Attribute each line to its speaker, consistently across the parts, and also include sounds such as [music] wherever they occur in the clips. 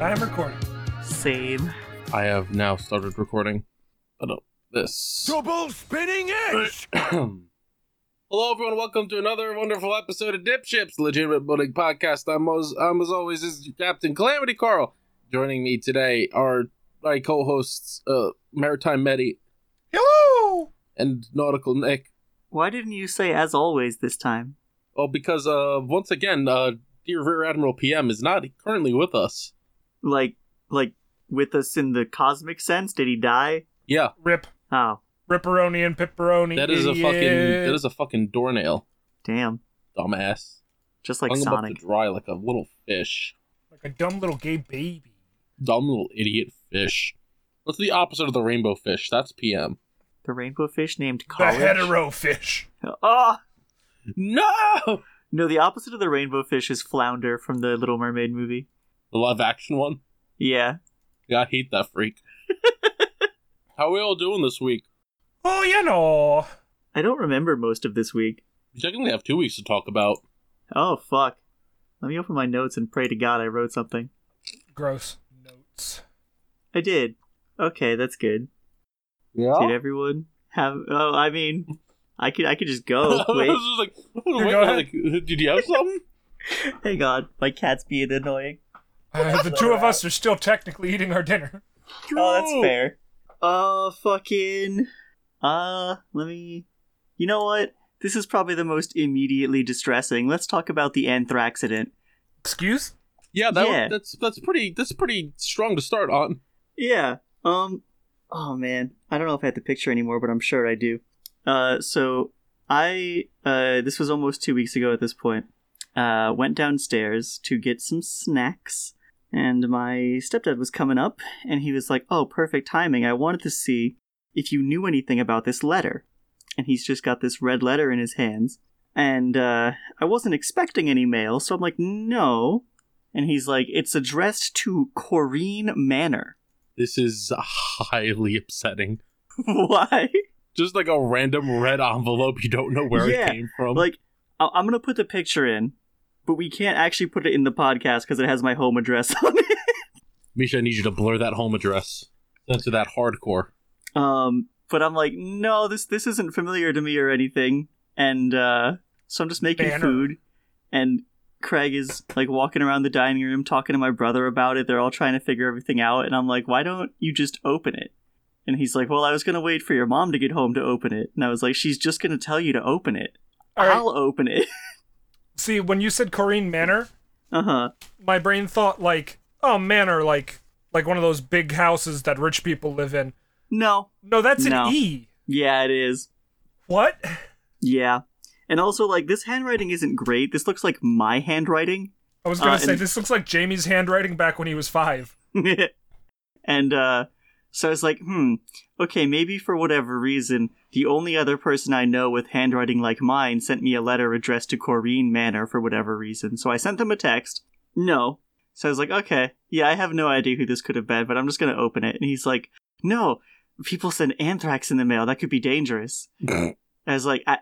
Speaker 1: I'm recording.
Speaker 2: Same.
Speaker 3: I have now started recording. But uh, this.
Speaker 4: Double spinning edge!
Speaker 3: [clears throat] Hello, everyone. Welcome to another wonderful episode of Dip Ships, legitimate boating podcast. I'm as, I'm as always is Captain Calamity Carl. Joining me today are my co-hosts, uh, Maritime Medi
Speaker 4: Hello!
Speaker 3: and Nautical Nick.
Speaker 2: Why didn't you say as always this time?
Speaker 3: Well, because uh, once again, uh, dear Rear Admiral PM is not currently with us.
Speaker 2: Like, like with us in the cosmic sense? Did he die?
Speaker 3: Yeah,
Speaker 1: Rip.
Speaker 2: Oh,
Speaker 1: Ripperoni and pepperoni.
Speaker 3: that is a fucking
Speaker 1: idiot.
Speaker 3: that is a fucking doornail,
Speaker 2: damn.
Speaker 3: dumbass.
Speaker 2: Just like
Speaker 3: Hung him up
Speaker 2: Sonic.
Speaker 3: to dry like a little fish.
Speaker 1: like a dumb little gay baby.
Speaker 3: dumb little idiot fish. What's the opposite of the rainbow fish? That's PM.
Speaker 2: The rainbow fish named
Speaker 1: The
Speaker 2: College.
Speaker 1: hetero fish.
Speaker 2: Oh!
Speaker 3: No,
Speaker 2: No, the opposite of the rainbow fish is Flounder from the Little Mermaid movie.
Speaker 3: the live action one.
Speaker 2: Yeah.
Speaker 3: Yeah, I hate that freak.
Speaker 2: [laughs]
Speaker 3: How we all doing this week?
Speaker 1: Oh, you know.
Speaker 2: I don't remember most of this week.
Speaker 3: We technically have two weeks to talk about.
Speaker 2: Oh, fuck. Let me open my notes and pray to God I wrote something.
Speaker 1: Gross notes.
Speaker 2: I did. Okay, that's good. Did
Speaker 3: [laughs] Yeah.
Speaker 2: everyone have. Oh, I mean, I could, I could just
Speaker 3: [laughs]
Speaker 2: go.
Speaker 3: I
Speaker 2: Wait.
Speaker 3: was just like, I was
Speaker 1: Go
Speaker 3: waiting, like, [laughs] did you have something?
Speaker 2: Hang on. My cat's being annoying.
Speaker 1: Uh, the two of us are still technically eating our dinner.
Speaker 2: Oh, that's fair. Uh, fucking. Uh, let me. You know what? This is probably the most immediately distressing. Let's talk about the anthrax anthraxident.
Speaker 1: Excuse?
Speaker 3: Yeah, that
Speaker 2: Yeah.
Speaker 3: that's that's pretty that's pretty strong to start on.
Speaker 2: Yeah. Um. Oh man, I don't know if I have the picture anymore, but I'm sure I do. Uh. So I. Uh. This was almost two weeks ago at this point. Uh. Went downstairs to get some snacks, and my stepdad was coming up, and he was like, "Oh, perfect timing. I wanted to see if you knew anything about this letter." And he's just got this red letter in his hands, and uh, I wasn't expecting any mail, so I'm like, "No." And he's like, "It's addressed to Corrine Manor."
Speaker 3: This is highly upsetting.
Speaker 2: [laughs] Why?
Speaker 3: Just like a random red envelope, you don't know where
Speaker 2: Yeah,
Speaker 3: it came
Speaker 1: Um,
Speaker 3: from.
Speaker 2: Like, I- I'm gonna put the picture in, but we can't actually put it in the podcast because it has my home address [laughs] on it.
Speaker 3: Misha, I need you to blur that home address. Censor that [laughs] hardcore.
Speaker 2: Um, but I'm like, no, this this isn't familiar to me or anything, and uh, so I'm just making
Speaker 1: Banner.
Speaker 2: food, and Craig is like walking around the dining room talking to my brother about it. They're all trying to figure everything out, and I'm like, why don't you just open it? And he's like, well, I was gonna wait for your mom to get home to open it, and I was like, she's just gonna tell you to open it.
Speaker 1: All right.
Speaker 2: I'll open it. [laughs]
Speaker 1: See, when you said Corrine Manor,
Speaker 2: uh huh.
Speaker 1: my brain thought like, oh, manor, like like one of those big houses that rich people live in.
Speaker 2: No.
Speaker 1: No, that's an
Speaker 2: No.
Speaker 1: E.
Speaker 2: Yeah, it is.
Speaker 1: What?
Speaker 2: Yeah. And also, like, this handwriting isn't great. This looks like my handwriting. [laughs]
Speaker 1: I was gonna
Speaker 2: Uh,
Speaker 1: say
Speaker 2: and-
Speaker 1: this looks like Jamie's handwriting back when he was five.
Speaker 2: and uh, so I was like, hmm, okay, maybe for whatever reason, the only other person I know with handwriting like mine sent me a letter addressed to Corrine Manor for whatever reason. So I sent them a text. No. So I was like, okay, yeah, I have no idea who this could have been, but I'm just going to open it. And he's like, no, people send anthrax in the mail. That could be dangerous. I was like, I,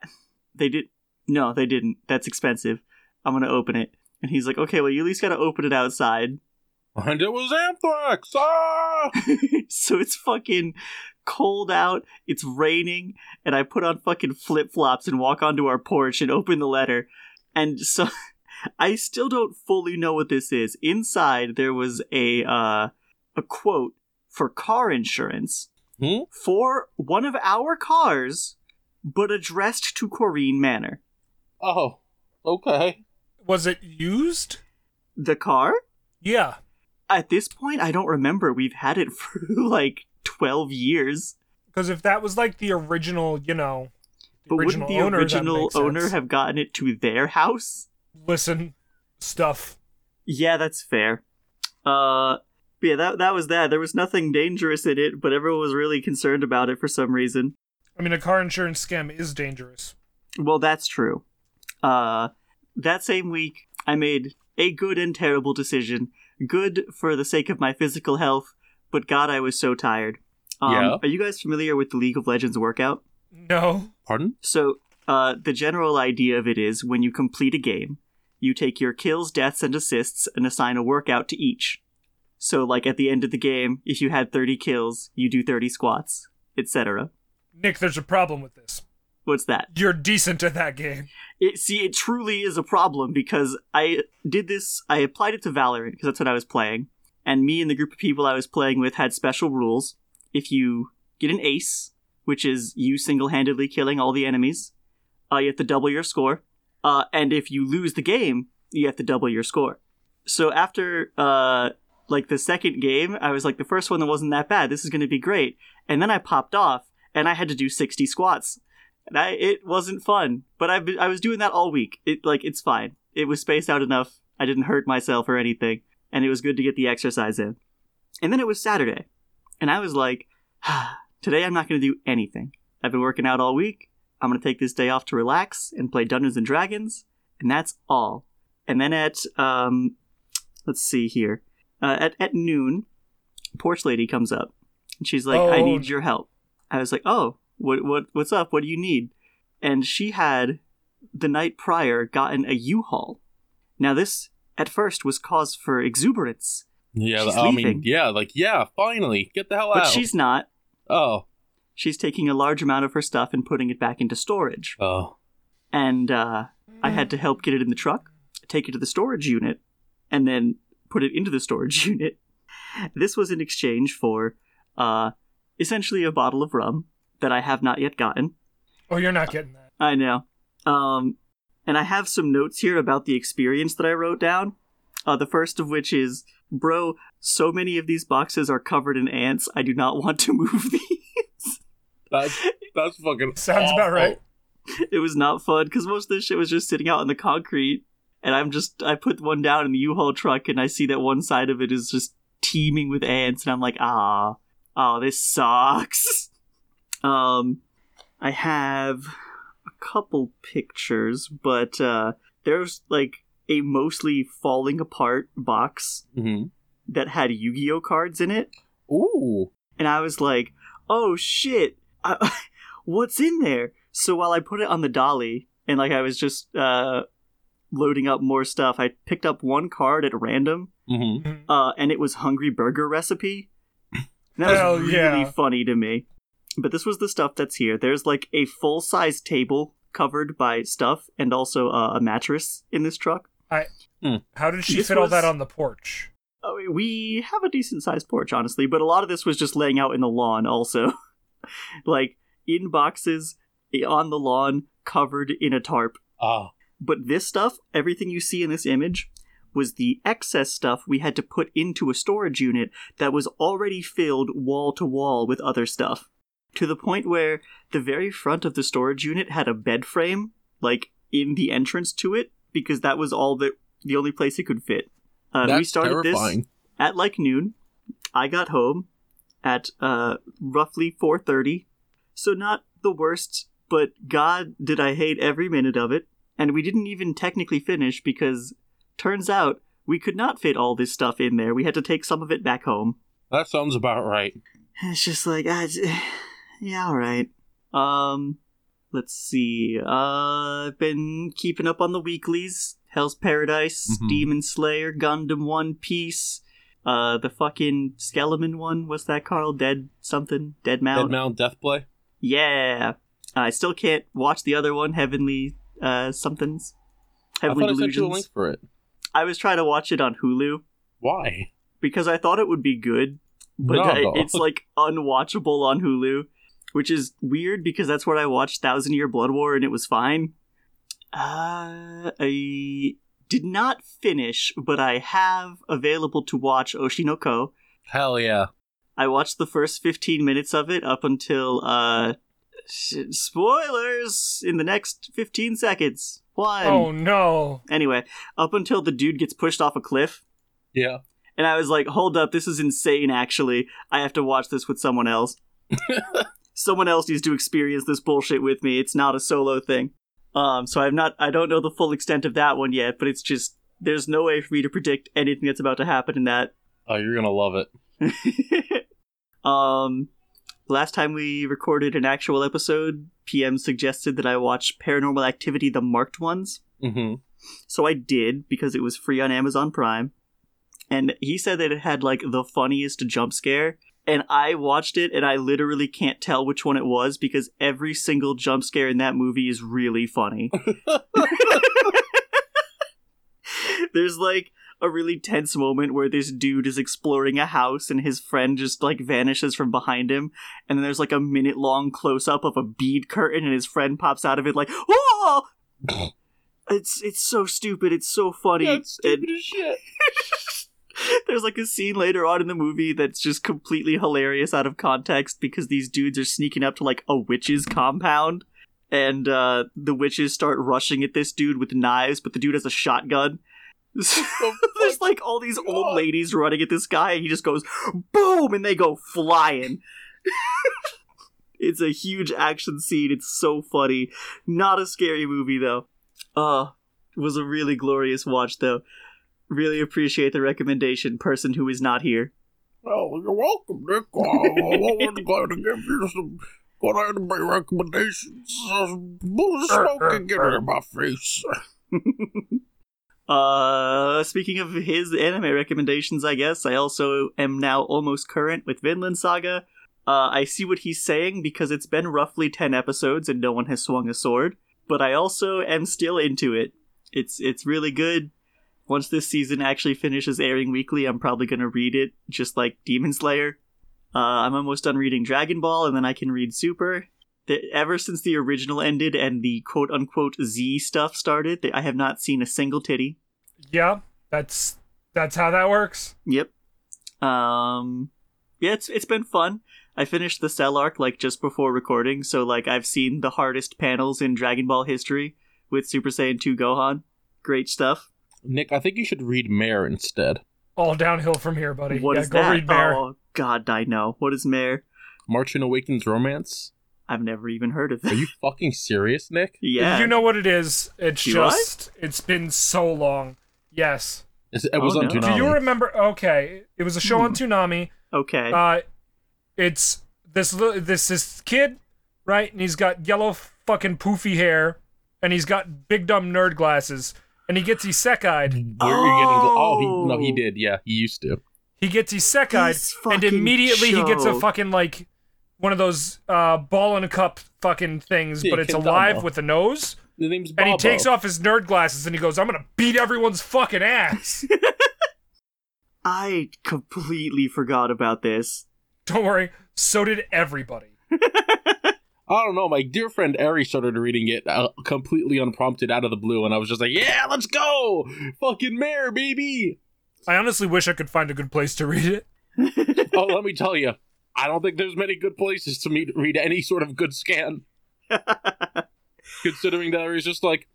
Speaker 2: they did. No, they didn't. That's expensive. I'm going to open it. And he's like, okay, well, you at least got to open it outside. [laughs]
Speaker 3: And it was anthrax. Ah!
Speaker 2: so it's fucking cold out, it's raining, and I put on fucking flip flops and walk onto our porch and open the letter. And so [laughs] I still don't fully know what this is. Inside there was a uh, a quote for car insurance
Speaker 3: Hmm?
Speaker 2: for one of our cars, but addressed to Corrine Manor.
Speaker 3: Oh, okay.
Speaker 1: Was it used?
Speaker 2: The car?
Speaker 1: Yeah.
Speaker 2: At this point, I don't remember. We've had it [laughs] for like twelve years.
Speaker 1: Because if that was like the original, you know, the
Speaker 2: But
Speaker 1: Original
Speaker 2: wouldn't the
Speaker 1: owner, that
Speaker 2: original
Speaker 1: makes
Speaker 2: owner
Speaker 1: sense.
Speaker 2: have gotten it to their house?
Speaker 1: Listen, stuff.
Speaker 2: Yeah, that's fair. Uh, but yeah, that that was that. There was nothing dangerous in it, but everyone was really concerned about it for some reason.
Speaker 1: I mean, a car insurance scam is dangerous.
Speaker 2: Well, that's true. Uh, that same week, I made a good and terrible decision. Good for the sake of my physical health, but God, I was so tired. Um,
Speaker 3: Yeah.
Speaker 2: Are you guys familiar with the League of Legends workout?
Speaker 1: No.
Speaker 3: Pardon?
Speaker 2: So, uh, the general idea of it is when you complete a game, you take your kills, deaths, and assists and assign a workout to each. So, like at the end of the game, if you had 30 kills, you do 30 squats, etc.
Speaker 1: Nick, there's a problem with this.
Speaker 2: What's that?
Speaker 1: You're decent at that game.
Speaker 2: It, see, it truly is a problem because I did this, I applied it to Valorant because that's what I was playing, and me and the group of people I was playing with had special rules. If you get an ace, which is you single handedly killing all the enemies, uh, you have to double your score, uh, and if you lose the game, you have to double your score. So after uh, like the second game, I was like, the first one that wasn't that bad, this is going to be great. And then I popped off, and I had to do 60 squats and I it wasn't fun. But I've been, I was doing that all week. It like it's fine. It was spaced out enough. I didn't hurt myself or anything, and it was good to get the exercise in. And then it was Saturday, and I was like, [sighs] today I'm not going to do anything. I've been working out all week. I'm going to take this day off to relax and play Dungeons and Dragons, and that's all. And then at um, let's see here, uh, at at noon, porch lady comes up, and she's like, "I
Speaker 1: Oh.
Speaker 2: need your help." I was like, "Oh, what what what's up? What do you need?" And she had the night prior gotten a U-Haul. Now this at first was cause for exuberance,
Speaker 3: Yeah,
Speaker 2: She's
Speaker 3: I
Speaker 2: leaving.
Speaker 3: mean, yeah, like yeah, finally, get the hell
Speaker 2: but
Speaker 3: out.
Speaker 2: she's not.
Speaker 3: oh,
Speaker 2: She's taking a large amount of her stuff and putting it back into storage.
Speaker 3: oh,
Speaker 2: And uh, I had to help get it in the truck, take it to the storage unit, and then put it into the storage [laughs] unit. This was in exchange for uh, essentially a bottle of rum that I have not yet gotten.
Speaker 1: Oh, you're not getting that.
Speaker 2: I know. Um, and I have some notes here about the experience that I wrote down. Uh, the first of which is, bro, so many of these boxes are covered in ants. I do not [laughs] want to move these.
Speaker 3: that's that's
Speaker 1: [laughs]
Speaker 3: fucking
Speaker 1: Sounds about
Speaker 3: awful.
Speaker 1: right.
Speaker 2: it was not fun because most of this shit was just sitting out on the concrete. And I'm just, I put one down in the U-Haul truck and I see that one side of it is just teeming with ants. And I'm like, ah, oh, this sucks. [laughs] Um, I have a couple pictures, but, uh, there's like a mostly falling apart box
Speaker 3: Mhm.
Speaker 2: that had Yu-Gi-Oh cards in it
Speaker 3: Mm-hmm. Ooh,
Speaker 2: and I was like, "Oh shit, I, [laughs] what's in there?" So while I put it on the dolly and like I was just uh, loading up more stuff, I picked up one card at random,
Speaker 3: hmm
Speaker 2: uh, and it was Hungry Burger Recipe. And that was
Speaker 1: Hell
Speaker 2: really
Speaker 1: yeah.
Speaker 2: funny to me. But this was the stuff that's here. There's like a full size table covered by stuff and also uh, a mattress in this truck.
Speaker 1: How did she
Speaker 2: This
Speaker 1: fit all
Speaker 2: was-
Speaker 1: that on the porch?
Speaker 2: Uh, we have a decent sized porch, honestly, but a lot of this was just laying out in the lawn, also. [laughs] like, in boxes, i- on the lawn, covered in a tarp.
Speaker 3: ah,
Speaker 2: But this stuff, everything you see in this image, was the excess stuff we had to put into a storage unit that was already filled wall to wall with other stuff. To the point where the very front of the storage unit had a bed frame, like in the entrance to it, because that was all that the only place it could fit. Uh,
Speaker 3: that's
Speaker 2: we started this
Speaker 3: terrifying.
Speaker 2: at like noon. I got home at uh, roughly 4:30, so not the worst, but God, did I hate every minute of it. And we didn't even technically finish because turns out we could not fit all this stuff in there. We had to take some of it back home.
Speaker 3: That sounds about right.
Speaker 2: [sighs] It's just like, ah, it's- yeah, all right. Um, let's see. Uh, I've been keeping up on the weeklies: Hell's Paradise,
Speaker 3: Mhm.
Speaker 2: Demon Slayer, Gundam One Piece, uh, the fucking Skeleman one. What's that, Carl? Dead something? Dead Mount?
Speaker 3: Dead Mount Death Play.
Speaker 2: Yeah. I still can't watch the other one, Heavenly uh somethings.
Speaker 3: I
Speaker 2: Heavenly
Speaker 3: thought I sent you a
Speaker 2: Delusions.
Speaker 3: link for it.
Speaker 2: I was trying to watch it on Hulu
Speaker 3: Why?
Speaker 2: because I thought it would be good, but
Speaker 3: No.
Speaker 2: I- it's like unwatchable on Hulu, which is weird because that's where I watched Thousand Year Blood War and it was fine. Uh, I did not finish, but I have available to watch Oshinoko.
Speaker 3: hell yeah.
Speaker 2: I watched the first 15 minutes of it up until uh Shit, Spoilers in the next 15 seconds. One.
Speaker 1: Oh no.
Speaker 2: Anyway, up until the dude gets pushed off a cliff,
Speaker 3: Yeah.
Speaker 2: and I was like, hold up, this is insane, actually. I have to watch this with someone else. someone else needs to experience this bullshit with me. It's not a solo thing. Um, so I've not, I don't know the full extent of that one yet, but it's just, there's no way for me to predict anything that's about to happen in that [laughs]
Speaker 3: Oh, you're gonna love it.
Speaker 2: um, last time we recorded an actual episode, PM suggested that I watch Paranormal Activity: The Marked Ones.
Speaker 3: Mm-hmm.
Speaker 2: So I did because it was free on Amazon Prime, and he said that it had like the funniest jump scare. And I watched it, and I literally can't tell which one it was because every single jump scare in that movie is really funny. [laughs] there's like a really tense moment where this dude is exploring a house and his friend just like vanishes from behind him and then there's like a minute long close up of a bead curtain and his friend pops out of it like oh it's it's so stupid it's so funny
Speaker 3: That's
Speaker 2: And-
Speaker 3: stupid as shit.
Speaker 2: [laughs] there's like a scene later on in the movie that's just completely hilarious out of context because these dudes are sneaking up to like a witch's compound and uh, the witches start rushing at this dude with knives, but the dude has a shotgun. [laughs] There's like all these old
Speaker 3: God.
Speaker 2: ladies running at this guy, and he just goes boom, and they go flying. [laughs] it's a huge action scene. It's so funny. Not a scary movie though. Uh, was a really glorious watch though. Really appreciate the recommendation, person who is not here.
Speaker 3: Well, you're welcome, Nick. Uh,
Speaker 1: [laughs]
Speaker 3: I- I'm always glad to give you some good anime recommendations. There's blue smoke can get out of my face.
Speaker 2: Uh, speaking of his anime recommendations, I guess I also am now almost current with Vinland Saga. Uh, I see what he's saying because it's been roughly ten episodes and no one has swung a sword. But I also am still into it. It's it's really good. Once this season actually finishes airing weekly, I'm probably gonna read it, just like Demon Slayer. Uh, I'm almost done reading Dragon Ball, and then I can read Super. The, ever since the original ended and the quote unquote Z stuff started, I have not seen a single titty.
Speaker 1: Yeah, that's that's how that works.
Speaker 2: Yep. Um yeah, it's it's been fun. I finished the cell arc like just before recording, so like I've seen the hardest panels in Dragon Ball history with Super Saiyan 2 Gohan. Great stuff.
Speaker 3: Nick, I think you should read Mare instead.
Speaker 1: All downhill from here, buddy.
Speaker 2: What
Speaker 1: yeah,
Speaker 2: is
Speaker 1: go
Speaker 2: that?
Speaker 1: read Bear.
Speaker 2: Oh god, I know. What is Mare?
Speaker 3: Marchin Awakens Romance?
Speaker 2: I've never even heard of
Speaker 3: Are
Speaker 2: that.
Speaker 3: you fucking serious, Nick?
Speaker 2: [laughs] yeah.
Speaker 1: You know what it is. It's
Speaker 2: Do I?
Speaker 1: just it's been so long. Yes.
Speaker 3: It's- It was
Speaker 2: Oh,
Speaker 3: on
Speaker 2: no.
Speaker 3: Toonami.
Speaker 1: Do you remember okay, it was a show
Speaker 2: Hmm.
Speaker 1: on Toonami.
Speaker 2: okay.
Speaker 1: Uh, it's this li- this this kid, right? And he's got yellow fucking poofy hair, and he's got big dumb nerd glasses, and he gets isekai'd.
Speaker 3: Where are you getting? gl- Oh, he, no,
Speaker 2: Oh.
Speaker 3: he did. Yeah, he used to.
Speaker 1: He gets
Speaker 2: This
Speaker 1: isekai'd, and
Speaker 2: fucking
Speaker 1: immediately he gets a
Speaker 2: show.
Speaker 1: fucking like one of those uh, ball in a cup fucking things,
Speaker 3: Yeah,
Speaker 1: but it's
Speaker 3: kendama.
Speaker 1: alive with a nose.
Speaker 3: The name's
Speaker 1: And
Speaker 3: Bobo.
Speaker 1: he takes off his nerd glasses and he goes, "I'm gonna beat everyone's fucking
Speaker 3: [laughs]
Speaker 1: ass."
Speaker 2: I completely forgot about this. [laughs]
Speaker 1: Don't worry, so did everybody.
Speaker 3: I don't know. My dear friend Ari started reading it uh, completely unprompted out of the blue, and I was just like, "Yeah, let's go, fucking mare, baby."
Speaker 1: I honestly wish I could find a good place to read it.
Speaker 3: oh, let me tell you, I don't think there's many good places to meet, read any sort of good scan. Considering that he's just like,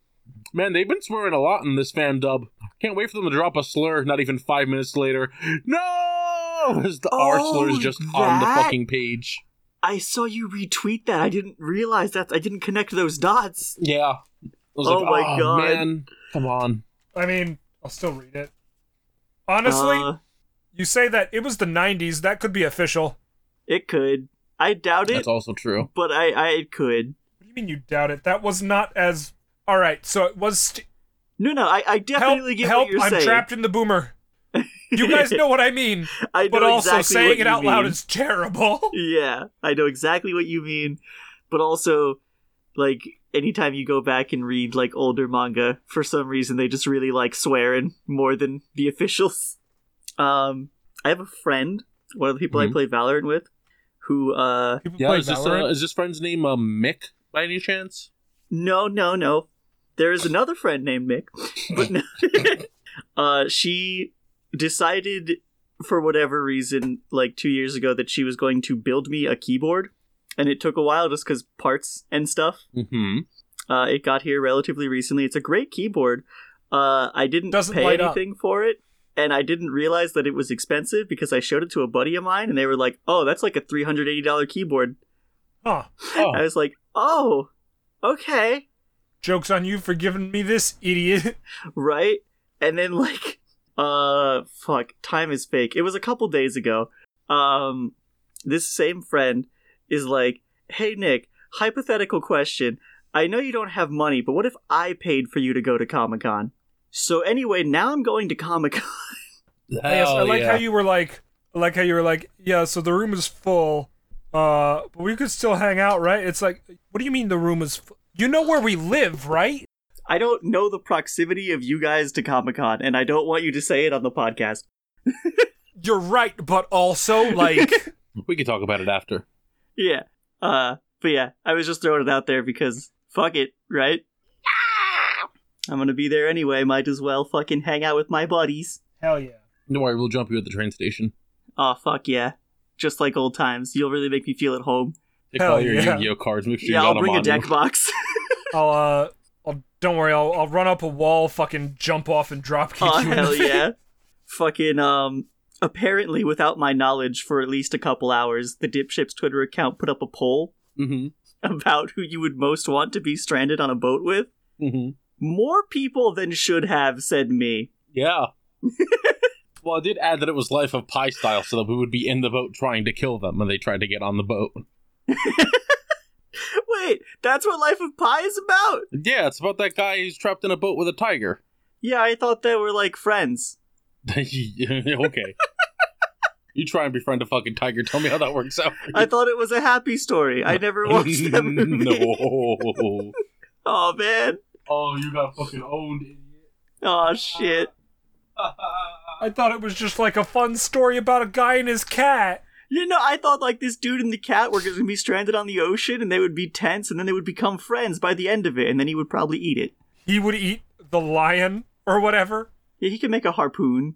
Speaker 3: man, they've been swearing a lot in this fan dub. Can't wait for them to drop a slur. Not even five minutes later, no, As the R
Speaker 2: Oh,
Speaker 3: slur is just on the
Speaker 2: that-
Speaker 3: fucking page.
Speaker 2: I saw you retweet that. I didn't realize that. I didn't connect those dots.
Speaker 3: Yeah. I was
Speaker 2: Oh
Speaker 3: like,
Speaker 2: my
Speaker 3: "Aw,
Speaker 2: God."
Speaker 3: Man, come on.
Speaker 1: I mean, I'll still read it. Honestly,
Speaker 2: Uh,
Speaker 1: You say that it was the 90s. That could be official.
Speaker 2: it could. I doubt it,
Speaker 3: That's also true.
Speaker 2: but I, I it could.
Speaker 1: What do you mean you doubt it? That was not as. All right, so it was. St-
Speaker 2: No, no, I, I
Speaker 1: help!
Speaker 2: definitely get
Speaker 1: help!
Speaker 2: what you're
Speaker 1: I'm
Speaker 2: saying.
Speaker 1: trapped in the boomer. You guys know what I mean,
Speaker 2: [laughs] I know
Speaker 1: but also
Speaker 2: exactly what
Speaker 1: saying it
Speaker 2: you
Speaker 1: out loud
Speaker 2: mean.
Speaker 1: is terrible.
Speaker 2: Yeah, I know exactly what you mean, but also, like, anytime you go back and read like older manga, for some reason they just really like swearing more than the [laughs] officials. Um, I have a friend, one of the people
Speaker 1: Mm-hmm.
Speaker 3: Mhm.
Speaker 2: I play Valorant with, who uh,
Speaker 1: People
Speaker 3: Yeah,
Speaker 1: play
Speaker 3: is this,
Speaker 1: Valorant.
Speaker 3: uh, is this friend's name uh, Mick by any chance?
Speaker 2: No, no, no. There is another friend named Mick, but no. [laughs] uh, she decided for whatever reason, like two years ago, that she was going to build me a keyboard, and it took a while just because parts and stuff.
Speaker 3: Mm-hmm.
Speaker 2: Uh, it got here relatively recently. It's a great keyboard. Uh, I didn't
Speaker 1: Doesn't
Speaker 2: pay
Speaker 1: light up.
Speaker 2: anything for it, and I didn't realize that it was expensive because I showed it to a buddy of mine, and they were like, "Oh, that's like a three hundred eighty dollar keyboard."
Speaker 1: Huh.
Speaker 2: I
Speaker 3: Oh,
Speaker 2: was like, "Oh, okay,
Speaker 1: Joke's on you for giving me this, idiot. [laughs]
Speaker 2: right." And then like, [laughs] uh, fuck, time is fake. It was a couple days ago. Um, this same friend is like, "Hey, Nick, hypothetical question. I know you don't have money, but what if I paid for you to go to Comic Con?" So anyway, now I'm going to Comic Con.
Speaker 1: yes, I
Speaker 3: hell
Speaker 1: like
Speaker 3: yeah.
Speaker 1: how you were like, I like how you were like, yeah. So the room is full, uh, but we could still hang out, right? It's like, what do you mean the room is? Fu- you know where we live, right?
Speaker 2: [laughs] I don't know the proximity of you guys to Comic Con, and I don't want you to say it on the podcast.
Speaker 1: You're right, but also like, [laughs]
Speaker 3: We could talk about it after.
Speaker 2: Yeah. Uh, but yeah, I was just throwing it out there because fuck it, right? I'm gonna be there anyway. Might as well fucking hang out with my buddies.
Speaker 1: hell yeah.
Speaker 3: Don't worry, we'll jump you at the train station.
Speaker 2: Aw, fuck yeah. Just like old times. You'll really make me feel at home.
Speaker 3: Take
Speaker 1: Hell
Speaker 3: all your
Speaker 1: yeah.
Speaker 3: Yu-Gi-Oh cards. Make sure
Speaker 2: yeah,
Speaker 3: you got
Speaker 2: I'll
Speaker 3: them
Speaker 2: bring a
Speaker 3: on
Speaker 2: deck
Speaker 3: you.
Speaker 2: box. [laughs]
Speaker 1: I'll uh, I'll don't worry. I'll I'll run up a wall, fucking jump off and drop kick
Speaker 2: Aw,
Speaker 1: you. in
Speaker 2: hell
Speaker 1: the face.
Speaker 2: yeah. Fucking, um, apparently without my knowledge for at least a couple hours, the Dipship's Twitter account put up a poll
Speaker 3: Mm-hmm.
Speaker 2: about who you would most want to be stranded on a boat with.
Speaker 3: Mm-hmm.
Speaker 2: More people than should have said me.
Speaker 3: Yeah. [laughs] well, I did add that it was Life of Pi style, so that we would be in the boat trying to kill them, and they tried to get on the boat.
Speaker 2: Wait, that's what Life of Pi is about?
Speaker 3: Yeah, it's about that guy who's trapped in a boat with a tiger. [laughs]
Speaker 2: Yeah, I thought they were like friends.
Speaker 3: okay. you try and befriend a fucking tiger. Tell me how that works out. for
Speaker 2: I
Speaker 3: you.
Speaker 2: thought it was a happy story. I
Speaker 3: [laughs]
Speaker 2: never watched that movie.
Speaker 3: no.
Speaker 2: [laughs] Oh man.
Speaker 3: [laughs] Oh, you got fucking owned, idiot.
Speaker 2: Oh shit.
Speaker 1: I thought it was just like a fun story about a guy and his cat.
Speaker 2: You know, I thought like this dude and the cat were going to be stranded on the ocean and they would be tense and then they would become friends by the end of it and then he would probably eat it.
Speaker 1: He would eat the lion or whatever.
Speaker 2: Yeah, he can make a harpoon.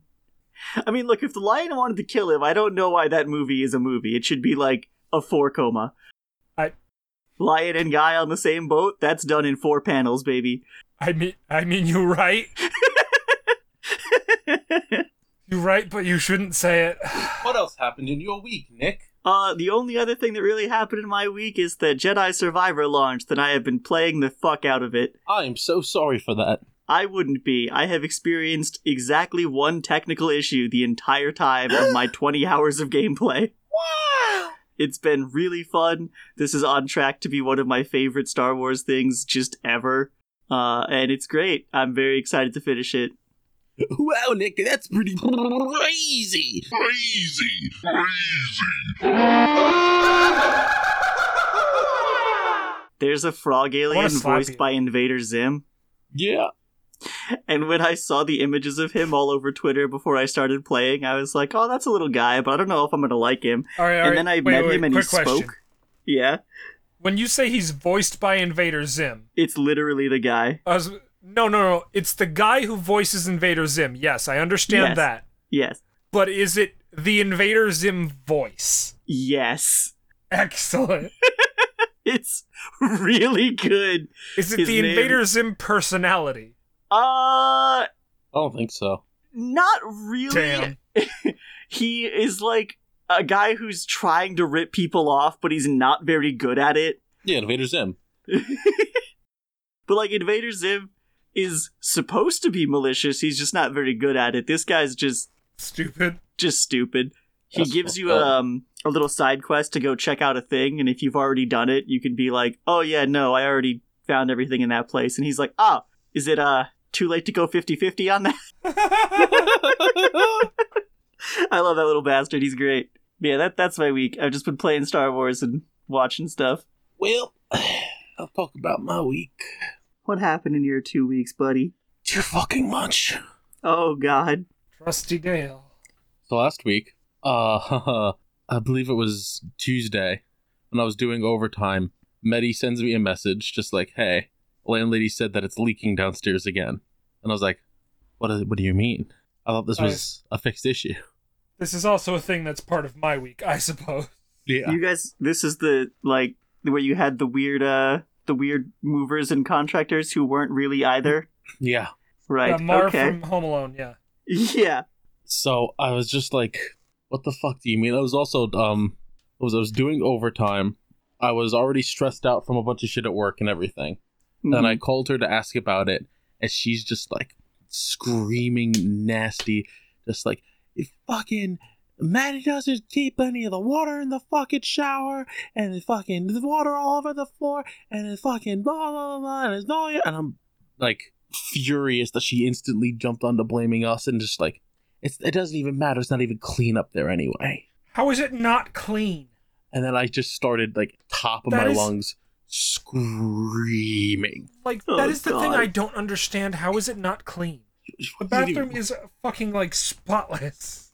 Speaker 2: I mean, look, if the lion wanted to kill him, I don't know why that movie is a movie. It should be like a four coma.
Speaker 1: I-
Speaker 2: Lion and guy on the same boat? That's done in four panels, baby.
Speaker 1: I mean, I mean, you right. You right, but you shouldn't say it.
Speaker 3: what else happened in your week, Nick?
Speaker 2: Uh, the only other thing that really happened in my week is that Jedi Survivor launched, and I have been playing the fuck out of it.
Speaker 3: I am so sorry for that.
Speaker 2: I wouldn't be. I have experienced exactly one technical issue the entire time
Speaker 1: [gasps]
Speaker 2: of my 20 hours of gameplay.
Speaker 3: Wow.
Speaker 2: It's been really fun. This is on track to be one of my favorite Star Wars things just ever. Uh, and it's great. I'm very excited to finish it.
Speaker 3: Wow, Nick, that's pretty crazy.
Speaker 4: Crazy.
Speaker 2: There's a frog alien
Speaker 1: slap
Speaker 2: voiced
Speaker 1: you.
Speaker 2: by Invader Zim.
Speaker 3: Yeah.
Speaker 2: And when I saw the images of him all over Twitter before I started playing, I was like, oh, that's a little guy, but I don't know if I'm going to like him.
Speaker 1: All right, all
Speaker 2: and
Speaker 1: right.
Speaker 2: then I
Speaker 1: Wait,
Speaker 2: met
Speaker 1: wait,
Speaker 2: him and he
Speaker 1: quick
Speaker 2: spoke.
Speaker 1: question.
Speaker 2: Yeah,
Speaker 1: When you say he's voiced by Invader Zim,
Speaker 2: it's literally the guy.
Speaker 1: I was, no, no, no. It's the guy who voices Invader Zim. Yes, I understand
Speaker 2: Yes.
Speaker 1: that.
Speaker 2: Yes.
Speaker 1: But is it the Invader Zim voice? [laughs]
Speaker 2: Yes. [laughs]
Speaker 1: Excellent.
Speaker 2: It's really good.
Speaker 1: Is it
Speaker 2: His
Speaker 1: the
Speaker 2: name-
Speaker 1: Invader Zim personality?
Speaker 2: Uh,
Speaker 3: I don't think so.
Speaker 2: not really.
Speaker 1: Damn.
Speaker 2: he is like a guy who's trying to rip people off, but he's not very good at it.
Speaker 3: Yeah, Invader Zim.
Speaker 2: But like Invader Zim is supposed to be malicious, he's just not very good at it. This guy's just
Speaker 1: Stupid. [laughs]
Speaker 2: just stupid. He
Speaker 3: That's
Speaker 2: gives
Speaker 3: fucked
Speaker 2: you
Speaker 3: up.
Speaker 2: um a little side quest to go check out a thing, and if you've already done it, you can be like, "Oh yeah, no, I already found everything in that place." And he's like, "Ah, is it uh too late to go 50-50 on that?" [laughs] I love that little bastard. He's great. Yeah, that that's my week. I've just been playing Star Wars and watching stuff.
Speaker 3: Well, [sighs] I'll talk about my week.
Speaker 2: What happened in your two weeks, buddy?
Speaker 3: Too fucking much.
Speaker 2: Oh God.
Speaker 1: Trusty Dale.
Speaker 3: So last week, uh, [laughs] I believe it was Tuesday, when I was doing overtime, Meddy sends me a message just like, "Hey, landlady said that it's leaking downstairs again," and I was like, "What? Is, what do you mean? I thought this was a fixed issue." [laughs]
Speaker 1: This is also a thing that's part of my week, I suppose.
Speaker 3: Yeah.
Speaker 2: You guys, this is the like where you had the weird, uh, the weird movers and contractors who weren't really either,
Speaker 3: Yeah.
Speaker 1: Uh,
Speaker 2: right?
Speaker 1: Marv
Speaker 2: okay.
Speaker 1: from Home Alone. Yeah.
Speaker 2: [laughs] Yeah.
Speaker 3: So I was just like, what the fuck do you mean? I was also um I was I was doing overtime. I was already stressed out from a bunch of shit at work and everything. And
Speaker 2: Mm.
Speaker 1: Mm-hmm.
Speaker 3: I called her to ask about it, and she's just like screaming nasty, just like "If fucking Maddie doesn't keep any of the water in the fucking shower, and the fucking the water all over the floor, and it's fucking blah blah blah, blah and it's all your-" and I'm like furious that she instantly jumped onto blaming us and just like it's, it doesn't even matter. It's not even clean up there anyway.
Speaker 1: How is it not clean?
Speaker 3: And then I just started like top of
Speaker 1: That
Speaker 3: my
Speaker 1: is-
Speaker 3: lungs screaming.
Speaker 1: Like
Speaker 2: Oh,
Speaker 1: that is the thing
Speaker 2: God.
Speaker 1: I don't understand. How is it not clean? The
Speaker 3: What do you
Speaker 1: bathroom
Speaker 3: do?
Speaker 1: is fucking like spotless.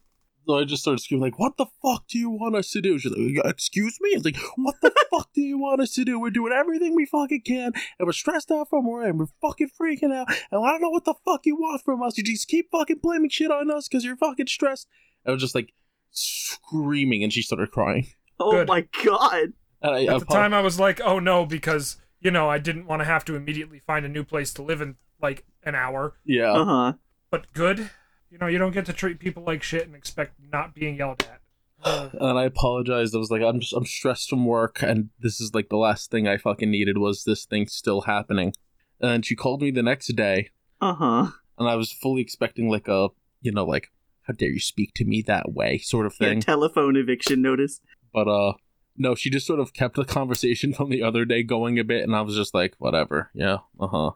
Speaker 3: So I just started screaming like, "What the fuck do you want us to do?" She's like, "Excuse me." I was like, "What
Speaker 1: [laughs]
Speaker 3: the fuck do you want us to do? We're doing everything we fucking can, and we're stressed out from work, and we're fucking freaking out, and I don't know what the fuck you want from us. You just keep fucking blaming shit on us because you're fucking stressed." I was just like screaming, and she started crying.
Speaker 2: oh
Speaker 1: Good.
Speaker 2: my god.
Speaker 3: And I,
Speaker 1: At the time, I was like, "Oh no," because you know I didn't want to have to immediately find a new place to live in like an hour.
Speaker 3: yeah.
Speaker 2: Uh huh.
Speaker 1: But good, you know, you don't get to treat people like shit and expect not being yelled at. Uh,
Speaker 3: and I apologized. I was like, I'm just, I'm stressed from work, and this is like the last thing I fucking needed was this thing still happening. And she called me the next day,
Speaker 2: Uh huh.
Speaker 3: and I was fully expecting like a, you know, like how dare you speak to me that way sort of
Speaker 2: Yeah,
Speaker 3: thing.
Speaker 2: telephone eviction notice.
Speaker 3: but uh, no, she just sort of kept the [laughs] conversation from the other day going a bit, and I was just like, whatever, yeah, uh huh.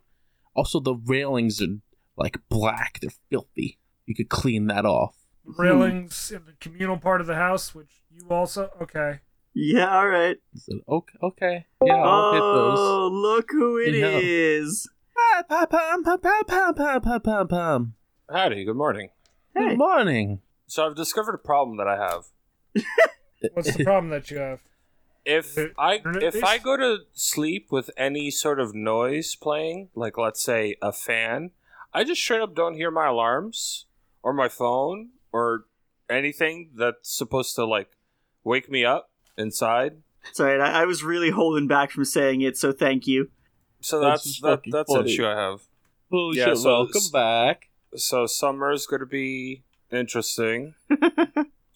Speaker 3: Also, the railings are like black; they're filthy. You could clean that off.
Speaker 2: Hmm.
Speaker 1: railings in the communal part of the house, which you also okay.
Speaker 2: Yeah. All right.
Speaker 3: I said, okay, okay, yeah, I'll hit those.
Speaker 2: Oh, look who it
Speaker 3: Yeah.
Speaker 2: is!
Speaker 3: Good
Speaker 5: Howdy, good morning.
Speaker 2: Hey.
Speaker 3: morning.
Speaker 5: So I've discovered a problem that I have.
Speaker 1: What's
Speaker 2: [laughs]
Speaker 1: the problem that you have?
Speaker 5: If
Speaker 1: Is it
Speaker 5: I
Speaker 1: internet
Speaker 5: if
Speaker 1: based?
Speaker 5: I go to sleep with any sort of noise playing, like let's say a fan, I just straight up don't hear my alarms or my phone or anything that's supposed to like wake me up inside.
Speaker 2: Sorry, I, I was really holding back from saying it, so thank you.
Speaker 5: So
Speaker 3: That's
Speaker 5: that's
Speaker 3: just
Speaker 5: that,
Speaker 3: fucking
Speaker 5: that's an
Speaker 3: funny.
Speaker 5: issue I have.
Speaker 3: Holy
Speaker 5: Yeah,
Speaker 3: shit,
Speaker 5: so-
Speaker 3: welcome back.
Speaker 5: So summer's gonna be
Speaker 3: [laughs]
Speaker 5: interesting,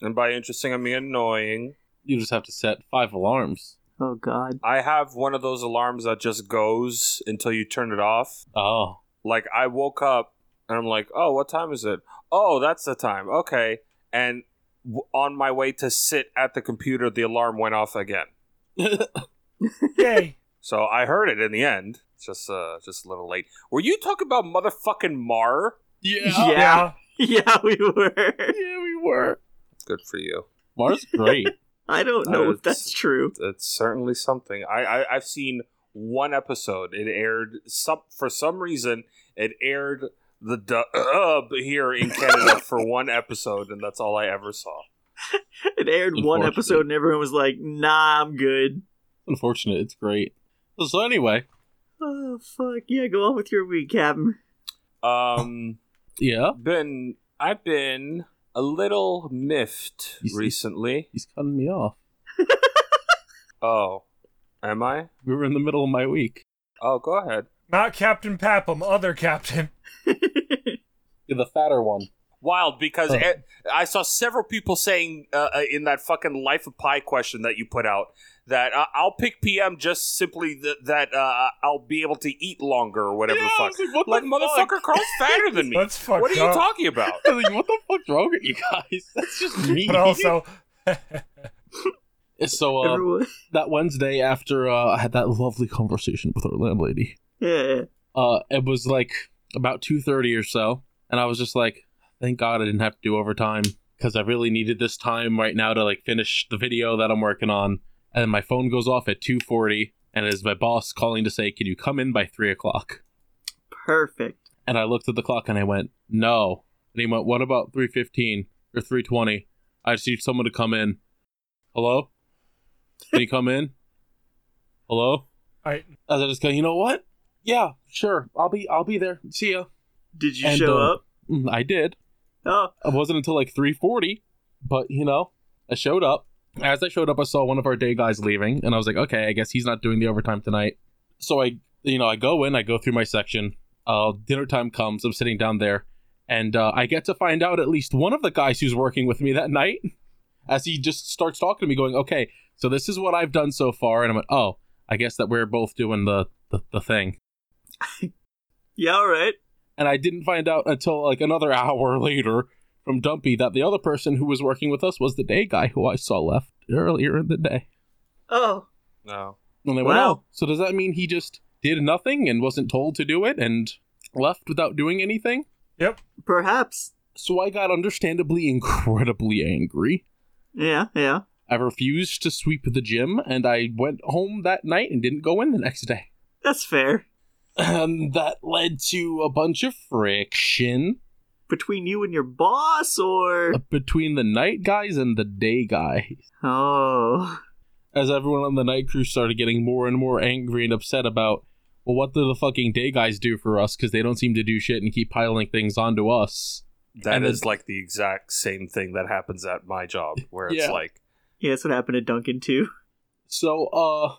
Speaker 5: and by interesting I mean annoying.
Speaker 3: You just have to set five alarms.
Speaker 2: Oh God. [laughs]
Speaker 5: I have one of those alarms that just goes until you turn it off.
Speaker 3: Oh.
Speaker 5: like I woke up and I'm like, oh, what time is it? Oh, that's the time. Okay. And w- on my way to sit at the computer, the alarm went off again.
Speaker 1: Yay!
Speaker 5: So I heard it in the end. It's just uh, just a little late. Were you talking about motherfucking Mar?
Speaker 2: [laughs]
Speaker 3: [laughs]
Speaker 2: Yeah. Yeah, we were.
Speaker 3: we were.
Speaker 5: Good for you.
Speaker 3: Mars great.
Speaker 2: I don't know
Speaker 5: Uh,
Speaker 2: if that's
Speaker 5: it's-
Speaker 2: true.
Speaker 5: It's certainly something. I, I I've seen one episode. It aired some for some reason. It aired the dub [clears throat] here in Canada [laughs] for one episode, and that's all I ever saw.
Speaker 2: It aired one
Speaker 3: Unfortunately.
Speaker 2: episode, and everyone was like, "Nah, I'm good."
Speaker 3: Unfortunate, it's great. So anyway,
Speaker 2: Oh fuck! Yeah, go on with your week, Captain. [laughs]
Speaker 5: Um.
Speaker 3: yeah,
Speaker 5: been I've been a little miffed
Speaker 3: You see-
Speaker 5: recently.
Speaker 3: he's cutting me off.
Speaker 5: Oh, am I?
Speaker 3: We were in the middle of my week.
Speaker 5: Oh, go ahead.
Speaker 1: Not Captain Papham, other Captain.
Speaker 3: You're the fatter one.
Speaker 5: Wild because
Speaker 3: Oh.
Speaker 5: e- I saw several people saying uh, uh, in that fucking life of pie question that you put out that uh, I'll pick PM just simply th- that uh, I'll be able to eat longer or whatever
Speaker 3: Yeah, I
Speaker 5: the
Speaker 3: was
Speaker 5: fuck.
Speaker 3: like, what the
Speaker 5: Like
Speaker 3: fuck? [laughs]
Speaker 5: motherfucker, Carl's fatter than me.
Speaker 1: Let's fuck
Speaker 5: what are you
Speaker 1: up.
Speaker 5: talking about?
Speaker 3: I was like, what the fuck's wrong with you guys? [laughs] That's just me.
Speaker 1: But also,
Speaker 3: [laughs]
Speaker 1: [laughs]
Speaker 3: so uh,
Speaker 2: everyone.
Speaker 3: that Wednesday after uh, I had that lovely conversation with our landlady,
Speaker 2: Yeah.
Speaker 3: uh it was like about 2.30 or so and i was just like thank god i didn't have to do overtime because i really needed this time right now to like finish the video that i'm working on and then my phone goes off at 2.40 and it is my boss calling to say can you come in by 3 o'clock
Speaker 2: Perfect.
Speaker 3: and i looked at the clock and i went no and he went what about 3.15 or 3.20 i just need someone to come in hello can you come in hello
Speaker 1: I
Speaker 3: as i just go you know what yeah sure i'll be i'll be there see ya
Speaker 2: Did you
Speaker 3: And,
Speaker 2: show
Speaker 3: uh,
Speaker 2: up?
Speaker 3: Mm, I did.
Speaker 2: Oh,
Speaker 3: It wasn't until like 3:40, but you know, I showed up As I showed up, I saw one of our day guys leaving, and I was like, okay, I guess he's not doing the overtime tonight. So I, you know, I go in, I go through my section. Uh, dinner time comes, I'm sitting down there, and uh, I get to find out at least one of the guys who's working with me that night, as he just starts talking to me, going, okay, so this is what I've done so far, and I'm like, oh, I guess that we're both doing the the, the thing.
Speaker 2: Yeah, all right.
Speaker 3: and I didn't find out until like another [laughs] hour later from Dumpy that the other person who was working with us was the day guy who I saw left earlier in the day.
Speaker 2: Oh,
Speaker 5: No.
Speaker 3: And I went,
Speaker 2: Wow.
Speaker 3: "Oh, so does that mean he just did nothing and wasn't told to do it and left without doing anything?"
Speaker 2: perhaps.
Speaker 3: So I got understandably incredibly angry.
Speaker 2: Yeah, yeah.
Speaker 3: I refused to sweep the gym and I went home that night and didn't go in the next day.
Speaker 2: That's fair.
Speaker 3: And that led to a bunch of friction
Speaker 2: Between you and your boss, or
Speaker 3: between the night guys and the day guys.
Speaker 2: oh,
Speaker 3: as everyone on the night crew started getting more and more angry and upset about, well, what do the fucking day guys do for us? Because they don't seem to do shit and keep piling things onto us.
Speaker 5: That is
Speaker 3: And then-
Speaker 5: like the exact same thing that happens at my job, where it's
Speaker 3: Yeah.
Speaker 5: like,
Speaker 2: yeah. That's what happened to Duncan too.
Speaker 3: So, uh,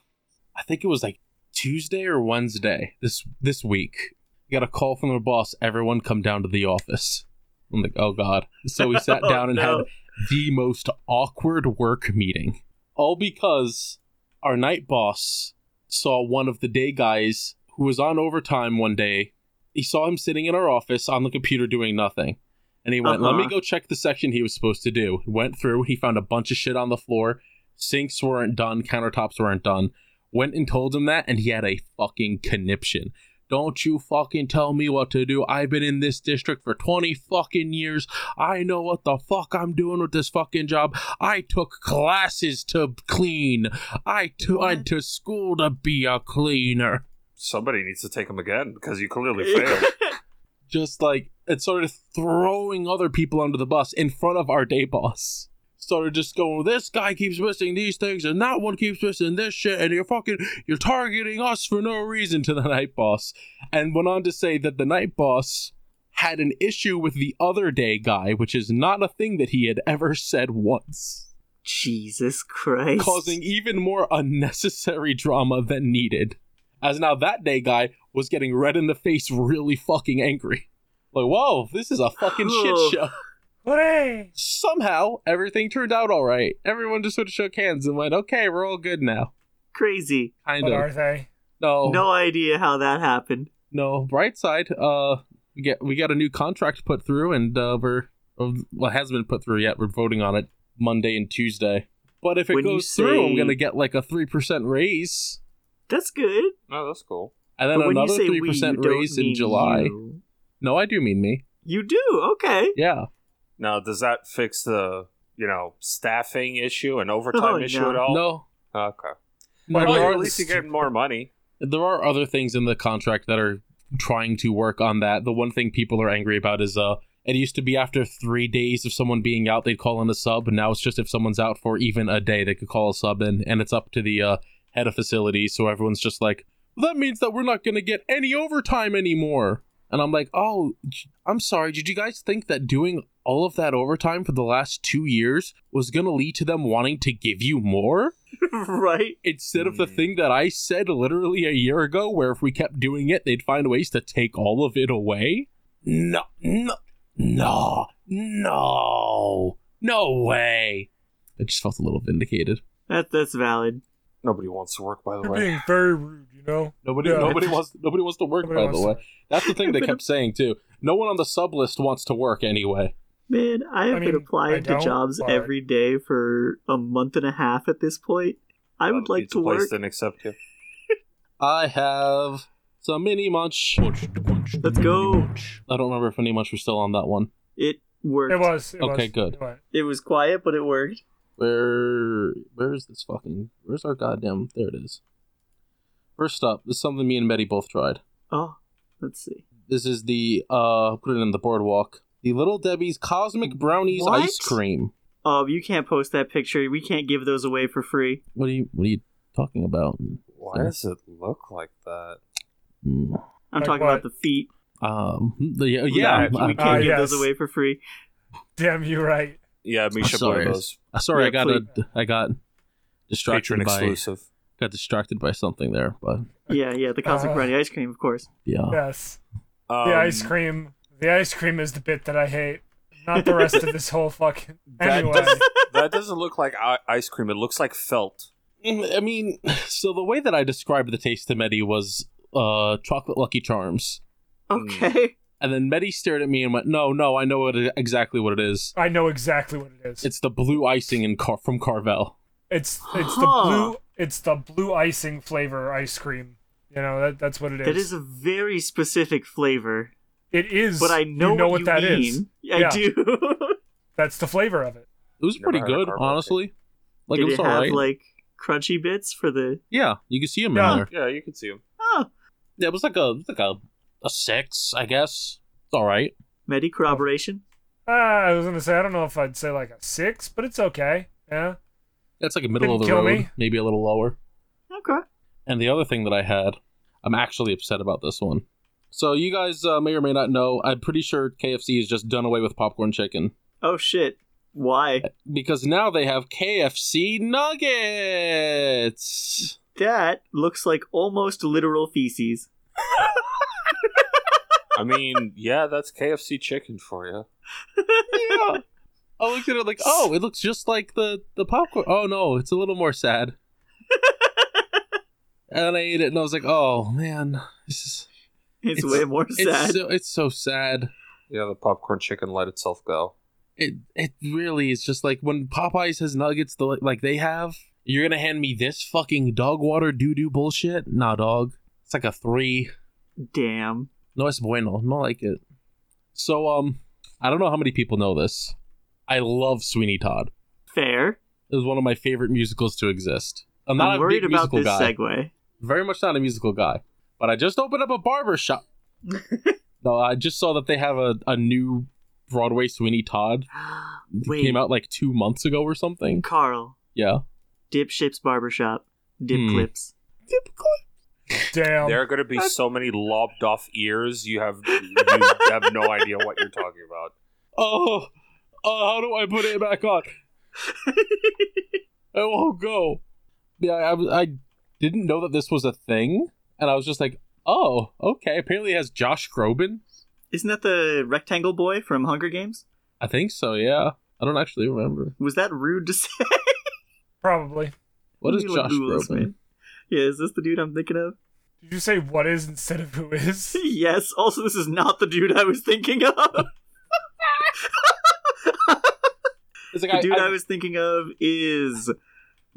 Speaker 3: I think it was like Tuesday or Wednesday this this week. Got a call from the boss. Everyone come down to the office. I'm like, oh god. So we
Speaker 2: [laughs]
Speaker 3: sat
Speaker 2: Oh,
Speaker 3: down and
Speaker 2: no.
Speaker 3: had the most awkward work meeting. All because our night boss saw one of the day guys who was on overtime one day. He saw him sitting in our office on the computer doing nothing. And he went, let me
Speaker 2: Uh-huh.
Speaker 3: go check the section he was supposed to do. He went through, he found a bunch of shit on the floor. Sinks weren't done, countertops weren't done. Went and told him that, and he had a fucking conniption. Don't you fucking tell me what to do. I've been in this district for 20 fucking years. I know what the fuck I'm doing with this fucking job. I took classes to clean. I t- went to school to be a cleaner.
Speaker 5: somebody needs to take him again because
Speaker 3: [laughs]
Speaker 5: you clearly failed.
Speaker 3: Just like it started throwing other people under the bus in front of our day boss. Started just going, this guy keeps missing these things and that one keeps missing this shit, and you're fucking you're targeting us for no reason to the [laughs] night boss. And went on to say that the night boss had an issue with the other day guy, which is not a thing that he had ever said once.
Speaker 2: Jesus Christ!
Speaker 3: causing even more unnecessary drama than needed. As now that day guy was getting red in the face, really fucking angry. Like, whoa, this is
Speaker 2: [sighs]
Speaker 3: a fucking shit show.
Speaker 1: Hooray!
Speaker 3: Somehow everything turned out all right. Everyone just sort of shook hands and went, "Okay, we're all good now."
Speaker 2: crazy.
Speaker 3: Kind
Speaker 1: What are
Speaker 3: of.
Speaker 1: they?
Speaker 3: No, no,
Speaker 2: No idea how that happened.
Speaker 3: no. Bright side. Uh, we get we got a new contract put through, and uh, we're well, it hasn't been put through yet. We're voting on it Monday and Tuesday. But if it
Speaker 2: When you
Speaker 3: goes through, I'm
Speaker 2: say-
Speaker 3: gonna get like a three percent raise.
Speaker 2: That's good.
Speaker 5: no, that's cool.
Speaker 3: And then
Speaker 2: but when you
Speaker 3: another
Speaker 2: say
Speaker 3: three
Speaker 2: we, you
Speaker 3: percent
Speaker 2: don't
Speaker 3: raise in
Speaker 2: mean
Speaker 3: July.
Speaker 2: You.
Speaker 3: No, I do mean me.
Speaker 2: You do okay.
Speaker 3: Yeah.
Speaker 5: Now, does that fix the you know staffing issue and overtime
Speaker 2: Oh,
Speaker 5: issue
Speaker 2: no.
Speaker 5: at all? Oh,
Speaker 3: No.
Speaker 5: Okay.
Speaker 3: no
Speaker 5: Well,
Speaker 3: there,
Speaker 5: at
Speaker 3: are,
Speaker 5: least you get more money.
Speaker 3: there are other things in the contract that are trying to work on that. The one thing people are angry about is uh it used to be after three days of someone being out, they'd call in a sub, and now it's just if someone's out for even a day, they could call a sub in, and it's up to the uh, head of facilities. So everyone's just like, well, that means that we're not going to get any overtime anymore. And I'm like, oh, j- I'm sorry. Did you guys think that doing all of that overtime for the last two years was going to lead to them wanting to give you more?
Speaker 2: [laughs] right.
Speaker 3: instead of the
Speaker 5: Mm.
Speaker 3: thing that I said literally a year ago, where if we kept doing it, they'd find ways to take all of it away. No, no, no, no, no way. I just felt a little vindicated.
Speaker 2: That that's valid.
Speaker 5: Nobody wants to work, by the
Speaker 1: You're
Speaker 5: way.
Speaker 1: being very rude, you know.
Speaker 3: Nobody,
Speaker 1: Yeah.
Speaker 3: nobody wants, nobody wants to work.
Speaker 1: Nobody
Speaker 3: by
Speaker 1: wants
Speaker 3: the
Speaker 1: to-
Speaker 3: way, that's the thing they
Speaker 1: [laughs]
Speaker 3: kept saying too. No one on the sub list wants to work anyway.
Speaker 2: Man, I have
Speaker 1: I
Speaker 2: been
Speaker 1: mean, I
Speaker 2: applying to
Speaker 1: don't,
Speaker 2: jobs
Speaker 1: but-
Speaker 2: every day for a month and a half at this point. I would
Speaker 5: Pizza
Speaker 2: like to
Speaker 5: place
Speaker 2: work.
Speaker 5: Didn't accept you.
Speaker 3: I have some mini munch.
Speaker 2: Let's go.
Speaker 3: I don't remember if mini munch was still on that one.
Speaker 2: It worked.
Speaker 1: It was. It was,
Speaker 3: Okay, good.
Speaker 1: it was.
Speaker 2: It was quiet, but it worked.
Speaker 3: Where where is this fucking where's our goddamn there it is. First up, this is something me and Betty both tried.
Speaker 2: Oh, let's see.
Speaker 3: This is the uh put it in the boardwalk. The Little Debbie's Cosmic Brownies
Speaker 2: What?
Speaker 3: ice cream.
Speaker 2: Oh, you can't post that picture. We can't give those away for free.
Speaker 3: What are you what are you talking about?
Speaker 5: Why does it look like that?
Speaker 3: Mm.
Speaker 2: I'm
Speaker 1: Like
Speaker 2: talking
Speaker 1: what?
Speaker 2: about the feet.
Speaker 3: Um the, yeah,
Speaker 2: we
Speaker 3: uh,
Speaker 2: can't
Speaker 1: Ah,
Speaker 2: give
Speaker 1: yes.
Speaker 2: those away for free.
Speaker 1: Damn you right.
Speaker 5: Yeah, Misha
Speaker 3: sorry.
Speaker 5: Barbo's
Speaker 3: Uh, Sorry,
Speaker 2: Yeah,
Speaker 3: I got a, I got distracted
Speaker 5: patron
Speaker 3: by
Speaker 5: exclusive.
Speaker 3: got distracted by something there, but
Speaker 2: Yeah, yeah, the Cosmic
Speaker 1: Uh.
Speaker 2: Variety ice cream, of course.
Speaker 3: yeah.
Speaker 1: Yes.
Speaker 5: Um,
Speaker 1: The ice cream. The ice cream is the bit that I hate. Not the rest of this whole
Speaker 3: [laughs]
Speaker 1: fucking.
Speaker 5: That
Speaker 1: Anyway.
Speaker 5: does- that doesn't look like i- ice cream. It looks like felt.
Speaker 3: Mm, I mean, [sighs] so the way that I described the taste to Medi was uh, chocolate Lucky Charms,
Speaker 1: mm.
Speaker 2: Okay.
Speaker 3: and then Medi stared at me and went, "No, no, I know what it, exactly what it is.
Speaker 1: I know exactly what it is. It's
Speaker 3: It's the blue icing in Car- from Carvel."
Speaker 1: it's,
Speaker 2: Huh.
Speaker 1: the blue it's the blue icing flavor ice cream. You know that that's what it is.
Speaker 2: That is a very specific flavor,
Speaker 1: It is.
Speaker 2: but I know,
Speaker 1: you know
Speaker 2: what,
Speaker 1: what, that
Speaker 2: you
Speaker 1: is.
Speaker 2: mean. I
Speaker 1: Yeah.
Speaker 2: do.
Speaker 1: That's the flavor of it.
Speaker 3: It was
Speaker 5: Never
Speaker 3: pretty
Speaker 5: had a
Speaker 3: good,
Speaker 5: Carvel
Speaker 3: honestly. [laughs] Like it
Speaker 2: Did
Speaker 3: was
Speaker 2: it have
Speaker 3: alright.
Speaker 2: like crunchy bits for the?
Speaker 3: yeah, you can see them
Speaker 1: Yeah.
Speaker 3: in there.
Speaker 5: Yeah, you can see them.
Speaker 2: Oh,
Speaker 3: Yeah, it was like a it was like a a six, I guess. It's all right.
Speaker 2: Medi corroboration.
Speaker 1: Uh, I was gonna say I don't know if I'd say like a six, but it's okay. Yeah.
Speaker 3: That's like a middle of the
Speaker 1: Didn't
Speaker 3: road,
Speaker 1: kill me.
Speaker 3: maybe a little lower.
Speaker 2: Okay.
Speaker 3: And the other thing that I had, I'm actually upset about this one. So you guys uh, may or may not know. I'm pretty sure KFC has just done away with popcorn chicken
Speaker 2: Oh shit. Why?
Speaker 3: Uh, because now they have KFC nuggets.
Speaker 2: That looks like almost literal feces.
Speaker 5: I mean, yeah, that's KFC chicken for you.
Speaker 3: yeah. I looked at it like, oh, it looks just like the the popcorn. Oh no, it's a little more sad. and I ate it, and I was like, oh man, this is
Speaker 2: It's,
Speaker 3: It's-
Speaker 2: way more
Speaker 3: it's
Speaker 2: sad.
Speaker 3: so, it's so sad.
Speaker 5: Yeah, the popcorn chicken let itself go.
Speaker 3: it it really is just like when Popeyes has nuggets the, like they have. You're gonna hand me this fucking dog water doo doo bullshit? Nah, dog. It's like a three.
Speaker 2: Damn.
Speaker 3: No es bueno. No like it. So um, I don't know how many people know this. I love Sweeney Todd.
Speaker 2: Fair.
Speaker 3: It was one of my favorite musicals to exist. I'm not
Speaker 2: I'm
Speaker 3: a
Speaker 2: worried
Speaker 3: big
Speaker 2: about
Speaker 3: musical
Speaker 2: this
Speaker 3: guy.
Speaker 2: segue.
Speaker 3: Very much not a musical guy. But I just opened up a
Speaker 2: [laughs]
Speaker 3: barber shop. no, I just saw that they have a, a new Broadway Sweeney Todd. It
Speaker 2: Wait,
Speaker 3: came out like two months ago or something.
Speaker 2: Carl.
Speaker 3: Yeah.
Speaker 2: Dip Ships Barbershop. Dip
Speaker 3: Hmm.
Speaker 2: clips.
Speaker 1: Damn.
Speaker 5: there are going to be so many lobbed off ears. You have you have no idea what you're talking about.
Speaker 3: Oh, oh, how do I put it back
Speaker 2: [laughs]
Speaker 3: on? it won't go. Yeah, I, I didn't know that this was a thing, and I was just like, oh, okay. Apparently, it has Josh Groban.
Speaker 2: Isn't that the rectangle boy from Hunger Games?
Speaker 3: I think so. Yeah, I don't actually remember
Speaker 2: Was that rude to [laughs] say?
Speaker 1: Probably.
Speaker 3: what is
Speaker 2: Let me look
Speaker 3: Josh
Speaker 2: Google this,
Speaker 3: Groban.
Speaker 2: man. Yeah, is this the dude I'm thinking of? [laughs]
Speaker 1: Did you say what is instead of who
Speaker 3: [laughs]
Speaker 1: is?
Speaker 2: Yes. Also, this is not the dude I was thinking of.
Speaker 3: It's like
Speaker 2: The
Speaker 3: I,
Speaker 2: dude I
Speaker 3: I,
Speaker 2: was thinking of is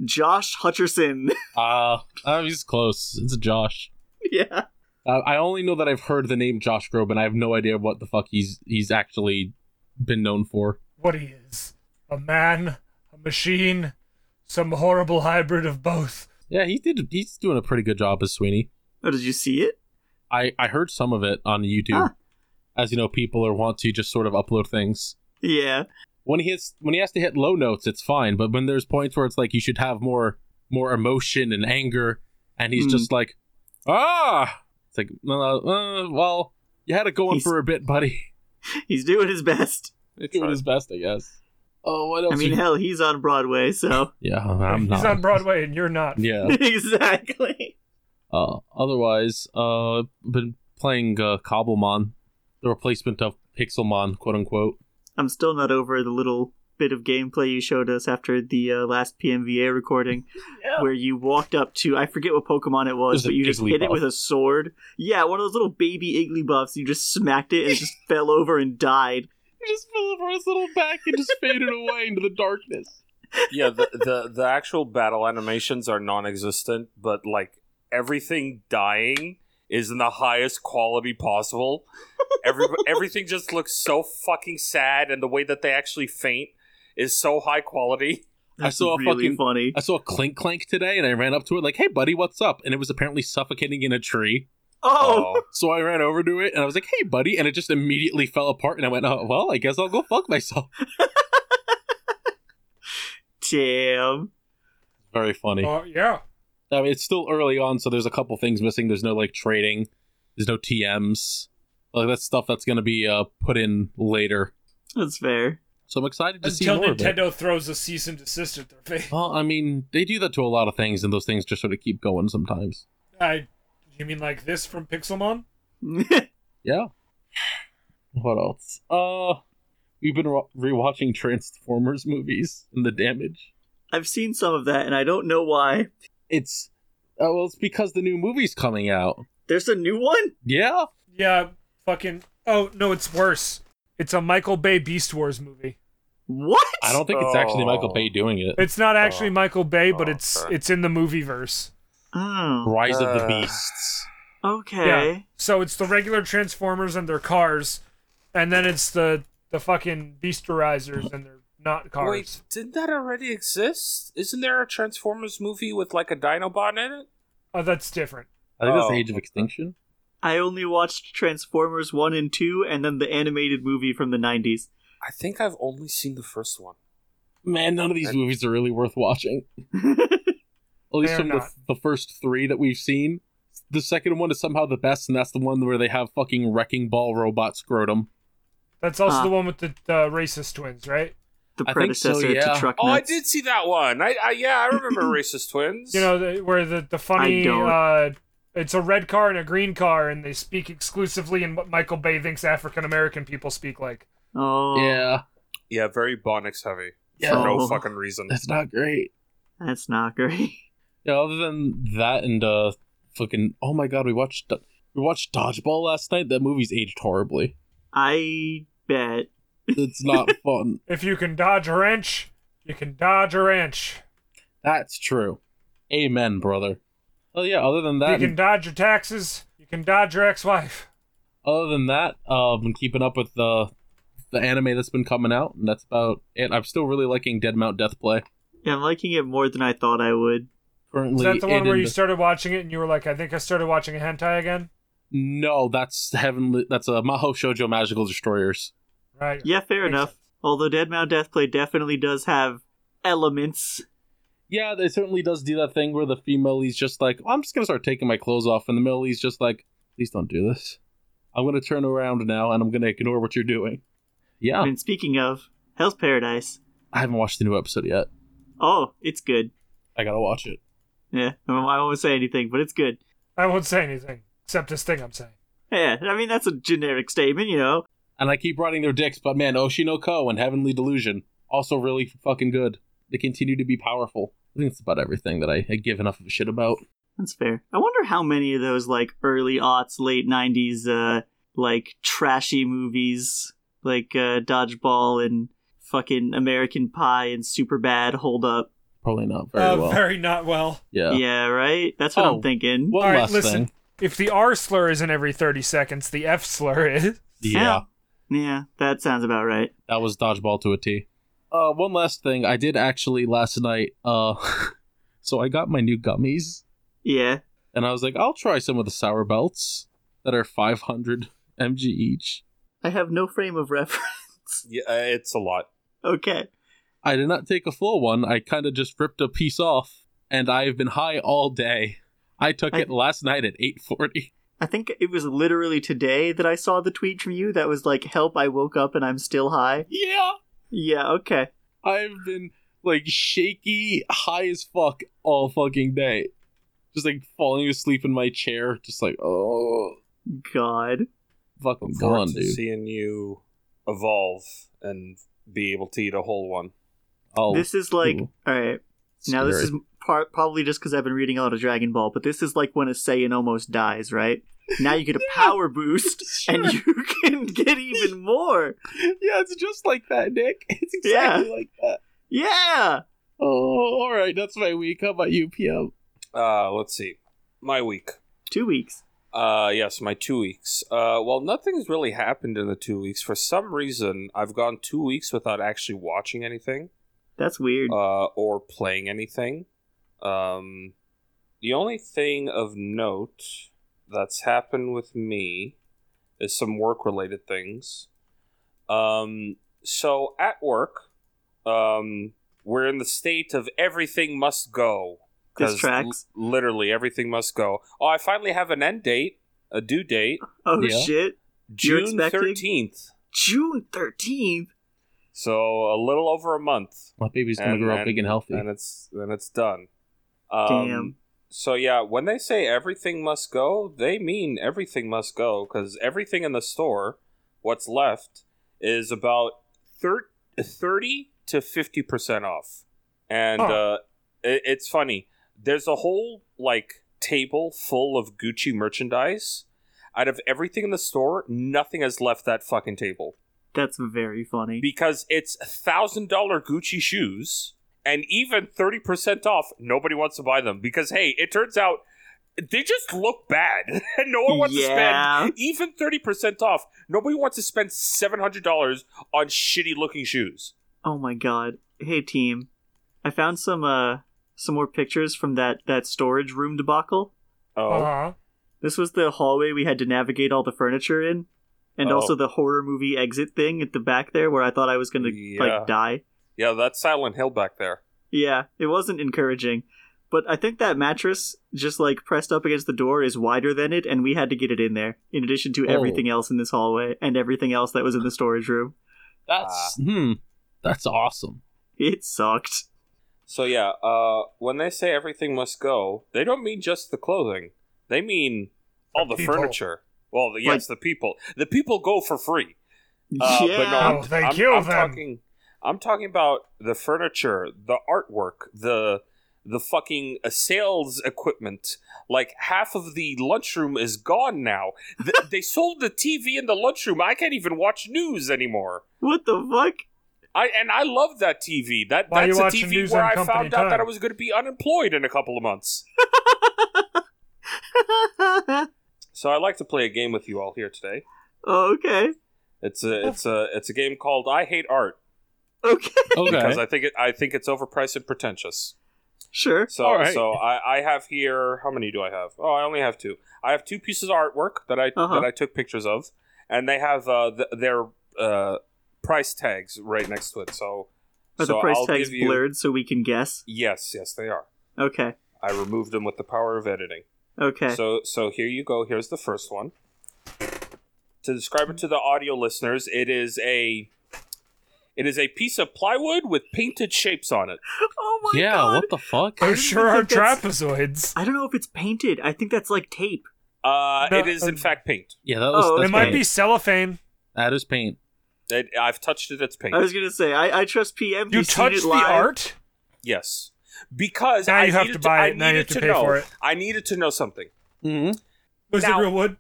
Speaker 2: Josh Hutcherson. [laughs]
Speaker 3: Ah, oh, he's close. It's Josh.
Speaker 2: yeah.
Speaker 3: Uh, I only know that I've heard the name Josh Groban. I have no idea what the fuck he's he's actually been known for.
Speaker 1: What he is? A man, a machine, some horrible hybrid of both.
Speaker 3: Yeah, he did. He's doing a pretty good job as Sweeney.
Speaker 2: Oh, did you see it?
Speaker 3: I I heard some of it on YouTube.
Speaker 2: Ah.
Speaker 3: As you know, people are want to just sort of upload things.
Speaker 2: Yeah.
Speaker 3: When he hits when he has to hit low notes, it's fine. But when there's points where it's like you should have more more emotion and anger, and he's
Speaker 2: Hmm.
Speaker 3: just like, ah, it's like, uh, uh, well, you had it going
Speaker 2: He's-
Speaker 3: for a bit, buddy.
Speaker 2: He's doing his best.
Speaker 5: They
Speaker 3: Doing
Speaker 5: tried.
Speaker 3: his best, I guess. Oh, what else?
Speaker 2: I mean,
Speaker 3: you-
Speaker 2: hell, he's on Broadway, so.
Speaker 3: yeah, I'm
Speaker 1: He's
Speaker 3: not.
Speaker 1: on Broadway and you're not.
Speaker 3: yeah.
Speaker 2: [laughs] exactly.
Speaker 3: Uh, otherwise, uh, been playing uh, Cobblemon, the replacement of Pixelmon, quote unquote.
Speaker 2: I'm still not over the little bit of gameplay you showed us after the uh, last PMVA recording, where you walked up to I forget what Pokemon it was,
Speaker 3: It was
Speaker 2: but
Speaker 3: an
Speaker 2: you just hit it
Speaker 3: Igglybuff.
Speaker 2: with a sword. Yeah, one of those little baby Igglybuffs. You just smacked it and it just fell over and died.
Speaker 3: He just fell over his little back and just faded away into the darkness.
Speaker 5: yeah, the, the the actual battle animations are non-existent, but like everything dying is in the highest quality possible. Every [laughs] everything just looks so fucking sad, and the way that they actually faint is so high quality.
Speaker 2: That's
Speaker 3: saw a
Speaker 2: really
Speaker 3: fucking-
Speaker 2: funny.
Speaker 3: I saw a clink clank today and I ran up to it like, hey buddy, what's up? And it was apparently suffocating in a tree.
Speaker 2: Oh,
Speaker 3: So I ran over to it and I was like, hey buddy, and it just immediately fell apart and I went, oh well, I guess I'll go fuck myself. [laughs]
Speaker 2: damn!
Speaker 3: Very funny.
Speaker 1: Oh, yeah.
Speaker 3: I mean it's still early on, so there's a couple things missing. There's no like trading, there's no TMs. Like that's stuff that's gonna be uh put in later.
Speaker 2: That's fair. [laughs]
Speaker 3: So I'm excited to see
Speaker 1: until
Speaker 3: more. of it.
Speaker 1: Nintendo throws a cease and desist at their face.
Speaker 3: Well, I mean, they do that to a lot of things, and those things just sort of keep going sometimes.
Speaker 1: I, you mean like this from Pixelmon?
Speaker 3: Yeah. What else? Uh, we've been re- rewatching Transformers movies and the damage.
Speaker 2: I've seen some of that, and I don't know why.
Speaker 3: It's oh well, it's because the new movie's coming out.
Speaker 2: There's a new one.
Speaker 3: Yeah.
Speaker 1: Yeah, fucking. Oh no, it's worse. It's a Michael Bay Beast Wars movie.
Speaker 2: What?
Speaker 3: I don't think it's actually Michael Bay doing it.
Speaker 1: It's not actually
Speaker 5: Oh.
Speaker 1: Michael Bay, but
Speaker 5: Oh,
Speaker 1: it's
Speaker 5: okay.
Speaker 1: it's in the movie verse.
Speaker 2: Oh.
Speaker 3: Rise of the
Speaker 5: Uh.
Speaker 3: Beasts.
Speaker 2: Okay.
Speaker 1: So it's the regular Transformers and their cars, and then it's the the fucking Beasterizers and their not cars.
Speaker 5: Wait, didn't that already exist? Isn't there a Transformers movie with like a Dinobot in it?
Speaker 1: Oh, that's different.
Speaker 3: I think that's
Speaker 5: Oh.
Speaker 3: Age of Extinction.
Speaker 2: I only watched Transformers one and two, and then the animated movie from the '90s.
Speaker 5: I think I've only seen the first one.
Speaker 3: Man, none of these movies are really worth watching.
Speaker 2: [laughs]
Speaker 3: At least
Speaker 1: They're
Speaker 3: from the,
Speaker 1: not.
Speaker 3: the first three that we've seen. The second one is somehow the best, and that's the one where they have fucking wrecking ball robot scrotum.
Speaker 1: That's also
Speaker 2: Ah.
Speaker 1: the one with the, the racist twins, right?
Speaker 2: The
Speaker 3: I think so,
Speaker 2: predecessor
Speaker 3: yeah.
Speaker 2: to Truck
Speaker 5: Oh, I
Speaker 2: Nuts.
Speaker 5: did see that one. I, I yeah, I remember Racist Twins.
Speaker 1: You know, the, where the the
Speaker 2: I
Speaker 1: funny
Speaker 2: don't.
Speaker 1: uh, it's a red car and a green car, and they speak exclusively in what Michael Bay thinks African American people speak like.
Speaker 2: Oh,
Speaker 3: Yeah,
Speaker 5: yeah, very Bonics heavy
Speaker 3: Yeah.
Speaker 5: for no
Speaker 2: Oh.
Speaker 5: fucking reason.
Speaker 3: that's not great.
Speaker 2: That's not great. [laughs]
Speaker 3: Yeah, other than that and uh, fucking oh my god, we watched we watched Dodgeball last night. That movie's aged horribly.
Speaker 2: I bet.
Speaker 1: [laughs]
Speaker 3: It's not fun.
Speaker 1: If you can dodge a wrench, you can dodge a wrench.
Speaker 3: That's true. Amen, brother. Oh yeah. Other than
Speaker 1: You
Speaker 3: that,
Speaker 1: can dodge your taxes. You can dodge your ex-wife.
Speaker 3: other than that, uh, I've been keeping up with the the anime that's been coming out, and that's about it. I'm still really liking Dead Mount Death Play.
Speaker 2: I'm liking it more than I thought I would.
Speaker 3: Currently,
Speaker 1: Is that the
Speaker 3: it
Speaker 1: one where
Speaker 3: and
Speaker 1: you
Speaker 3: the-
Speaker 1: started watching it and you were like, I think I started watching hentai again?
Speaker 3: No, that's heavenly. That's a Maho Shoujo Magical Destroyers.
Speaker 1: Right.
Speaker 2: Yeah, fair
Speaker 1: Makes
Speaker 2: enough.
Speaker 1: sense.
Speaker 2: Although Dead Mount Deathplay definitely does have elements.
Speaker 3: Yeah, it certainly does do that thing where the female lead's just like, I'm just gonna start taking my clothes off, and the male lead's just like, please don't do this. I'm gonna turn around now, and I'm gonna ignore what you're doing. Yeah,
Speaker 2: And speaking of, Hell's Paradise.
Speaker 3: I haven't watched the new episode yet.
Speaker 2: Oh, it's good.
Speaker 3: I gotta watch it.
Speaker 2: Yeah, I mean, I won't say anything, but it's good.
Speaker 1: I won't say anything except this thing I'm saying.
Speaker 2: Yeah, I mean that's a generic statement, you know.
Speaker 3: And I keep riding their dicks, but man, Oshinoko and Heavenly Delusion also really fucking good. They continue to be powerful. I think it's about everything that I, I give enough of a shit about.
Speaker 2: That's fair. I wonder how many of those like early aughts, late '90s, uh, like trashy movies like uh, Dodgeball and fucking American Pie and Superbad hold up.
Speaker 3: Probably not very well.
Speaker 1: Uh, Very not well.
Speaker 3: yeah.
Speaker 2: Yeah, right. That's what
Speaker 3: Oh,
Speaker 2: I'm thinking.
Speaker 3: One
Speaker 1: All right,
Speaker 3: last
Speaker 1: listen.
Speaker 3: thing.
Speaker 1: If the R slur isn't every 30 seconds, the F slur is.
Speaker 3: yeah.
Speaker 2: Yeah, that sounds about right.
Speaker 3: That was dodgeball to a T. Uh, one last thing. I did actually last night. Uh, [laughs] so I got my new gummies,
Speaker 2: Yeah.
Speaker 3: and I was like, I'll try some of the sour belts that are 500 mg each.
Speaker 2: I have no frame of reference. [laughs]
Speaker 5: Yeah, uh, it's a lot.
Speaker 2: okay.
Speaker 3: I did not take a full one. I kind of just ripped a piece off, and I have been high all day. I took
Speaker 2: I-
Speaker 3: it last night at 8:40.
Speaker 2: I think it was literally today that I saw the tweet from you that was like, help, I woke up and I'm still high.
Speaker 3: [laughs] Yeah,
Speaker 2: Yeah, okay.
Speaker 3: I've been like shaky, high as fuck all fucking day. Just like falling asleep in my chair, just like oh,
Speaker 2: God.
Speaker 3: fucking
Speaker 5: Forward
Speaker 3: gone,
Speaker 5: to
Speaker 3: dude.
Speaker 5: Seeing you evolve and be able to eat a whole one.
Speaker 3: Oh,
Speaker 2: this is like,
Speaker 3: ooh.
Speaker 2: alright. Now, this is par- probably just because I've been reading a lot of Dragon Ball, but this is like when a Saiyan almost dies, right? Now you get
Speaker 5: [laughs]
Speaker 2: a power boost
Speaker 3: [laughs]
Speaker 2: and [laughs] you can get even more.
Speaker 3: yeah, it's just like that, Nick. It's
Speaker 2: exactly
Speaker 3: like that.
Speaker 2: Yeah.
Speaker 3: Oh, all right, that's my week. How about you, PM?
Speaker 5: Uh, let's see. My week.
Speaker 2: Two weeks.
Speaker 5: Uh, yes, my two weeks. Uh, well, nothing's really happened in the two weeks. For some reason, I've gone two weeks without actually watching anything
Speaker 2: That's weird.
Speaker 5: uh, or playing anything. Um, the only thing of note that's happened with me is some work related things. Um, so at work, um, we're in the state of everything must go. 'Cause
Speaker 2: This tracks.
Speaker 5: l- literally everything must go. Oh, I finally have an end date, a due date,
Speaker 2: oh,
Speaker 3: yeah.
Speaker 2: shit. You're
Speaker 5: June
Speaker 2: expecting-
Speaker 5: thirteenth.
Speaker 2: June 13th?
Speaker 5: So a little over a month,
Speaker 3: My baby's gonna
Speaker 5: And
Speaker 3: grow
Speaker 5: then-
Speaker 3: up big and healthy.
Speaker 5: and it's then it's done. Um,
Speaker 2: Damn.
Speaker 5: So yeah, when they say everything must go, they mean everything must go because everything in the store, what's left, is about thir- 30 to fifty percent off, and uh, it, it's funny. There's a whole like table full of Gucci merchandise. Out of everything in the store, nothing has left that fucking table
Speaker 2: That's very funny.
Speaker 5: because it's thousand dollar Gucci shoes, and even thirty percent off. Nobody wants to buy them because hey, it turns out they just look bad, [laughs] and no one wants to
Speaker 2: Yeah.
Speaker 5: spend even thirty percent off. Nobody wants to spend seven hundred dollars on shitty looking shoes.
Speaker 2: Oh my god. Hey team. I found some uh some more pictures from that that storage room debacle.
Speaker 5: Oh,
Speaker 1: Uh-huh.
Speaker 2: This was the hallway we had to navigate all the furniture in and
Speaker 5: Oh.
Speaker 2: also the horror movie exit thing at the back there where I thought I was going to
Speaker 5: Yeah.
Speaker 2: like die.
Speaker 5: yeah, that's Silent Hill back there.
Speaker 2: Yeah, it wasn't encouraging. But I think that mattress just like pressed up against the door is wider than it and we had to get it in there in addition to
Speaker 3: Oh.
Speaker 2: everything else in this hallway and everything else that was in the storage room.
Speaker 5: uh,
Speaker 3: That's hmm. That's awesome.
Speaker 2: It sucked.
Speaker 5: So yeah, uh, when they say everything must go, they don't mean just the clothing. They mean all the,
Speaker 1: The people.
Speaker 5: furniture. Well, the, yes, the people. The people go for free. Uh,
Speaker 2: yeah.
Speaker 5: But no, I'm,
Speaker 1: Oh, they
Speaker 5: I'm-
Speaker 1: kill
Speaker 5: I'm
Speaker 1: them.
Speaker 5: Talking, I'm talking about the furniture, the artwork, the the fucking uh, sales equipment. Like half of the lunchroom is gone now. Th
Speaker 1: [laughs]
Speaker 5: they sold the TV in the lunchroom. I can't even watch news anymore.
Speaker 2: What the fuck? [laughs]
Speaker 5: I and I love that TV. That
Speaker 1: Why you
Speaker 5: that's a
Speaker 1: watching
Speaker 5: TV
Speaker 1: news
Speaker 5: where
Speaker 1: on
Speaker 5: I
Speaker 1: company
Speaker 5: found out that
Speaker 1: time?
Speaker 5: I was going to be unemployed in a couple of months. So I like to play a game with you all here today.
Speaker 2: Oh, okay.
Speaker 5: It's a it's a it's a game called I Hate Art
Speaker 2: Okay.
Speaker 5: [laughs] because
Speaker 3: Okay.
Speaker 5: I think it, I think it's overpriced and pretentious.
Speaker 2: Sure.
Speaker 5: So,
Speaker 3: All right.
Speaker 5: so I, I have here. How many do I have? Oh, I only have two. I have two pieces of artwork that I
Speaker 2: Uh-huh.
Speaker 5: that I took pictures of, and they have uh, th- their uh, price tags right next to it. So,
Speaker 2: Are
Speaker 5: so
Speaker 2: the price
Speaker 5: I'll
Speaker 2: tags
Speaker 5: give you-
Speaker 2: blurred so we can guess?
Speaker 5: Yes, yes, they are.
Speaker 2: Okay.
Speaker 5: I removed them with the power of editing.
Speaker 2: Okay.
Speaker 5: So, so here you go. Here's the first one. To describe it to the audio listeners, it is a it is a piece of plywood with painted shapes on it.
Speaker 2: oh my
Speaker 3: yeah.
Speaker 2: god.
Speaker 3: What the fuck?
Speaker 1: There
Speaker 2: didn't
Speaker 1: sure are
Speaker 2: think that's-
Speaker 1: trapezoids.
Speaker 2: I don't know if it's painted. I think that's like tape.
Speaker 5: Uh,
Speaker 1: No,
Speaker 5: it is in
Speaker 2: um,
Speaker 1: uh,
Speaker 5: fact paint.
Speaker 3: Yeah, that was.
Speaker 2: Oh,
Speaker 3: that's
Speaker 1: It might
Speaker 3: paint.
Speaker 1: be cellophane.
Speaker 3: That is paint.
Speaker 5: It, I've touched it. It's paint.
Speaker 2: I was gonna say I, I trust PM.
Speaker 1: You
Speaker 2: He's seen
Speaker 1: touched
Speaker 2: it
Speaker 1: the
Speaker 2: live.
Speaker 1: art?
Speaker 5: Yes. Because
Speaker 1: Now
Speaker 5: I
Speaker 1: you have
Speaker 5: needed
Speaker 1: to buy
Speaker 5: I
Speaker 1: it. Now you
Speaker 5: needed
Speaker 1: have to pay
Speaker 5: know,
Speaker 1: for it.
Speaker 5: I needed to know something.
Speaker 3: Mm-hmm.
Speaker 1: Was
Speaker 5: Now-
Speaker 1: it real wood?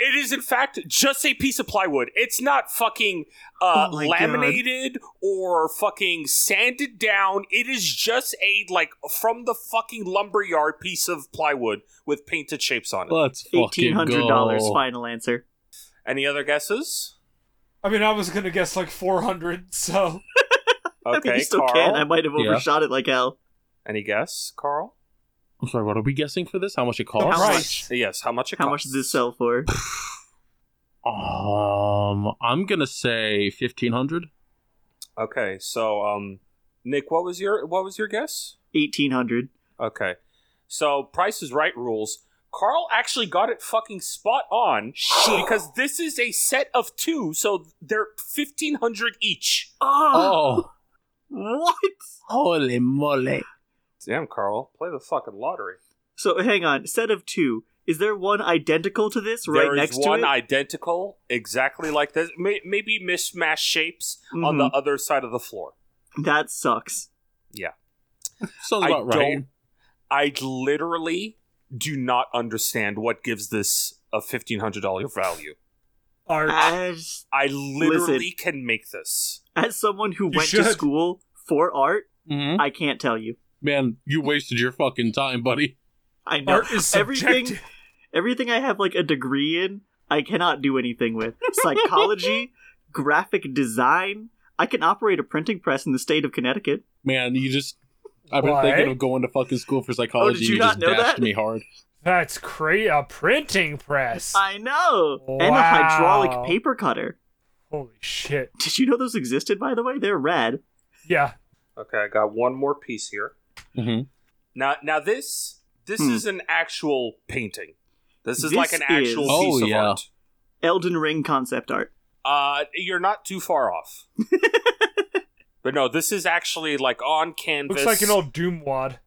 Speaker 5: It is in fact just a piece of plywood. It's not fucking uh,
Speaker 2: Oh my
Speaker 5: laminated or fucking sanded down. It is just a like from the fucking lumberyard piece of plywood with painted shapes on it.
Speaker 3: Let's
Speaker 2: Eighteen
Speaker 3: fucking
Speaker 2: hundred dollars.
Speaker 3: go.
Speaker 2: Final answer. [laughs]
Speaker 5: Any other guesses?
Speaker 1: I mean, I was gonna guess like 400. So
Speaker 5: Okay,
Speaker 2: I mean, you still
Speaker 5: Carl.
Speaker 2: can. I might have
Speaker 3: Yeah.
Speaker 2: overshot it like hell.
Speaker 5: Any guess, Carl?
Speaker 3: I'm sorry. What are we guessing for this? How much it
Speaker 1: The
Speaker 3: costs?
Speaker 2: How
Speaker 1: price.
Speaker 2: much?
Speaker 5: Yes. How much? It
Speaker 2: How much
Speaker 5: costs?
Speaker 2: does this sell for?
Speaker 3: Um, I'm gonna say fifteen hundred.
Speaker 5: Okay. So, um, Nick, what was your what was your guess?
Speaker 2: Eighteen hundred.
Speaker 5: Okay. So Price is Right rules. Carl actually got it fucking spot on because this is a set of two, so they're fifteen hundred each.
Speaker 2: Oh,
Speaker 3: Oh,
Speaker 2: what?
Speaker 3: holy moly!
Speaker 5: Damn, Carl, play the fucking lottery.
Speaker 2: So hang on. Set of two. Is there one identical to this right
Speaker 5: there is
Speaker 2: next
Speaker 5: one
Speaker 2: to it?
Speaker 5: identical, exactly like this, may- maybe mismatched shapes on the
Speaker 2: Mhm.
Speaker 5: other side of the floor.
Speaker 2: That sucks.
Speaker 3: Sounds
Speaker 5: I
Speaker 3: about right.
Speaker 5: don't- I literally do not understand what gives this a fifteen hundred dollar value.
Speaker 1: art.
Speaker 2: As
Speaker 5: I literally can make this.
Speaker 2: as someone who
Speaker 1: You
Speaker 2: went
Speaker 1: should.
Speaker 2: to school for art,
Speaker 3: Mhm.
Speaker 2: I can't tell you.
Speaker 3: Man, you wasted your fucking time, buddy.
Speaker 2: I know
Speaker 1: art is
Speaker 2: [laughs] everything-
Speaker 1: subjective.
Speaker 2: everything I have like a degree in, I cannot do anything with. Psychology, graphic design. I can operate a printing press in the state of Connecticut.
Speaker 3: Man, you just. I've been
Speaker 1: Why?
Speaker 3: thinking of going to fucking school for psychology.
Speaker 2: Oh, did you
Speaker 3: just
Speaker 2: not know
Speaker 3: dashed
Speaker 2: that?
Speaker 3: me hard.
Speaker 1: That's crazy. A printing press.
Speaker 2: I know. And a
Speaker 1: Wow.
Speaker 2: hydraulic paper cutter.
Speaker 1: Holy shit.
Speaker 2: Did you know those existed by the way? They're rad.
Speaker 1: Yeah.
Speaker 5: Okay, I got one more piece here.
Speaker 3: Mm-hmm.
Speaker 5: Now, now this this
Speaker 2: Hmm.
Speaker 5: is an actual painting. This is
Speaker 2: This
Speaker 5: like an actual
Speaker 2: is-
Speaker 5: piece
Speaker 3: Oh,
Speaker 5: of
Speaker 3: yeah.
Speaker 5: art.
Speaker 2: Elden Ring concept art. [laughs]
Speaker 5: Uh, you're not too far off. But no, this is actually like on canvas.
Speaker 1: Looks like an old Doom wad.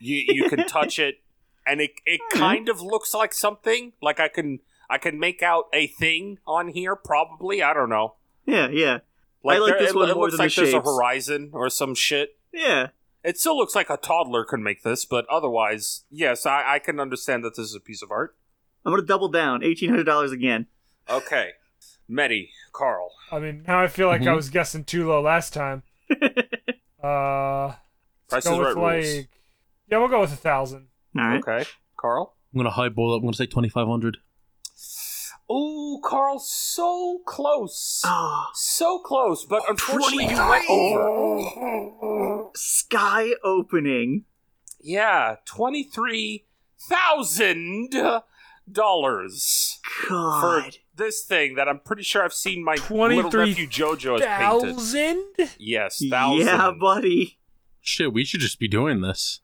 Speaker 5: You you can touch it, and it it
Speaker 2: Hmm.
Speaker 5: kind of looks like something. Like I can I can make out a thing on here. Probably I don't know.
Speaker 2: Yeah, yeah, I like
Speaker 5: there-
Speaker 2: this
Speaker 5: it,
Speaker 2: one
Speaker 5: it
Speaker 2: more
Speaker 5: looks
Speaker 2: than
Speaker 5: like
Speaker 2: the
Speaker 5: there's a
Speaker 2: shapes.
Speaker 5: horizon or some shit.
Speaker 2: yeah.
Speaker 5: It still looks like a toddler could make this, but otherwise, yes, I, I can understand that this is a piece of art.
Speaker 2: I'm gonna double down. Eighteen hundred dollars again. [laughs]
Speaker 5: Okay, Medi, Carl.
Speaker 1: I mean, now I feel like
Speaker 3: Mm-hmm.
Speaker 1: I was guessing too low last time. uh,
Speaker 5: Price
Speaker 1: let's
Speaker 5: is
Speaker 1: go
Speaker 5: right
Speaker 1: with
Speaker 5: rules.
Speaker 1: like, yeah, we'll go with a thousand.
Speaker 2: All right.
Speaker 5: Okay, Carl.
Speaker 3: I'm gonna highball it. I'm gonna say twenty five hundred.
Speaker 5: Ooh, Carl, so close.
Speaker 2: Oh,
Speaker 5: So close, but unfortunately you went over.
Speaker 2: [gasps] sky opening.
Speaker 5: Yeah, twenty-three thousand dollars for
Speaker 2: God.
Speaker 5: this thing that I'm pretty sure I've seen my little nephew
Speaker 1: 23,000?
Speaker 5: JoJo has painted.
Speaker 1: Thousand?
Speaker 5: Yes, thousand.
Speaker 2: Yeah, buddy.
Speaker 3: Shit, we should just be doing this.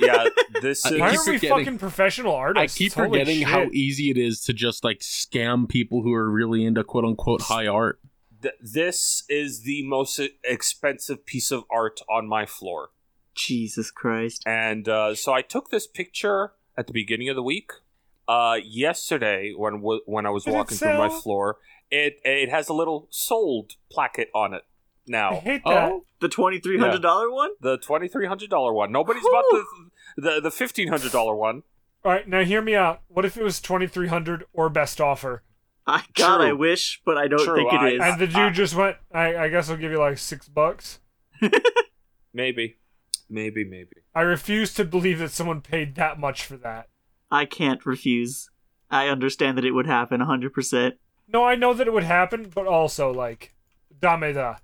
Speaker 5: yeah,
Speaker 1: [laughs]
Speaker 5: this
Speaker 3: I
Speaker 5: is.
Speaker 1: Why
Speaker 3: keep
Speaker 1: aren't we
Speaker 3: forgetting-
Speaker 1: fucking professional
Speaker 3: I
Speaker 1: artists?
Speaker 3: keep
Speaker 1: Holy
Speaker 3: forgetting
Speaker 1: shit.
Speaker 3: how
Speaker 5: E
Speaker 3: easy it is to just like scam people who are really into quote unquote high art.
Speaker 5: th- this is the most expensive piece of art on my floor.
Speaker 2: Jesus Christ.
Speaker 5: And uh, so I took this picture at the beginning of the week. Uh, yesterday, when w- when I was
Speaker 1: Did it
Speaker 5: walking through my
Speaker 1: sell?
Speaker 5: floor, it it has a little sold placket on it
Speaker 1: I
Speaker 5: now.
Speaker 1: hate that.
Speaker 2: The twenty three hundred dollar one.
Speaker 5: The twenty three hundred dollar one. Nobody's bought the the the fifteen hundred dollar one.
Speaker 1: All right, now hear me out. What if it was twenty three hundred or best offer,
Speaker 2: I [laughs] God,
Speaker 5: True.
Speaker 2: I wish, but I don't
Speaker 5: True,
Speaker 2: think
Speaker 5: I-
Speaker 2: it is.
Speaker 1: and the dude
Speaker 5: I-
Speaker 1: just went? I, I guess I'll give you like six bucks.
Speaker 5: Maybe, maybe, maybe.
Speaker 1: I refuse to believe that someone paid that much for that.
Speaker 2: I can't refuse. I understand that it would happen hundred percent.
Speaker 1: No, I know that it would happen, but also like, dame da.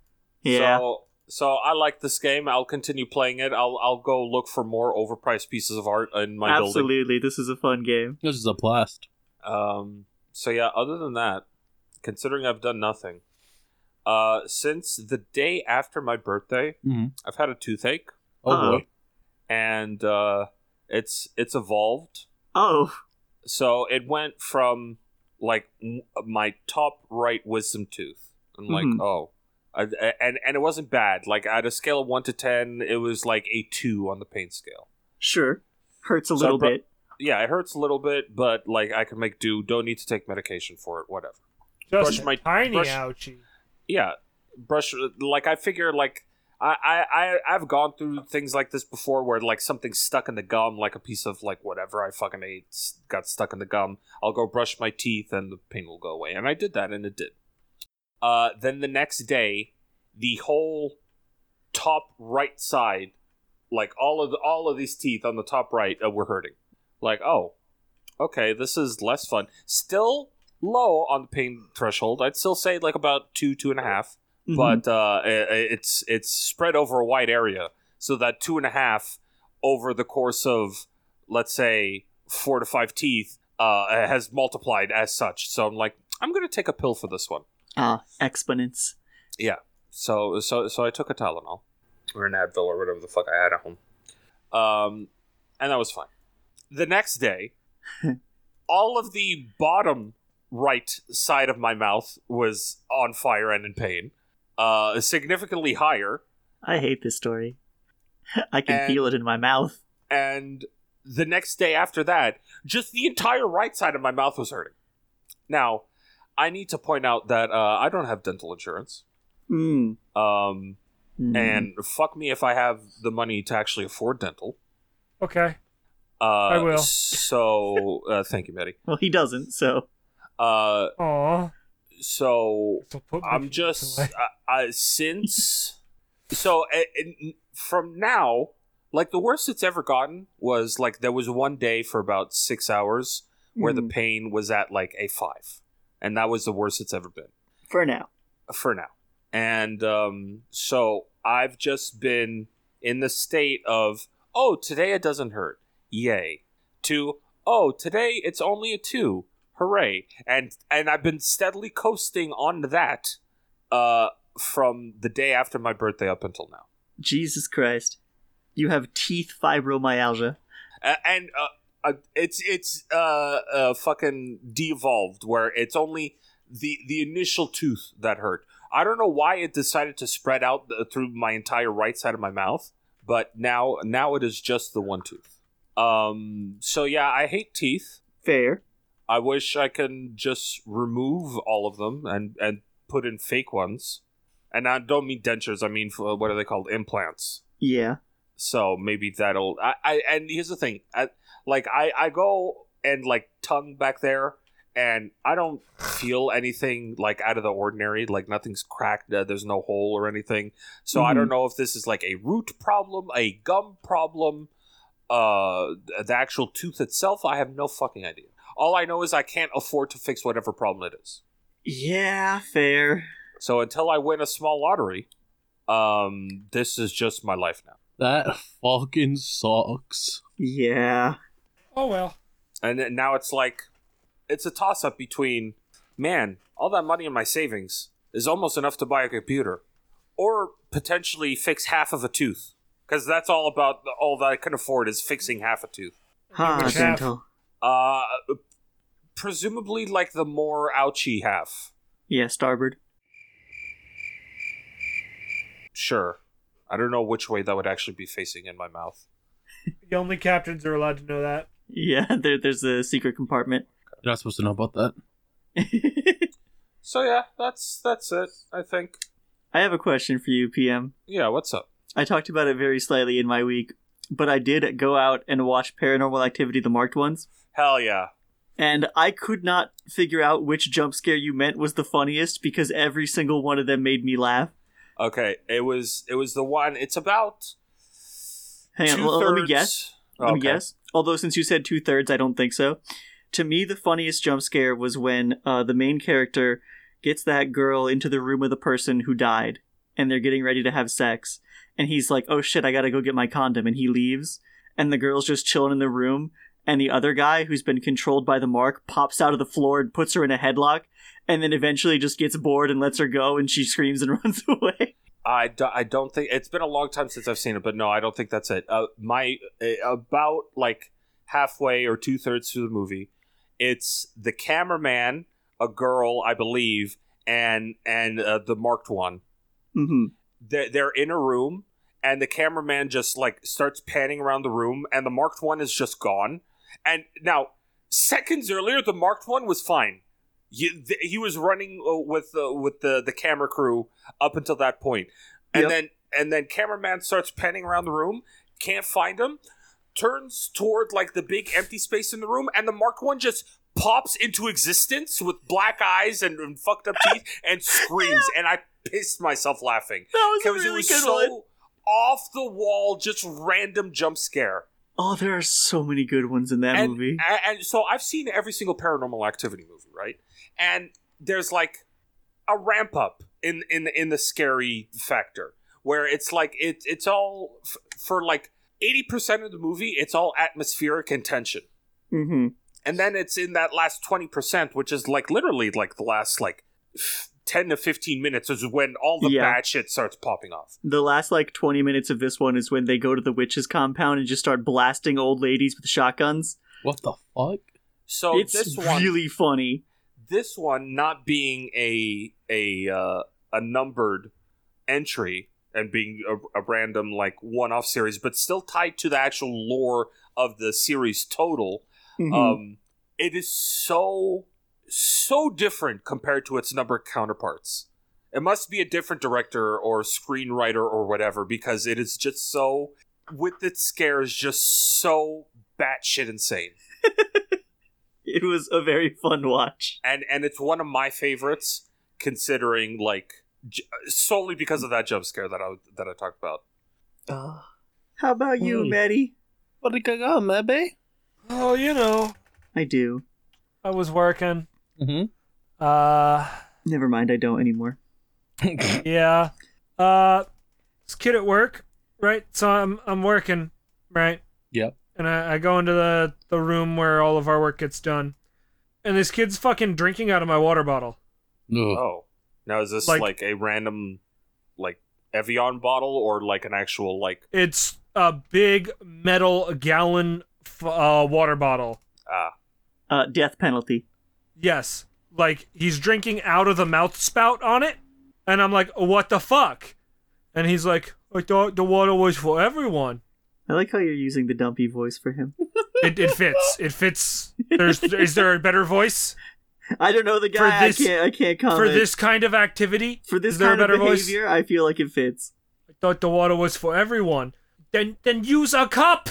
Speaker 2: Yeah.
Speaker 5: So, so I like this game. I'll continue playing it. I'll I'll go look for more overpriced pieces of art in my building.
Speaker 2: Absolutely, this is a fun game.
Speaker 3: This is a blast.
Speaker 5: Um, so yeah, other than that, considering I've done nothing, uh, since the day after my birthday,
Speaker 3: Mm-hmm.
Speaker 5: I've had a toothache,
Speaker 3: Oh
Speaker 2: Uh-oh.
Speaker 3: boy.
Speaker 5: and uh, it's it's evolved.
Speaker 2: Oh,
Speaker 5: So it went from like m- my top right wisdom tooth. I'm like,
Speaker 2: Mhm.
Speaker 5: oh, I, I- and and it wasn't bad. Like at a scale of one to ten, it was like a two on the pain scale.
Speaker 2: sure. Hurts a
Speaker 5: So
Speaker 2: little
Speaker 5: I brought-
Speaker 2: bit.
Speaker 5: Yeah, it hurts a little bit, but like I can make do. Don't need to take medication for it. Whatever.
Speaker 1: Just
Speaker 5: Brush
Speaker 1: a
Speaker 5: my-
Speaker 1: tiny
Speaker 5: brush-
Speaker 1: ouchie.
Speaker 5: yeah brush like i figure like I, I I- i've gone through things like this before where like something's stuck in the gum like a piece of like whatever i fucking ate s- got stuck in the gum i'll go brush my teeth and the pain will go away and i did that and it did uh then the next day the whole top right side like all of the, all of these teeth on the top right uh, were hurting like oh okay this is less fun still low on the pain threshold i'd still say like about two two and a half
Speaker 2: Mhm.
Speaker 5: but uh i- i- it's it's spread over a wide area so that two and a half over the course of let's say four to five teeth uh has multiplied as such so i'm like i'm gonna take a pill for this one
Speaker 2: ah, exponents.
Speaker 5: so so so I took a Tylenol or an Advil or whatever the fuck I had at home, um, and that was fine. The next day, [laughs] all of the bottom right side of my mouth was on fire and in pain, uh, significantly higher,
Speaker 2: I hate this story. [laughs] I can
Speaker 5: And-
Speaker 2: feel it in my mouth.
Speaker 5: and the next day after that, just the entire right side of my mouth was hurting. Now, I need to point out that uh, I don't have dental insurance.
Speaker 2: Mm.
Speaker 5: Um,
Speaker 1: Mm-hmm.
Speaker 2: Mm.
Speaker 5: and fuck me if I have the money to actually afford dental.
Speaker 1: Okay.
Speaker 5: Uh,
Speaker 1: I will.
Speaker 5: So uh, thank you, Betty.
Speaker 2: well, he doesn't. So
Speaker 5: Uh,
Speaker 1: Aw.
Speaker 5: so
Speaker 1: So put my
Speaker 5: I'm
Speaker 1: feet
Speaker 5: just
Speaker 1: away.
Speaker 5: I, I, since so uh, and from now, like the worst it's ever gotten was like there was one day for about six hours where the
Speaker 1: Mm-hmm.
Speaker 2: Mm.
Speaker 5: pain was at like a five, and that was the worst it's ever been.
Speaker 2: for now,
Speaker 5: for now. And um, so I've just been in the state of, oh, today it doesn't hurt. Yay. To, oh, today it's only a two. Hooray. And and I've been steadily coasting on that uh, from the day after my birthday up until now.
Speaker 2: Jesus Christ, you have teeth fibromyalgia.
Speaker 5: Uh, and uh, uh, it's it's uh, uh, fucking de-evolved where it's only the the initial tooth that hurt. I don't know why it decided to spread out the, through my entire right side of my mouth, but now now it is just the one tooth. Um, so yeah, I hate teeth.
Speaker 2: Fair.
Speaker 5: I wish I can just remove all of them and and put in fake ones. And I don't mean dentures. I mean uh, what are they called? Implants.
Speaker 2: Yeah.
Speaker 5: So maybe that'll. I, I and here's the thing. I, like I I go and like tongue back there, and I don't feel anything like out of the ordinary. Like nothing's cracked. Uh, there's no hole or anything. So I don't know if this is like a root problem, a gum problem, uh, th- the actual tooth itself. I have no fucking idea. All I know is I can't afford to fix whatever problem it is.
Speaker 2: Yeah, fair.
Speaker 5: So until I win a small lottery, um, this is just my life now.
Speaker 3: That fucking sucks.
Speaker 2: Yeah.
Speaker 1: Oh well.
Speaker 5: And then now it's like, it's a toss up between, man, all that money in my savings is almost enough to buy a computer or potentially fix half of a tooth. Because that's all about all that I can afford is fixing half a tooth.
Speaker 2: Ha,
Speaker 1: Which half?
Speaker 2: dental.
Speaker 5: Uh, presumably, like the more ouchy half.
Speaker 2: Yeah, starboard. [laughs]
Speaker 5: Sure. I don't know which way that would actually be facing in my mouth.
Speaker 1: The only captains are allowed to know that.
Speaker 2: Yeah, there, there's a secret compartment. [laughs]
Speaker 3: You're not supposed to know about that.
Speaker 2: I
Speaker 5: So yeah, that's that's it. I think.
Speaker 2: have a question for you, PM.
Speaker 5: Yeah. What's up?
Speaker 2: I talked about it very slightly in my week, but I did go out and watch Paranormal Activity: The Marked Ones,
Speaker 5: Hell yeah.
Speaker 2: and I could not figure out which jump scare you meant was the funniest because every single one of them made me laugh.
Speaker 5: Okay. It was it was the one. It's about
Speaker 2: Hang on, l- let me guess. Let me
Speaker 5: Oh, Okay.
Speaker 2: guess. Although since you said two thirds, I don't think so. To me, the funniest jump scare was when uh, the main character gets that girl into the room of the person who died, and they're getting ready to have sex, and he's like, "Oh shit, I gotta go get my condom," and he leaves, and the girl's just chilling in the room, and the other guy who's been controlled by the mark pops out of the floor and puts her in a headlock, and then eventually just gets bored and lets her go, and she [laughs] screams and runs away.
Speaker 5: I, do, I don't think it's been a long time since I've seen it, but no, I don't think that's it. Uh, my uh, about like halfway or two thirds through the movie, it's the cameraman, a girl, I believe, and and uh, the marked one.
Speaker 2: hmm
Speaker 5: They're, they're in a room, and the cameraman just like starts panning around the room, and the marked one is just gone. And now, seconds earlier, the marked one was fine. He, th- he was running uh, with uh, with the the camera crew up until that point, and
Speaker 2: Yep.
Speaker 5: then and then cameraman starts panning around the room, can't find him, turns toward like the big empty space in the room, and the marked one just pops into existence with black eyes and, and fucked up teeth and screams, and I pissed myself laughing
Speaker 2: That was a
Speaker 5: because
Speaker 2: really
Speaker 5: it was
Speaker 2: good
Speaker 5: so
Speaker 2: one.
Speaker 5: off the wall, just random jump scare.
Speaker 2: Oh, there are so many good ones in that
Speaker 5: and,
Speaker 2: movie.
Speaker 5: and- and so I've seen every single Paranormal Activity movie, right? And there's like a ramp up in in in the scary factor where it's like it it's all f- for like eighty percent of the movie, it's all atmospheric and tension.
Speaker 2: hmm
Speaker 5: And then it's in that last 20%, which is like literally like the last like 10 to 15 minutes is when all the
Speaker 2: Yeah.
Speaker 5: bad shit starts popping off.
Speaker 2: The last like 20 minutes of this one is when they go to the witch's compound and just start blasting old ladies with shotguns.
Speaker 3: What the fuck?
Speaker 1: Oh,
Speaker 5: So
Speaker 2: it's
Speaker 5: this one
Speaker 2: really funny.
Speaker 5: this one not being a a uh, a numbered entry and being a, a random like one-off series, but still tied to the actual lore of the series total.
Speaker 2: Mhm.
Speaker 5: Um, it is so so different compared to its number of counterparts. It must be a different director or screenwriter or whatever because it is just so with its scares just so batshit insane.
Speaker 2: [laughs] it was a very fun watch.
Speaker 5: and and it's one of my favorites considering like j- solely because of that jump scare that I that I talked about.
Speaker 2: How about you,
Speaker 1: Hmm.
Speaker 3: Mm.
Speaker 2: Maddie?
Speaker 3: What did I go, maybe?
Speaker 1: Oh, you know,
Speaker 2: I do.
Speaker 1: I was working.
Speaker 3: Mm-hmm.
Speaker 1: Uh,
Speaker 2: Never mind, I don't anymore.
Speaker 1: yeah. Uh, this kid at work, right? So I'm I'm working, right?
Speaker 3: yep.
Speaker 1: and I, I go into the, the room where all of our work gets done, and this kid's fucking drinking out of my water bottle.
Speaker 3: [laughs] Ugh.
Speaker 5: Oh, now is this
Speaker 1: Like-
Speaker 5: like, a random like Evian bottle or like an actual like
Speaker 1: It's a big metal gallon f- uh, water bottle.
Speaker 5: ah
Speaker 2: Uh, death penalty.
Speaker 1: Yes, like he's drinking out of the mouth spout on it, And I'm like, what the fuck? And he's like, I thought the water was for everyone.
Speaker 2: I like how you're using the dumpy voice for him.
Speaker 1: It, it fits. It fits. There's, is there a better voice
Speaker 2: I don't know the guy.
Speaker 1: this-
Speaker 2: I can't. I can't comment
Speaker 1: for this kind of activity?
Speaker 2: For this
Speaker 1: is there
Speaker 2: kind
Speaker 1: a better
Speaker 2: of behavior, I feel like it fits.
Speaker 1: voice? I thought the water was for everyone. Then, then use a cup.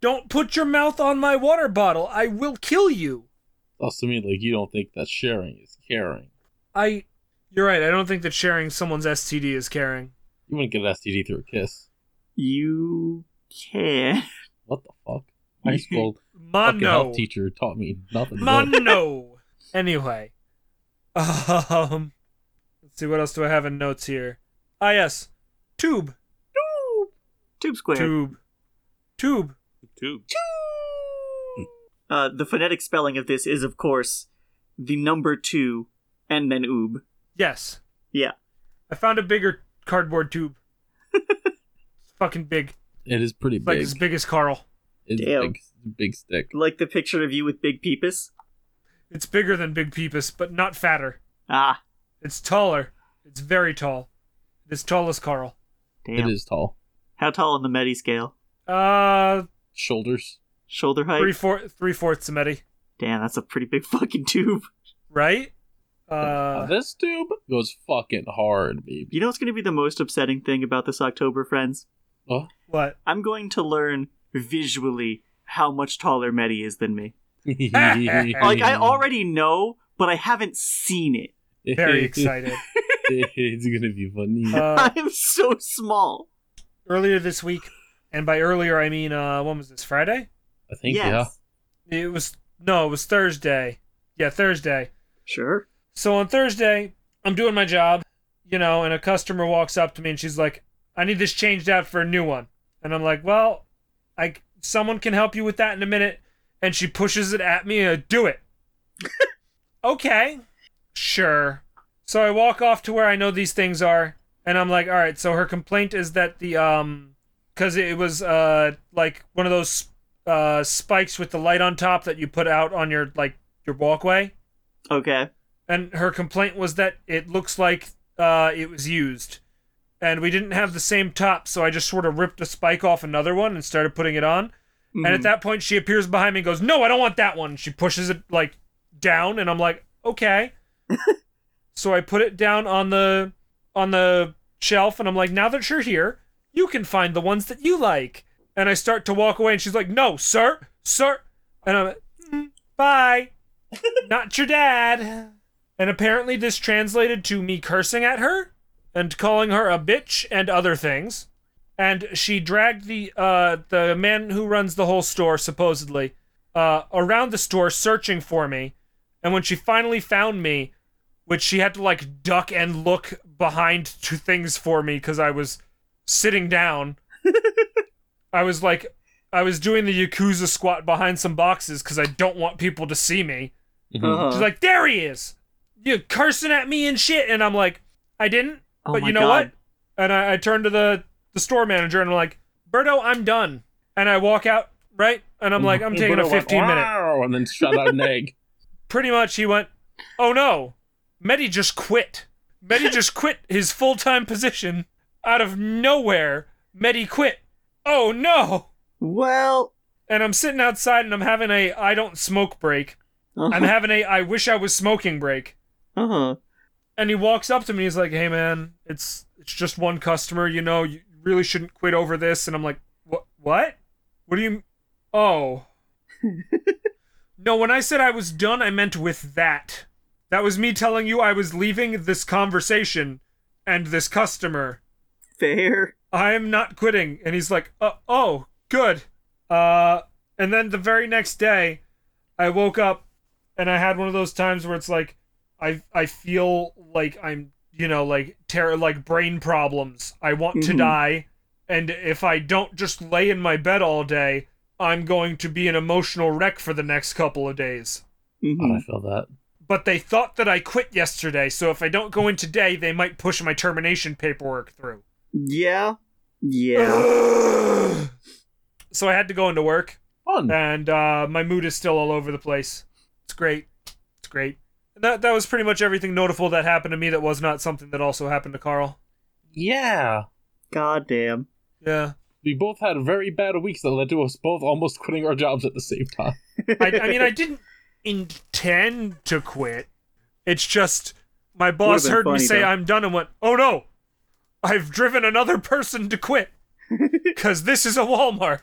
Speaker 1: Don't put your mouth on my water bottle. I will kill you.
Speaker 3: Also, I mean, like, you don't think that sharing is caring.
Speaker 1: I. You're right. I don't think that sharing someone's STD is caring.
Speaker 3: You wouldn't get an STD through a kiss.
Speaker 2: You can. [laughs]
Speaker 3: What the
Speaker 1: [laughs]
Speaker 3: fuck? High school fucking
Speaker 1: Mono.
Speaker 3: health teacher taught me nothing. good.
Speaker 1: Mono. anyway, um, let's see what else do I have in notes here. Ah, yes, tube,
Speaker 2: Tube square.
Speaker 1: tube, tube.
Speaker 5: Tube.
Speaker 2: Uh, the phonetic spelling of this is, of course, the number two and then oob.
Speaker 1: Yes,
Speaker 2: Yeah. [laughs]
Speaker 1: I found a bigger cardboard tube. it's fucking big.
Speaker 3: It is pretty
Speaker 1: It's like
Speaker 3: big.
Speaker 1: as big as Carl.
Speaker 3: It's
Speaker 2: Damn.
Speaker 3: big, big stick.
Speaker 2: Like the picture of you with Big Peepus.
Speaker 1: It's bigger than Big Peepus, but not fatter.
Speaker 2: Ah,
Speaker 1: It's taller. It's very tall. It's tall as Carl.
Speaker 2: damn.
Speaker 3: It is tall.
Speaker 2: How tall on the Medi scale?
Speaker 1: Uh,
Speaker 3: Shoulders.
Speaker 2: Shoulder height?
Speaker 1: three four three fourths a medi,
Speaker 2: Damn, that's a pretty big [laughs] fucking tube.
Speaker 1: right?
Speaker 3: Now,
Speaker 1: Uh,
Speaker 3: this tube goes fucking hard, baby.
Speaker 1: [laughs]
Speaker 2: You know what's going to be the most upsetting thing about this October, friends?
Speaker 1: [laughs]
Speaker 3: Huh?
Speaker 1: what?
Speaker 2: I'm going to learn visually how much taller Medi is than me. Like, I
Speaker 3: [laughs]
Speaker 2: already know, but I haven't seen it.
Speaker 1: Very excited.
Speaker 3: [laughs] it's gonna be funny.
Speaker 2: [laughs]
Speaker 1: Uh,
Speaker 2: I am so small.
Speaker 1: earlier this week, and by earlier I mean uh, when was this? Friday?
Speaker 3: I think
Speaker 2: yes.
Speaker 3: yeah.
Speaker 1: It was no, it was Thursday. Yeah, Thursday.
Speaker 2: Sure.
Speaker 1: So on Thursday, I'm doing my job, you know, and a customer walks up to me and she's like, "I need this changed out for a new one," and I'm like, "Well, I someone can help you with that in a minute," and she pushes it at me and I do it. okay, sure. So I walk off to where I know these things are, and I'm like, "All right." So her complaint is that the um, because it was uh like one of those uh spikes with the light on top that you put out on your like your walkway
Speaker 2: Okay.
Speaker 1: and her complaint was that it looks like uh, it was used and we didn't have the same top so i just sort of ripped a spike off another one and started putting it on and at
Speaker 2: Mhm.
Speaker 1: that point she appears behind me and goes no i don't want that one she pushes it like down and i'm like okay so i put it down on the on the shelf and i'm like now that you're here you can find the ones that you like and i start to walk away and she's like no sir sir and i'm like, "Mm, bye not your dad and apparently this translated to me cursing at her and calling her a bitch and other things and she dragged the uh, the man who runs the whole store supposedly uh, around the store searching for me and when she finally found me which she had to like duck and look behind to things for me because i was sitting down i was like i was doing the yakuza squat behind some boxes because i don't want people to see me
Speaker 3: Mm-hmm.
Speaker 2: Uh-huh.
Speaker 1: she's like there he is you cursing at me and shit and i'm like i didn't
Speaker 2: Oh
Speaker 1: but
Speaker 2: my
Speaker 1: you know
Speaker 2: God.
Speaker 1: what? And I, I turn to the, the store manager and I'm like, Berto, I'm done. And I walk out, right? And
Speaker 2: Mm-hmm.
Speaker 1: I'm like, I'm taking a 15 minute.
Speaker 3: minute. And then shut [laughs] out an egg.
Speaker 1: Pretty much he went, Oh no, Medi just quit. Medi
Speaker 2: [laughs]
Speaker 1: just quit his full time position out of nowhere. Medi quit. Oh no.
Speaker 2: Well,
Speaker 1: And I'm sitting outside and I'm having a I don't smoke break.
Speaker 2: uh-huh. [laughs]
Speaker 1: I'm having a I wish I was smoking break.
Speaker 2: uh-huh.
Speaker 1: and he walks up to me. He's like, "Hey, man, it's it's just one customer. You know, you really shouldn't quit over this." And I'm like, "What? What? What do you? m- Oh, no. When I said I was done, I meant with that. That was me telling you I was leaving this conversation and this customer.
Speaker 2: fair.
Speaker 1: I am not quitting." And he's like, "Oh, oh, good." Uh, and then the very next day, I woke up and I had one of those times where it's like I I feel like I'm you know like terror like brain problems. I want to
Speaker 2: Mhm.
Speaker 1: die, and if I don't just lay in my bed all day, I'm going to be an emotional wreck for the next couple of days.
Speaker 2: Mhm.
Speaker 1: Hmm.
Speaker 3: God, I feel that.
Speaker 1: But they thought that I quit yesterday, so if I don't go in today, they might push my termination paperwork through.
Speaker 2: Yeah. Yeah.
Speaker 5: [laughs]
Speaker 1: so I had to go into work
Speaker 3: Fun.
Speaker 2: Hmm.
Speaker 1: uh, and uh, my mood is still all over the place. It's great. It's great. that that was pretty much everything notable that happened to me that was not something that also happened to Carl.
Speaker 3: Yeah.
Speaker 2: God damn.
Speaker 1: Yeah.
Speaker 3: We both had very bad weeks that led to us both almost quitting our jobs at the same time.
Speaker 1: I, I mean, I didn't intend to quit. It's just my boss
Speaker 2: been
Speaker 1: heard me
Speaker 2: funny,
Speaker 1: say
Speaker 2: though.
Speaker 1: I'm done and went, "Oh no, I've driven another person to
Speaker 2: [laughs]
Speaker 1: quit because this is a Walmart."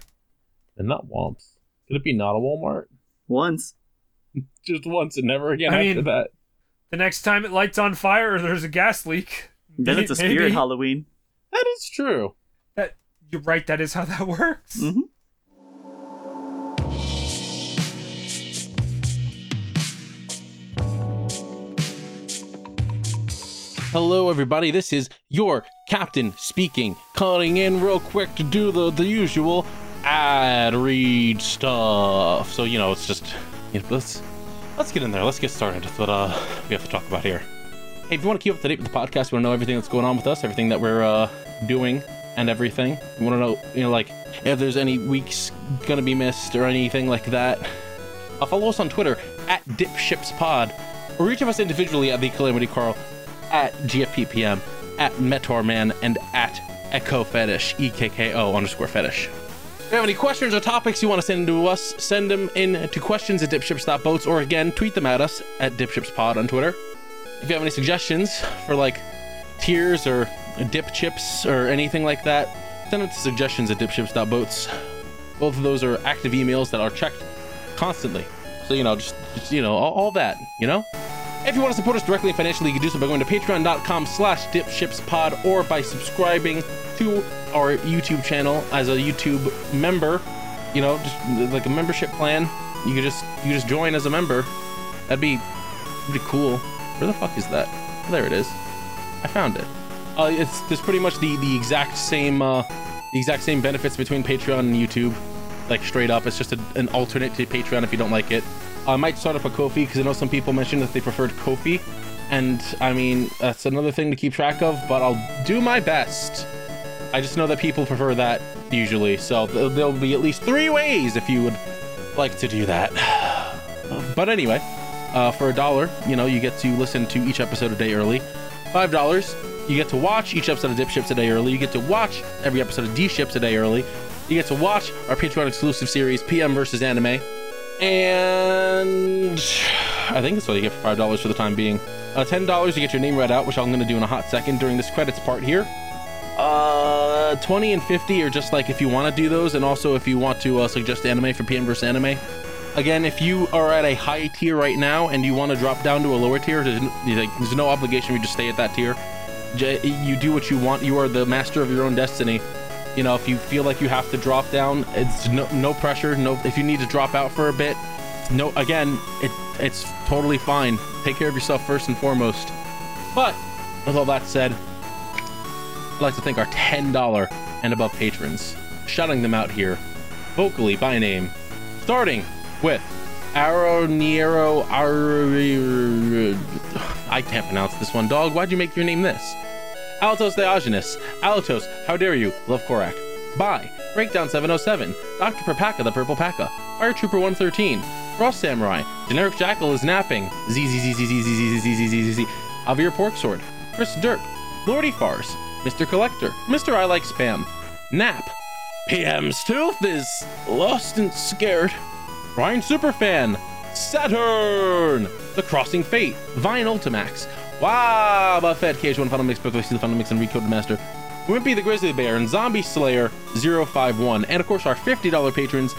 Speaker 3: And not Womps. Could it be not a Walmart?
Speaker 2: Once.
Speaker 3: Just once and never again
Speaker 1: I
Speaker 3: after
Speaker 1: mean-
Speaker 3: that.
Speaker 1: The next time it lights on fire or there's a gas leak,
Speaker 2: Then
Speaker 1: May-
Speaker 2: it's a spirit
Speaker 1: maybe.
Speaker 2: Halloween.
Speaker 3: That is true.
Speaker 1: that you're right. That is how that works.
Speaker 2: hmm
Speaker 3: Hello, everybody. This is your captain speaking, calling in real quick to do the, the usual ad read stuff. So you know, it's just you know, let's let's get in there. Let's get started with what uh, we have to talk about here. Hey, if you want to keep up to date with the podcast, you want to know everything that's going on with us, everything that we're uh, doing, and everything. You want to know, you know, like if there's any weeks gonna be missed or anything like that. Uh, follow us on Twitter at DipshipsPod, or each of us individually at the Calamity Carl, at GFPPM, at MetorMan, and at Echo Fetish, E K K O underscore Fetish. If you have any questions or topics you want to send to us, send them in to questions at dipships.boats, or again, tweet them at us at dipshipspod on Twitter. If you have any suggestions for like tiers or dip chips or anything like that, send them to suggestions at dipships.boats. Both of those are active emails that are checked constantly. So, you know, just, just you know, all, all that, you know? If you want to support us directly and financially, you can do so by going to patreon.com slash dipshipspod or by subscribing to our YouTube channel as a YouTube member. You know, just like a membership plan. You could just you just join as a member. That'd be pretty cool. Where the fuck is that? There it is. I found it. Uh, it's there's pretty much the the exact same uh, the exact same benefits between Patreon and YouTube, like straight up. It's just a, an alternate to Patreon if you don't like it. I might start up a Kofi because I know some people mentioned that they preferred Kofi, and I mean that's another thing to keep track of. But I'll do my best. I just know that people prefer that usually, so th- there'll be at least three ways if you would like to do that. [sighs] but anyway, uh, for a dollar, you know, you get to listen to each episode a day early. Five dollars, you get to watch each episode of Dip Ships a day early. You get to watch every episode of D Ships a day early. You get to watch our Patreon exclusive series PM versus Anime, and I think that's what you get for five dollars for the time being. Uh, Ten dollars, you get your name read out, which I'm going to do in a hot second during this credits part here. Uh, 20 and 50 are just like if you want to do those, and also if you want to uh, suggest anime for PM versus anime. Again, if you are at a high tier right now and you want to drop down to a lower tier, there's, n- like, there's no obligation for you to stay at that tier. J- You do what you want. You are the master of your own destiny. You know, if you feel like you have to drop down, it's no, no pressure. No, if you need to drop out for a bit, no. Again, it it's totally fine. Take care of yourself first and foremost. But with all that said, I'd like to thank our $10 and above patrons, shouting them out here vocally by name, starting with Aro Niero Aru. I can't pronounce this one, dog. Why'd you make your name this? Altos Diogenes, Altos, how dare you, love Korak. Bye, Breakdown 707, Dr. Perpaka the Purple Paka, Fire Trooper 113, Frost Samurai, Generic Jackal is napping, ZZZZZZZZZZZZZ, Avir Porksword, Chris Derp, Lordy Fars, Mr. Collector, Mr. I Like Spam, Nap, PM's Tooth is lost and scared, Brian Superfan, Saturn, The Crossing Fate, Vine Ultimax, Wow, Buffett, KH1 Final Mix, Perfectly the Final Mix, and Recoded Master, Wimpy the Grizzly Bear, and Zombie Slayer 051, and of course our $50 patrons.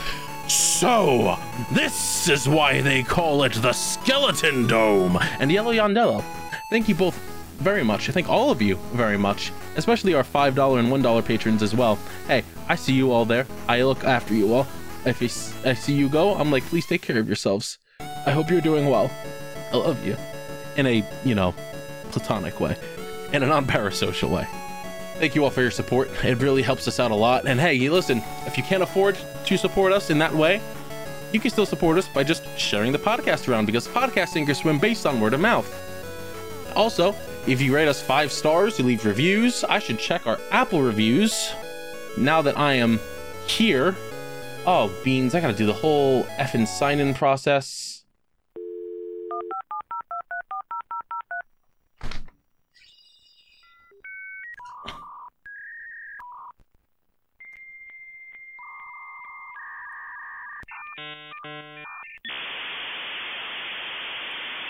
Speaker 3: So, this is why they call it the Skeleton Dome, and Yellow Yondello. Thank you both very much. I thank all of you very much, especially our $5 and $1 patrons as well. Hey, I see you all there. I look after you all. If I s- I see you go, I'm like, please take care of yourselves. I hope you're doing well. I love you. In a, you know, platonic way, in a non parasocial way. Thank you all for your support. It really helps us out a lot. And hey, you listen, if you can't afford to support us in that way, you can still support us by just sharing the podcast around because podcasts sink or swim based on word of mouth. Also, if you rate us five stars, you leave reviews. I should check our Apple reviews now that I am here. Oh, beans, I gotta do the whole effing sign in process.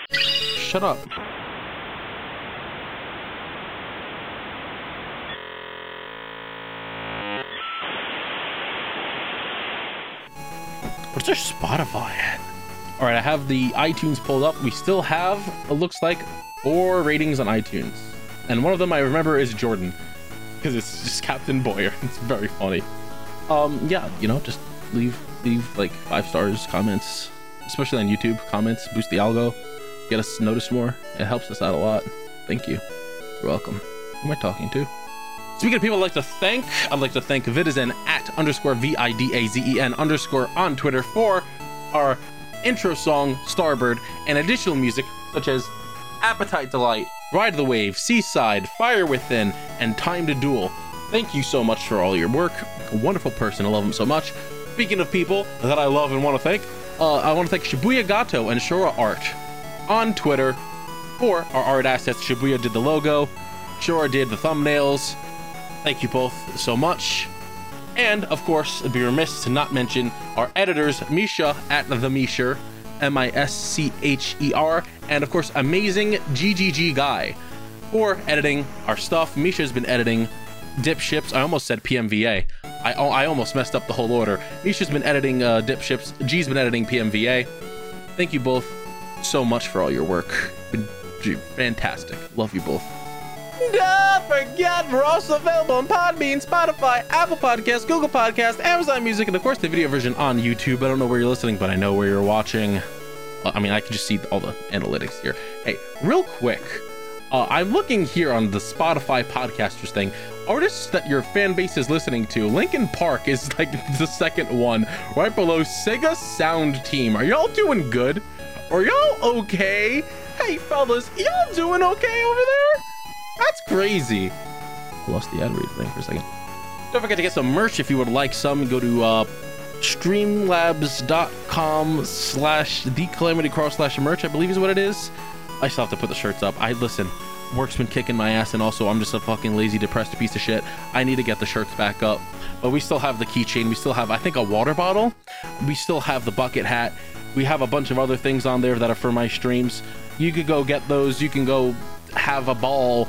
Speaker 3: Shut up. Where's their Spotify at? All right, I have the iTunes pulled up. We still have, it looks like, four ratings on iTunes. And one of them I remember is Jordan, because it's just [laughs] Captain Boyer. It's very funny. Um, yeah, you know, just leave, leave like five stars, comments, especially on YouTube, comments, boost the algo, get us noticed more. It helps us out a lot. Thank you. You're welcome. Who am I talking to? Speaking of people I'd like to thank, I'd like to thank Vidazen at underscore V I D A Z E N underscore on Twitter for our intro song Starbird and additional music such as Appetite Delight, Ride the Wave, Seaside, Fire Within, and Time to Duel. Thank you so much for all your work. A wonderful person, I love him so much. Speaking of people that I love and want to thank, uh, I want to thank Shibuya Gato and Shora Art on Twitter for our art assets. Shibuya did the logo, Shora did the thumbnails. Thank you both so much. And of course, it'd be remiss to not mention our editors, Misha at the Misher, M I S C H E R, and of course, amazing GGG guy for editing our stuff. Misha's been editing Dip Ships. I almost said PMVA. I, oh, I almost messed up the whole order. Misha's been editing uh, Dip Ships. G's been editing PMVA. Thank you both so much for all your work. Been j- fantastic. Love you both. Don't forget, we're also available on Podbean, Spotify, Apple Podcasts, Google Podcasts, Amazon Music, and of course the video version on YouTube. I don't know where you're listening, but I know where you're watching. Well, I mean, I can just see all the analytics here. Hey, real quick, uh, I'm looking here on the Spotify podcasters thing. Artists that your fan base is listening to, Linkin Park is like [laughs] the second one, right below Sega Sound Team. Are y'all doing good? Are y'all okay? Hey, fellas, y'all doing okay over there? That's crazy. I lost the ad read thing for a second. Don't forget to get some merch if you would like some. Go to uh, streamlabs.com slash the calamity cross slash merch, I believe is what it is. I still have to put the shirts up. I listen, work's been kicking my ass, and also I'm just a fucking lazy, depressed piece of shit. I need to get the shirts back up. But we still have the keychain. We still have, I think, a water bottle. We still have the bucket hat. We have a bunch of other things on there that are for my streams. You could go get those. You can go have a ball.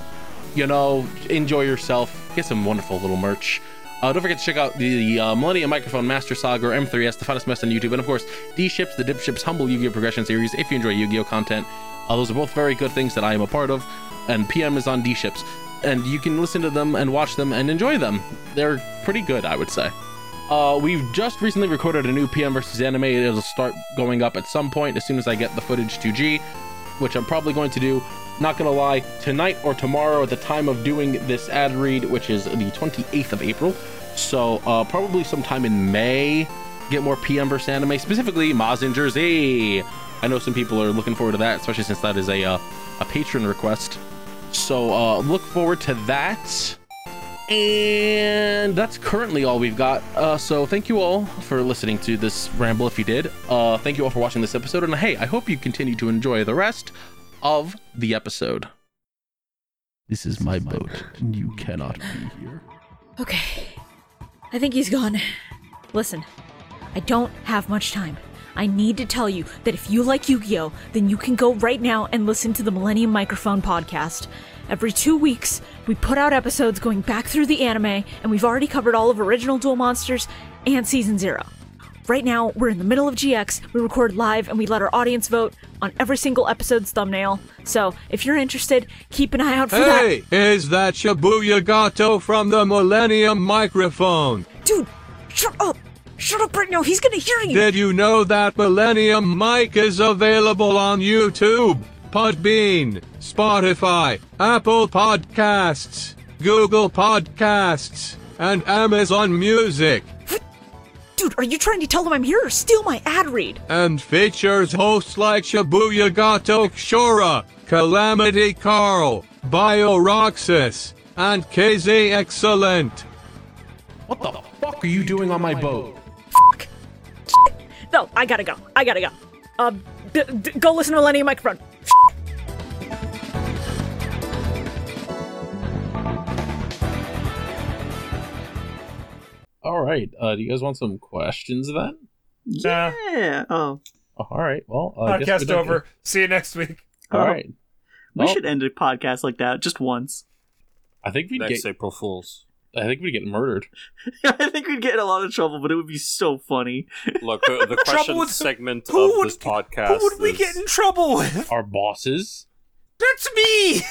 Speaker 3: You know, enjoy yourself. Get some wonderful little merch. Uh, don't forget to check out the, the uh, Millennium Microphone Master Saga or M3S, the funnest mess on YouTube, and of course, D Ships, the Dip Ships Humble Yu Gi Oh! Progression Series if you enjoy Yu Gi Oh! content. Uh, those are both very good things that I am a part of, and PM is on D Ships. And you can listen to them and watch them and enjoy them. They're pretty good, I would say. Uh, we've just recently recorded a new PM versus anime. It'll start going up at some point as soon as I get the footage to G, which I'm probably going to do. Not gonna lie, tonight or tomorrow at the time of doing this ad read, which is the 28th of April. So uh, probably sometime in May, get more PM versus anime, specifically Mazinger Z. I know some people are looking forward to that, especially since that is a uh, a patron request. So uh, look forward to that. And that's currently all we've got. Uh, so thank you all for listening to this ramble if you did. Uh, thank you all for watching this episode. And hey, I hope you continue to enjoy the rest of the episode. This is my boat, and you cannot be here.
Speaker 6: Okay. I think he's gone. Listen, I don't have much time. I need to tell you that if you like Yu Gi Oh!, then you can go right now and listen to the Millennium Microphone podcast. Every two weeks, we put out episodes going back through the anime, and we've already covered all of original Duel Monsters and Season Zero. Right now, we're in the middle of GX, we record live, and we let our audience vote on every single episode's thumbnail. So, if you're interested, keep an eye out for that.
Speaker 4: Hey, is that Shibuya Gato from the Millennium Microphone?
Speaker 6: Dude, shut up! Shut up right now, he's gonna hear you!
Speaker 4: Did you know that Millennium Mic is available on YouTube, Podbean, Spotify, Apple Podcasts, Google Podcasts, and Amazon Music,
Speaker 6: Dude, are you trying to tell them I'm here or steal my ad read?
Speaker 4: and features hosts like Shibuya Gato Shora, Calamity Carl, Bioroxis, and KZ Excellent. What the fuck are you doing on my boat?
Speaker 6: Fuck. Shit. No, I gotta go. I gotta go. Um, d- d- go listen to Millennium Microphone.
Speaker 3: All right. Uh, do you guys want some questions then?
Speaker 1: Nah.
Speaker 2: Yeah. Oh.
Speaker 3: All right. Well, uh, I guess we
Speaker 1: Podcast
Speaker 3: don't-
Speaker 1: over. See you next week.
Speaker 3: All right.
Speaker 2: We
Speaker 3: Well-
Speaker 2: should end a podcast like that just once. [laughs]
Speaker 3: I think we'd
Speaker 5: Next
Speaker 3: get.
Speaker 5: April Fools.
Speaker 3: I think we'd get murdered.
Speaker 2: I think we'd get in a lot of trouble, but it would be so funny.
Speaker 5: Look, the, [laughs] the question
Speaker 1: with-
Speaker 5: segment of
Speaker 1: who would-
Speaker 5: this podcast.
Speaker 1: Who would we
Speaker 5: is-
Speaker 1: get in trouble with? [laughs]
Speaker 3: Our bosses.
Speaker 1: That's me.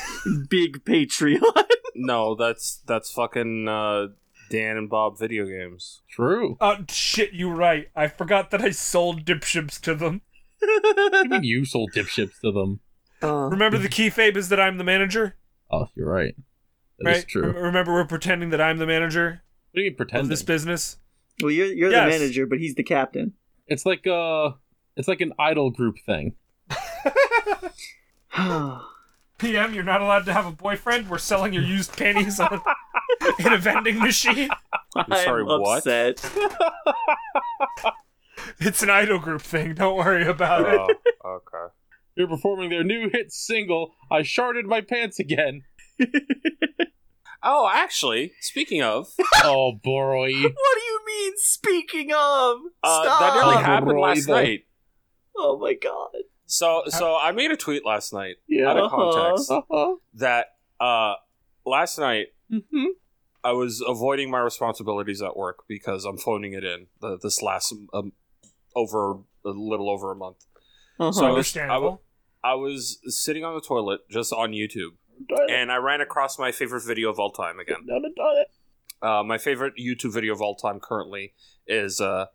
Speaker 2: Big Patreon. [laughs]
Speaker 5: No, that's that's fucking uh, Dan and Bob
Speaker 2: [laughs]
Speaker 5: video games.
Speaker 3: True.
Speaker 1: Oh shit, you're right. I forgot that I sold dipships to them.
Speaker 3: I mean, you sold dip ships to them.
Speaker 2: Uh,
Speaker 1: Remember the key fabe is that I'm the manager.
Speaker 3: Oh, you're right. That's
Speaker 1: right?
Speaker 3: true.
Speaker 1: Rem- Remember, we're pretending that I'm the manager
Speaker 3: what do you mean
Speaker 1: of
Speaker 3: pretending?
Speaker 1: this business.
Speaker 2: well, you're you're
Speaker 1: Yes.
Speaker 2: the manager, but he's the captain. [sighs]
Speaker 3: it's like uh it's like an idol group thing.
Speaker 1: PM, you're not allowed to have a boyfriend. We're selling your used panties on [laughs] in a vending machine.
Speaker 2: I'm
Speaker 5: sorry, what?
Speaker 2: upset.
Speaker 1: It's an idol group thing. Don't worry about it.
Speaker 2: [laughs]
Speaker 5: Oh, okay.
Speaker 3: You're performing their new hit single, I Sharded My Pants Again.
Speaker 5: Oh, actually, speaking of, uh,
Speaker 3: oh boy.
Speaker 1: [laughs]
Speaker 2: What do you mean? Speaking of,
Speaker 5: uh,
Speaker 2: stop!
Speaker 5: that nearly
Speaker 3: Oh,
Speaker 5: happened last
Speaker 3: Roy, though.
Speaker 5: night.
Speaker 2: oh my god!
Speaker 5: So, so I made a tweet last night
Speaker 3: Yeah.
Speaker 5: out of
Speaker 2: Uh-huh.
Speaker 5: context
Speaker 3: Uh-huh.
Speaker 5: that uh, last night
Speaker 3: Mm-hmm.
Speaker 5: I was avoiding my responsibilities at work because I'm phoning it in the, this last um, over a little over a month.
Speaker 2: Uh-huh.
Speaker 5: So I was, I,
Speaker 1: Understandable.
Speaker 5: wa- I was sitting on the toilet just on YouTube, and I ran across my favorite video of all time again. Uh, my favorite YouTube video of all time currently is uh,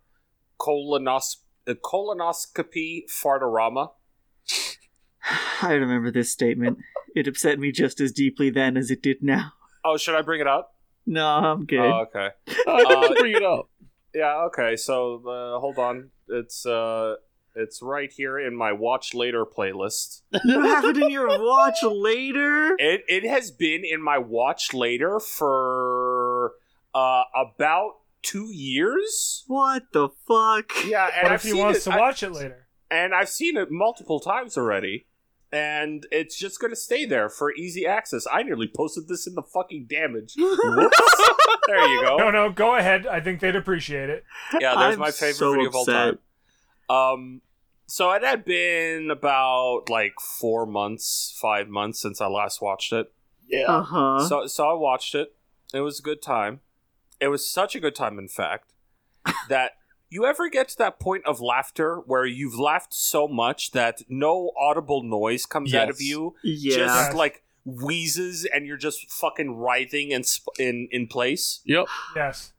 Speaker 5: colonos- uh, colonoscopy fartorama.
Speaker 2: [sighs] I remember this statement. It upset me just as deeply then as it did now.
Speaker 5: Oh, should I bring it up?
Speaker 2: No, I'm good.
Speaker 5: Oh, okay.
Speaker 1: [laughs]
Speaker 3: just bring it up.
Speaker 5: Uh, Yeah, okay. So uh, hold on. It's uh, it's right here in my watch
Speaker 1: [laughs]
Speaker 5: later playlist.
Speaker 2: you have it in your watch later.
Speaker 5: It it has been in my watch later for uh, about two years.
Speaker 2: What the fuck?
Speaker 5: Yeah, and
Speaker 1: what
Speaker 5: I've
Speaker 1: if he
Speaker 5: seen
Speaker 1: wants
Speaker 5: it,
Speaker 1: to
Speaker 5: I-
Speaker 1: watch it later?
Speaker 5: and I've seen it multiple times already, and it's just gonna stay there for easy access. I nearly posted this in the fucking
Speaker 1: [laughs]
Speaker 5: damage. Whoops. there you go.
Speaker 1: No, no, go ahead. I think they'd appreciate it.
Speaker 5: Yeah, there's
Speaker 2: I'm
Speaker 5: my favorite
Speaker 2: so
Speaker 5: video of all time. Um, so it had been about like four months, five months since I last watched it.
Speaker 3: Yeah.
Speaker 2: Uh huh.
Speaker 5: So, so I watched it. It was a good time. It was such a good time, in fact,
Speaker 2: [laughs]
Speaker 5: that you ever get to that point of laughter where you've laughed so much that no audible noise comes out of
Speaker 3: Yes.
Speaker 5: you,
Speaker 2: yeah.
Speaker 5: just like wheezes, and you're just fucking writhing in sp- in in place.
Speaker 3: Yep.
Speaker 1: Yes.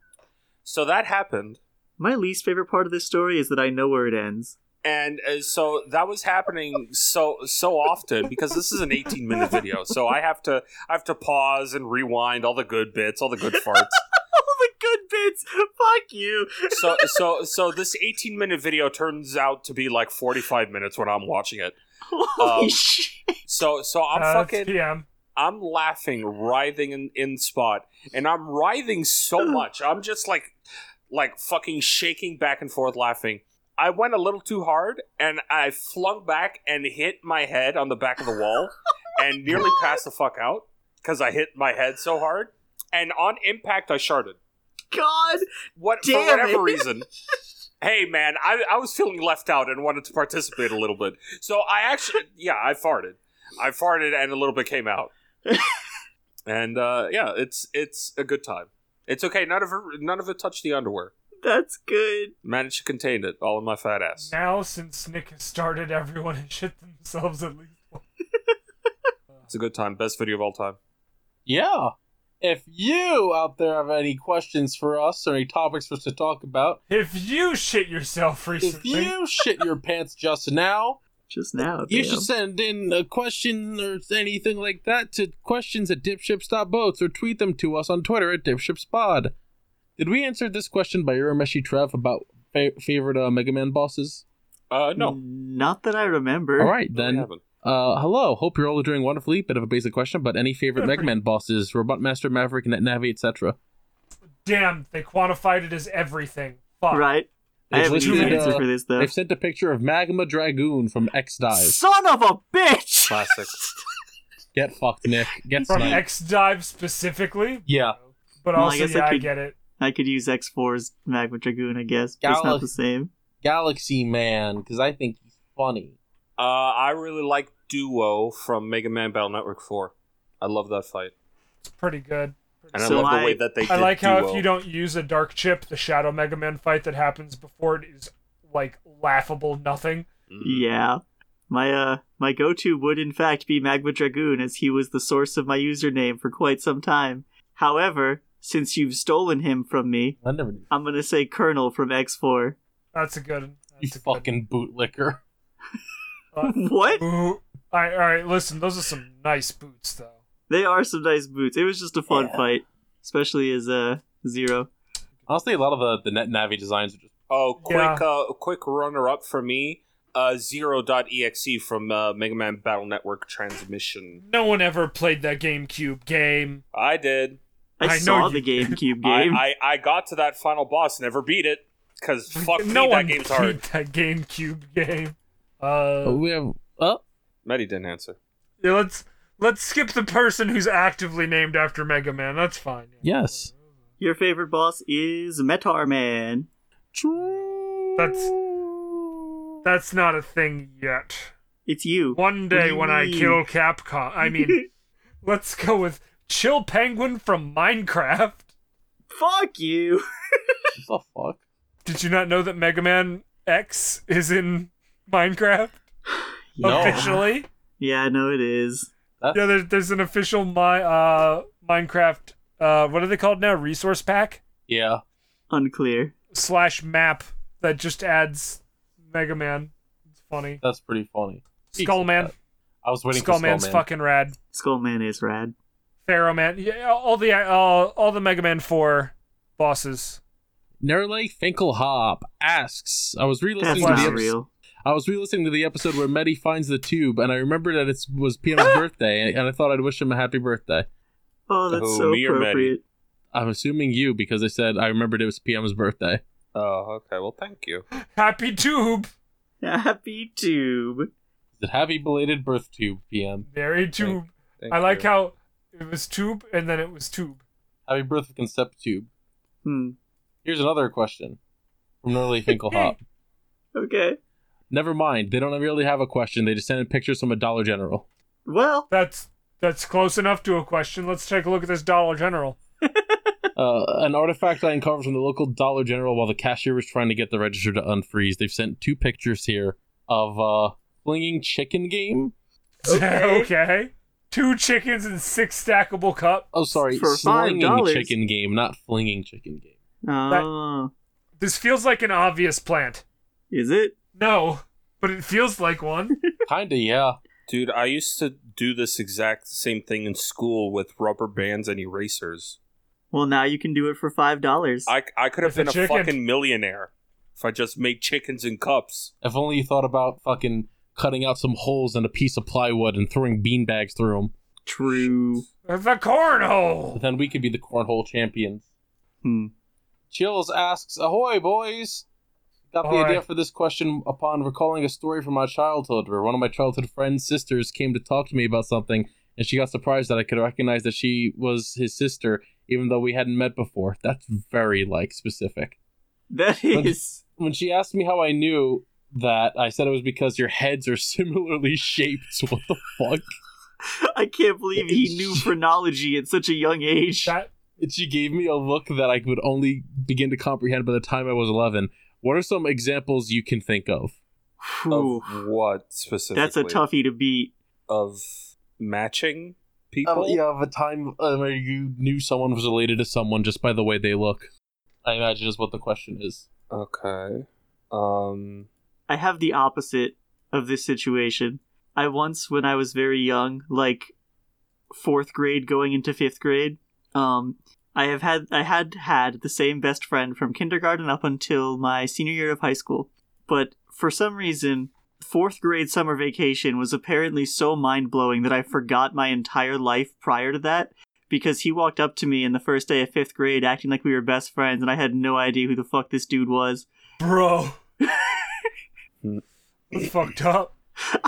Speaker 5: So that happened,
Speaker 2: My least favorite part of this story is that I know where it ends. [laughs]
Speaker 5: and uh, so that was happening so so often because this is an 18 minute video, so I have to I have to pause and rewind all the good bits, all the good farts.
Speaker 2: All the good bits. Fuck you.
Speaker 5: so so so this 18 minute video turns out to be like 45 minutes when I'm watching it.
Speaker 2: Holy
Speaker 5: Um,
Speaker 2: shit.
Speaker 5: So so I'm
Speaker 1: Uh, it's
Speaker 5: fucking
Speaker 1: PM.
Speaker 5: I'm laughing, writhing in, in spot, and I'm writhing so much. I'm just like like fucking shaking back and forth laughing. I went a little too hard and I flung back and hit my head on the back of the wall and nearly passed the fuck out because I hit my head so hard. And on impact, I sharded.
Speaker 2: God.
Speaker 5: What for
Speaker 2: Damn
Speaker 5: whatever
Speaker 2: it.
Speaker 5: reason. Hey man, I, I was feeling left out and wanted to participate a little bit. So I actually yeah, I farted. I farted and a little bit came out. and uh, yeah, it's it's a good time. It's okay, none of it none of it touched the underwear.
Speaker 2: That's good.
Speaker 5: Managed to contain it, all in my fat ass.
Speaker 1: Now, since Nick has started, everyone has shit themselves at least. once.
Speaker 5: It's a good time, best video of all time.
Speaker 3: Yeah. If you out there have any questions for us or any topics for us to talk about,
Speaker 1: If you shit yourself
Speaker 3: if
Speaker 1: recently,
Speaker 3: you shit your pants just now,
Speaker 2: Just now.
Speaker 3: You
Speaker 2: damn.
Speaker 3: should send in a question or anything like that to questions at dipships.boats or tweet them to us on Twitter at dipshipspod. Did we answer this question by Urameshi Trev about fa- favorite uh, Mega Man bosses?
Speaker 5: Uh
Speaker 2: Mm,
Speaker 5: no.
Speaker 2: Not that I remember.
Speaker 3: All right,
Speaker 5: No, we
Speaker 3: then.
Speaker 5: haven't.
Speaker 3: Uh, hello. Hope you're all doing wonderfully. Bit of a basic question, but any favorite
Speaker 1: Yeah,
Speaker 3: Mega
Speaker 1: pretty-
Speaker 3: Man bosses? Robot Master, Maverick, Net Navi, etc.
Speaker 1: damn, they quantified it as everything. Fuck.
Speaker 2: Right. I
Speaker 3: They've
Speaker 2: have a good
Speaker 1: listed,
Speaker 2: answer
Speaker 3: uh,
Speaker 2: for this though.
Speaker 3: They've sent a picture of Magma Dragoon from X Dive.
Speaker 2: Son of a bitch.
Speaker 5: Classic.
Speaker 3: Get fucked, Nick. Get
Speaker 1: From
Speaker 3: sniped.
Speaker 1: X Dive specifically,
Speaker 3: Yeah.
Speaker 1: but
Speaker 2: Well, I
Speaker 1: also,
Speaker 2: guess I
Speaker 1: yeah, I
Speaker 2: could-
Speaker 1: get it.
Speaker 2: I could use X4's Magma Dragoon, I guess. but It's not
Speaker 3: Galax-
Speaker 2: the same.
Speaker 3: Galaxy Man, because I think he's funny.
Speaker 5: Uh, I really like Duo from Mega Man Battle Network 4. I love that fight.
Speaker 1: It's pretty good.
Speaker 5: And
Speaker 2: So
Speaker 5: I love
Speaker 2: my-
Speaker 5: the way that they did
Speaker 1: I like how
Speaker 5: Duo.
Speaker 1: if you don't use a dark chip, the Shadow Mega Man fight that happens before it is like laughable nothing.
Speaker 2: Yeah. My uh my go-to would in fact be Magma Dragoon as he was the source of my username for quite some time. However, since you've stolen him from me,
Speaker 3: I never did.
Speaker 2: I'm gonna say Colonel from X4.
Speaker 1: That's a good.
Speaker 3: You
Speaker 1: That's a good.
Speaker 3: fucking bootlicker.
Speaker 1: Uh,
Speaker 2: [laughs] What?
Speaker 1: boot. All right, all right. Listen, those are some nice boots, though.
Speaker 2: They are some nice boots. It was just a fun fight. Especially as uh Zero.
Speaker 3: Honestly, a lot of uh, the, the Net Navi designs are just.
Speaker 5: Oh, quick,
Speaker 1: Yeah.
Speaker 5: uh, quick runner up for me. Uh, Zero.exe from uh, Mega Man Battle Network Transmission.
Speaker 1: No one ever played that GameCube game.
Speaker 5: I did.
Speaker 1: I
Speaker 2: I,
Speaker 1: know
Speaker 2: saw
Speaker 1: you-
Speaker 2: the GameCube
Speaker 1: [laughs]
Speaker 5: I,
Speaker 2: game.
Speaker 5: I, I got to that final boss, never beat it.
Speaker 1: [laughs]
Speaker 5: Because fuck
Speaker 1: no
Speaker 5: me,
Speaker 1: one
Speaker 5: that game's
Speaker 1: played
Speaker 5: [laughs] hard.
Speaker 1: that GameCube game. Uh,
Speaker 3: we have. Oh,
Speaker 5: Medi didn't answer.
Speaker 1: yeah, let's let's skip the person who's actively named after Mega Man. That's fine.
Speaker 3: yes.
Speaker 2: Your favorite boss is Metar Man.
Speaker 1: That's that's not a thing yet.
Speaker 2: It's you.
Speaker 1: One
Speaker 2: do
Speaker 1: day
Speaker 2: you
Speaker 1: when I
Speaker 2: mean?
Speaker 1: kill Capcom, I
Speaker 5: [laughs]
Speaker 1: mean, let's go with Chill Penguin from Minecraft. [laughs]
Speaker 2: Fuck you.
Speaker 3: What the fuck?
Speaker 1: Did you not know that Mega Man X is in Minecraft
Speaker 3: No.
Speaker 1: officially?
Speaker 2: Yeah, no it is.
Speaker 1: Yeah, there's, there's an official my uh Minecraft uh what are they called now? Resource pack
Speaker 3: Yeah.
Speaker 2: Unclear.
Speaker 1: slash map that just adds Mega Man. It's funny.
Speaker 3: That's pretty funny. Speaks
Speaker 1: Skull
Speaker 3: of
Speaker 1: Man.
Speaker 3: that. I was waiting
Speaker 1: Skull
Speaker 3: for
Speaker 1: Man's
Speaker 3: Skullman.
Speaker 1: fucking rad.
Speaker 2: Skull Man is rad.
Speaker 1: Pharaoh Man. Yeah, all the all, all the Mega Man four bosses.
Speaker 3: Nerle Finkelhop asks, "I was
Speaker 2: That's
Speaker 3: re-listening to the
Speaker 2: not
Speaker 3: episode.
Speaker 2: real.
Speaker 3: I was re-listening to the episode where Meddy finds the tube, and I remember that it
Speaker 2: [laughs]
Speaker 3: was PM's birthday, and I thought I'd wish him a happy birthday.
Speaker 2: Oh, that's
Speaker 5: Oh,
Speaker 2: so
Speaker 5: me or Maddie?
Speaker 2: appropriate. [laughs]
Speaker 3: I'm assuming you because I said I remembered it was PM's birthday.
Speaker 5: Oh, okay. Well, thank you.
Speaker 1: Happy Tube.
Speaker 2: Happy Tube.
Speaker 3: Is it happy belated birth tube, PM?
Speaker 1: Very Tube.
Speaker 5: Thank
Speaker 1: I like
Speaker 5: you.
Speaker 1: how it was Tube and then it was Tube.
Speaker 3: Happy birth concept tube.
Speaker 2: Hmm.
Speaker 3: Here's another question from Nerly Finkelhop.
Speaker 2: Okay.
Speaker 3: Never mind, they don't really have a question. They just sent in pictures from a
Speaker 2: [laughs]
Speaker 3: Dollar General.
Speaker 2: Well,
Speaker 1: That's that's close enough to a question. Let's take a look at this Dollar General. [laughs]
Speaker 3: Uh, an artifact I uncovered from the local Dollar General while the cashier was trying to get the register to unfreeze. They've sent two pictures here of uh flinging chicken game.
Speaker 2: Okay.
Speaker 1: okay. Two chickens and six stackable cups.
Speaker 3: Oh, sorry,
Speaker 2: For five
Speaker 3: slinging
Speaker 2: dollars.
Speaker 3: chicken game, not flinging chicken game.
Speaker 2: oh,
Speaker 1: This feels like an obvious plant.
Speaker 2: is it?
Speaker 1: No, but it feels like one.
Speaker 3: Kinda, yeah.
Speaker 5: Dude, I used to do this exact same thing in school with rubber bands and erasers.
Speaker 2: Well, now you can do it for five dollars.
Speaker 5: I, I could have
Speaker 1: With a
Speaker 5: been a,
Speaker 1: chicken.
Speaker 5: fucking millionaire if I just made chickens and cups.
Speaker 3: If only you thought about fucking cutting out some holes in a piece of plywood and throwing beanbags through them.
Speaker 2: True.
Speaker 1: the cornhole.
Speaker 3: Then we could be the cornhole champions.
Speaker 2: Hmm.
Speaker 3: Chills asks, "Ahoy, boys!" Got the
Speaker 1: Ahoy.
Speaker 3: idea for this question upon recalling a story from my childhood, where one of my childhood friend's sisters came to talk to me about something, and she got surprised that I could recognize that she was his sister, even though we hadn't met before. That's very like specific.
Speaker 2: [laughs] That
Speaker 3: When-
Speaker 2: is.
Speaker 3: When she asked me how I knew that, I said it was because your heads are [laughs] similarly shaped. What the fuck?
Speaker 2: I can't believe he knew phrenology at such a young age.
Speaker 1: That
Speaker 3: And she gave me a look that I would only begin to comprehend by the time I was 11. What are some examples you can think of?
Speaker 2: Whew.
Speaker 5: Of what specifically?
Speaker 2: That's a toughie to beat.
Speaker 5: Of matching people?
Speaker 3: Oh, yeah, of a time uh, where you knew someone was related to someone just by the way they look. I imagine is what the question is.
Speaker 5: Okay. Um.
Speaker 2: I have the opposite of this situation. I once, when I was very young, like fourth grade going into fifth grade, um, I have had I had had the same best friend from kindergarten up until my senior year of high school. But for some reason, fourth grade summer vacation was apparently so mind blowing that I forgot my entire life prior to that because he walked up to me in the first day of fifth grade acting like we were best friends and I had no idea who the fuck this dude was.
Speaker 1: bro.
Speaker 2: [laughs]
Speaker 1: That's fucked up.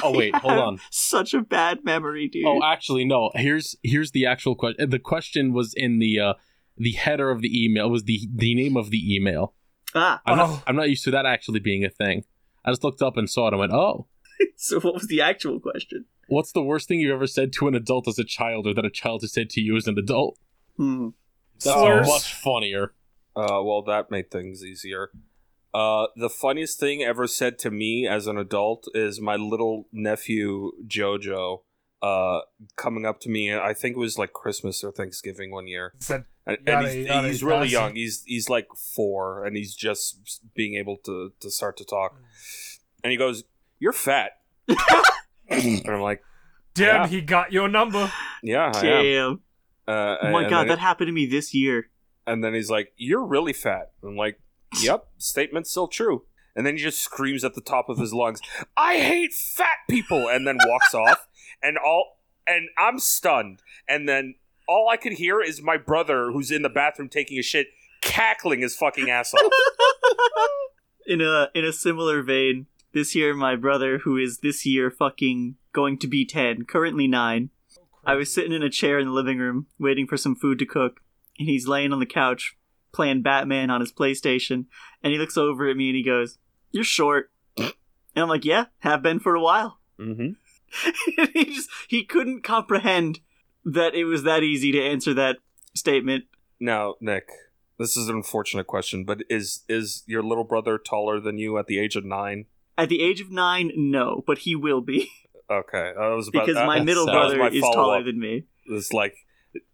Speaker 3: Oh wait,
Speaker 2: I
Speaker 3: hold
Speaker 2: have
Speaker 3: on.
Speaker 2: Such a bad memory, dude.
Speaker 3: [laughs] Oh, actually, no. Here's here's the actual question. The question was in the uh, the header of the email. Was the the name of the email?
Speaker 2: ah,
Speaker 3: I'm
Speaker 1: Oh.
Speaker 3: not I'm not used to that actually being a thing. I just looked up and saw it and went, oh.
Speaker 2: [laughs] so what was the actual question?
Speaker 3: What's the worst thing you've ever said to an adult as a child, or that a child has said to you as an adult?
Speaker 2: Hmm.
Speaker 5: That's
Speaker 1: Slurs.
Speaker 3: much funnier.
Speaker 5: Uh, well, that made things easier. Uh, the funniest thing ever said to me as an adult is my little nephew JoJo uh, coming up to me. I think it was like Christmas or Thanksgiving one year,
Speaker 1: It's that
Speaker 5: and, and
Speaker 1: Yada,
Speaker 5: he's,
Speaker 1: yada,
Speaker 5: he's really
Speaker 1: yada.
Speaker 5: young. He's he's like four, and he's just being able to to start to talk. And he goes, "You're fat,"
Speaker 2: [laughs]
Speaker 5: and I'm like,
Speaker 1: Deb,
Speaker 5: Yeah.
Speaker 1: he got your number.
Speaker 5: "Yeah, I am."
Speaker 2: Damn.
Speaker 5: Uh,
Speaker 2: Oh my
Speaker 5: and
Speaker 2: god,
Speaker 5: then-
Speaker 2: that happened to me this year. [laughs]
Speaker 5: And then he's like, You're really fat. I'm like, Yep, statement's still true. And then he just screams at the top of his lungs, I hate fat people, and then walks off. And all and I'm stunned. And then all I could hear is my brother who's in the bathroom taking a shit, cackling his fucking
Speaker 2: [laughs]
Speaker 5: ass off.
Speaker 2: in a in a similar vein, this year my brother, who is this year fucking going to be ten, currently nine, I was sitting in a chair in the living room waiting for some food to cook, and he's laying on the couch playing Batman on his PlayStation, and he looks over at me and he goes, "You're short," and I'm like, "Yeah, have been for a while."
Speaker 5: Mm-hmm.
Speaker 2: And [laughs] he just he couldn't comprehend that it was that easy to answer that statement.
Speaker 5: Now, Nick, this is an unfortunate question, but is is your little brother taller than you at the age of nine?
Speaker 2: At the age of nine, no, but he will
Speaker 3: [laughs]
Speaker 2: be
Speaker 5: Okay. I was about
Speaker 2: because my
Speaker 5: that-
Speaker 2: middle
Speaker 5: that was
Speaker 2: brother
Speaker 5: my
Speaker 2: is
Speaker 5: follow-up.
Speaker 2: taller than me.
Speaker 5: It's like,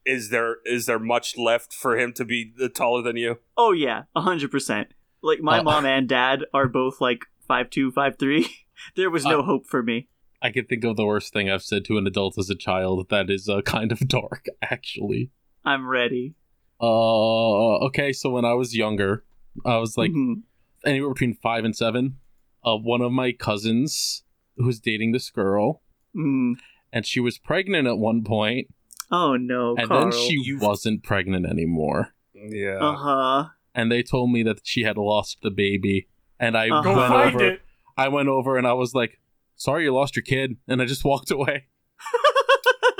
Speaker 5: is there is there much left for him to be the taller than you?
Speaker 2: Oh yeah, a hundred percent. Like my
Speaker 3: Uh,
Speaker 2: mom and dad are both like five two, five three. [laughs] There was no hope for me.
Speaker 3: I can think of the worst thing I've said to an adult as a child that is uh, kind of [laughs] dark, actually.
Speaker 2: I'm ready.
Speaker 3: Uh, okay, so when I was younger, I was like
Speaker 2: Mhm.
Speaker 3: anywhere between five and seven. Uh, one of my cousins who was dating this girl,
Speaker 2: Mhm.
Speaker 3: and she was pregnant at one point,
Speaker 2: oh no,
Speaker 3: and
Speaker 2: Carl.
Speaker 3: then she wasn't pregnant anymore.
Speaker 5: Yeah.
Speaker 2: Uh huh.
Speaker 3: And they told me that she had lost the baby, and I
Speaker 2: Uh-huh.
Speaker 1: Go
Speaker 3: went
Speaker 1: find
Speaker 3: over.
Speaker 1: it.
Speaker 3: I went over and I was like, "Sorry, you lost your kid," and I just walked
Speaker 2: [laughs]
Speaker 3: away.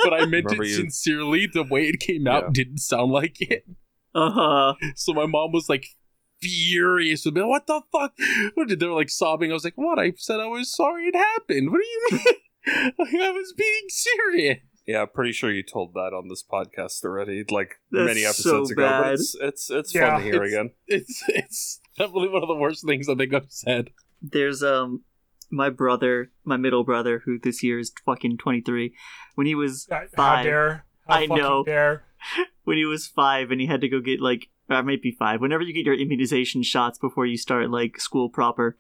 Speaker 3: but I meant
Speaker 5: Remember
Speaker 3: it
Speaker 5: you-
Speaker 3: sincerely. The way it came out
Speaker 5: Yeah.
Speaker 3: didn't sound like it.
Speaker 2: Uh huh.
Speaker 3: So my mom was like furious with me. What the fuck? What did they were like sobbing? I was like, "What?" I said I was sorry it happened. What do you mean? [laughs] like, I was being serious.
Speaker 5: Yeah, pretty sure you told that on this podcast already, like
Speaker 2: That's
Speaker 5: many
Speaker 2: so
Speaker 5: episodes ago.
Speaker 2: bad.
Speaker 5: But it's it's it's
Speaker 1: Yeah.
Speaker 5: fun to hear
Speaker 3: It's-
Speaker 5: again.
Speaker 3: It's it's definitely one of the worst things I think I've said.
Speaker 2: There's um my brother, my middle brother, who this year is fucking twenty three. When he was
Speaker 1: I- How
Speaker 2: Five.
Speaker 1: dare? How
Speaker 2: I
Speaker 1: fucking
Speaker 2: know.
Speaker 1: Dare.
Speaker 2: when he was five, and he had to go get like or it might be five. Whenever you get your immunization shots before you start like school proper,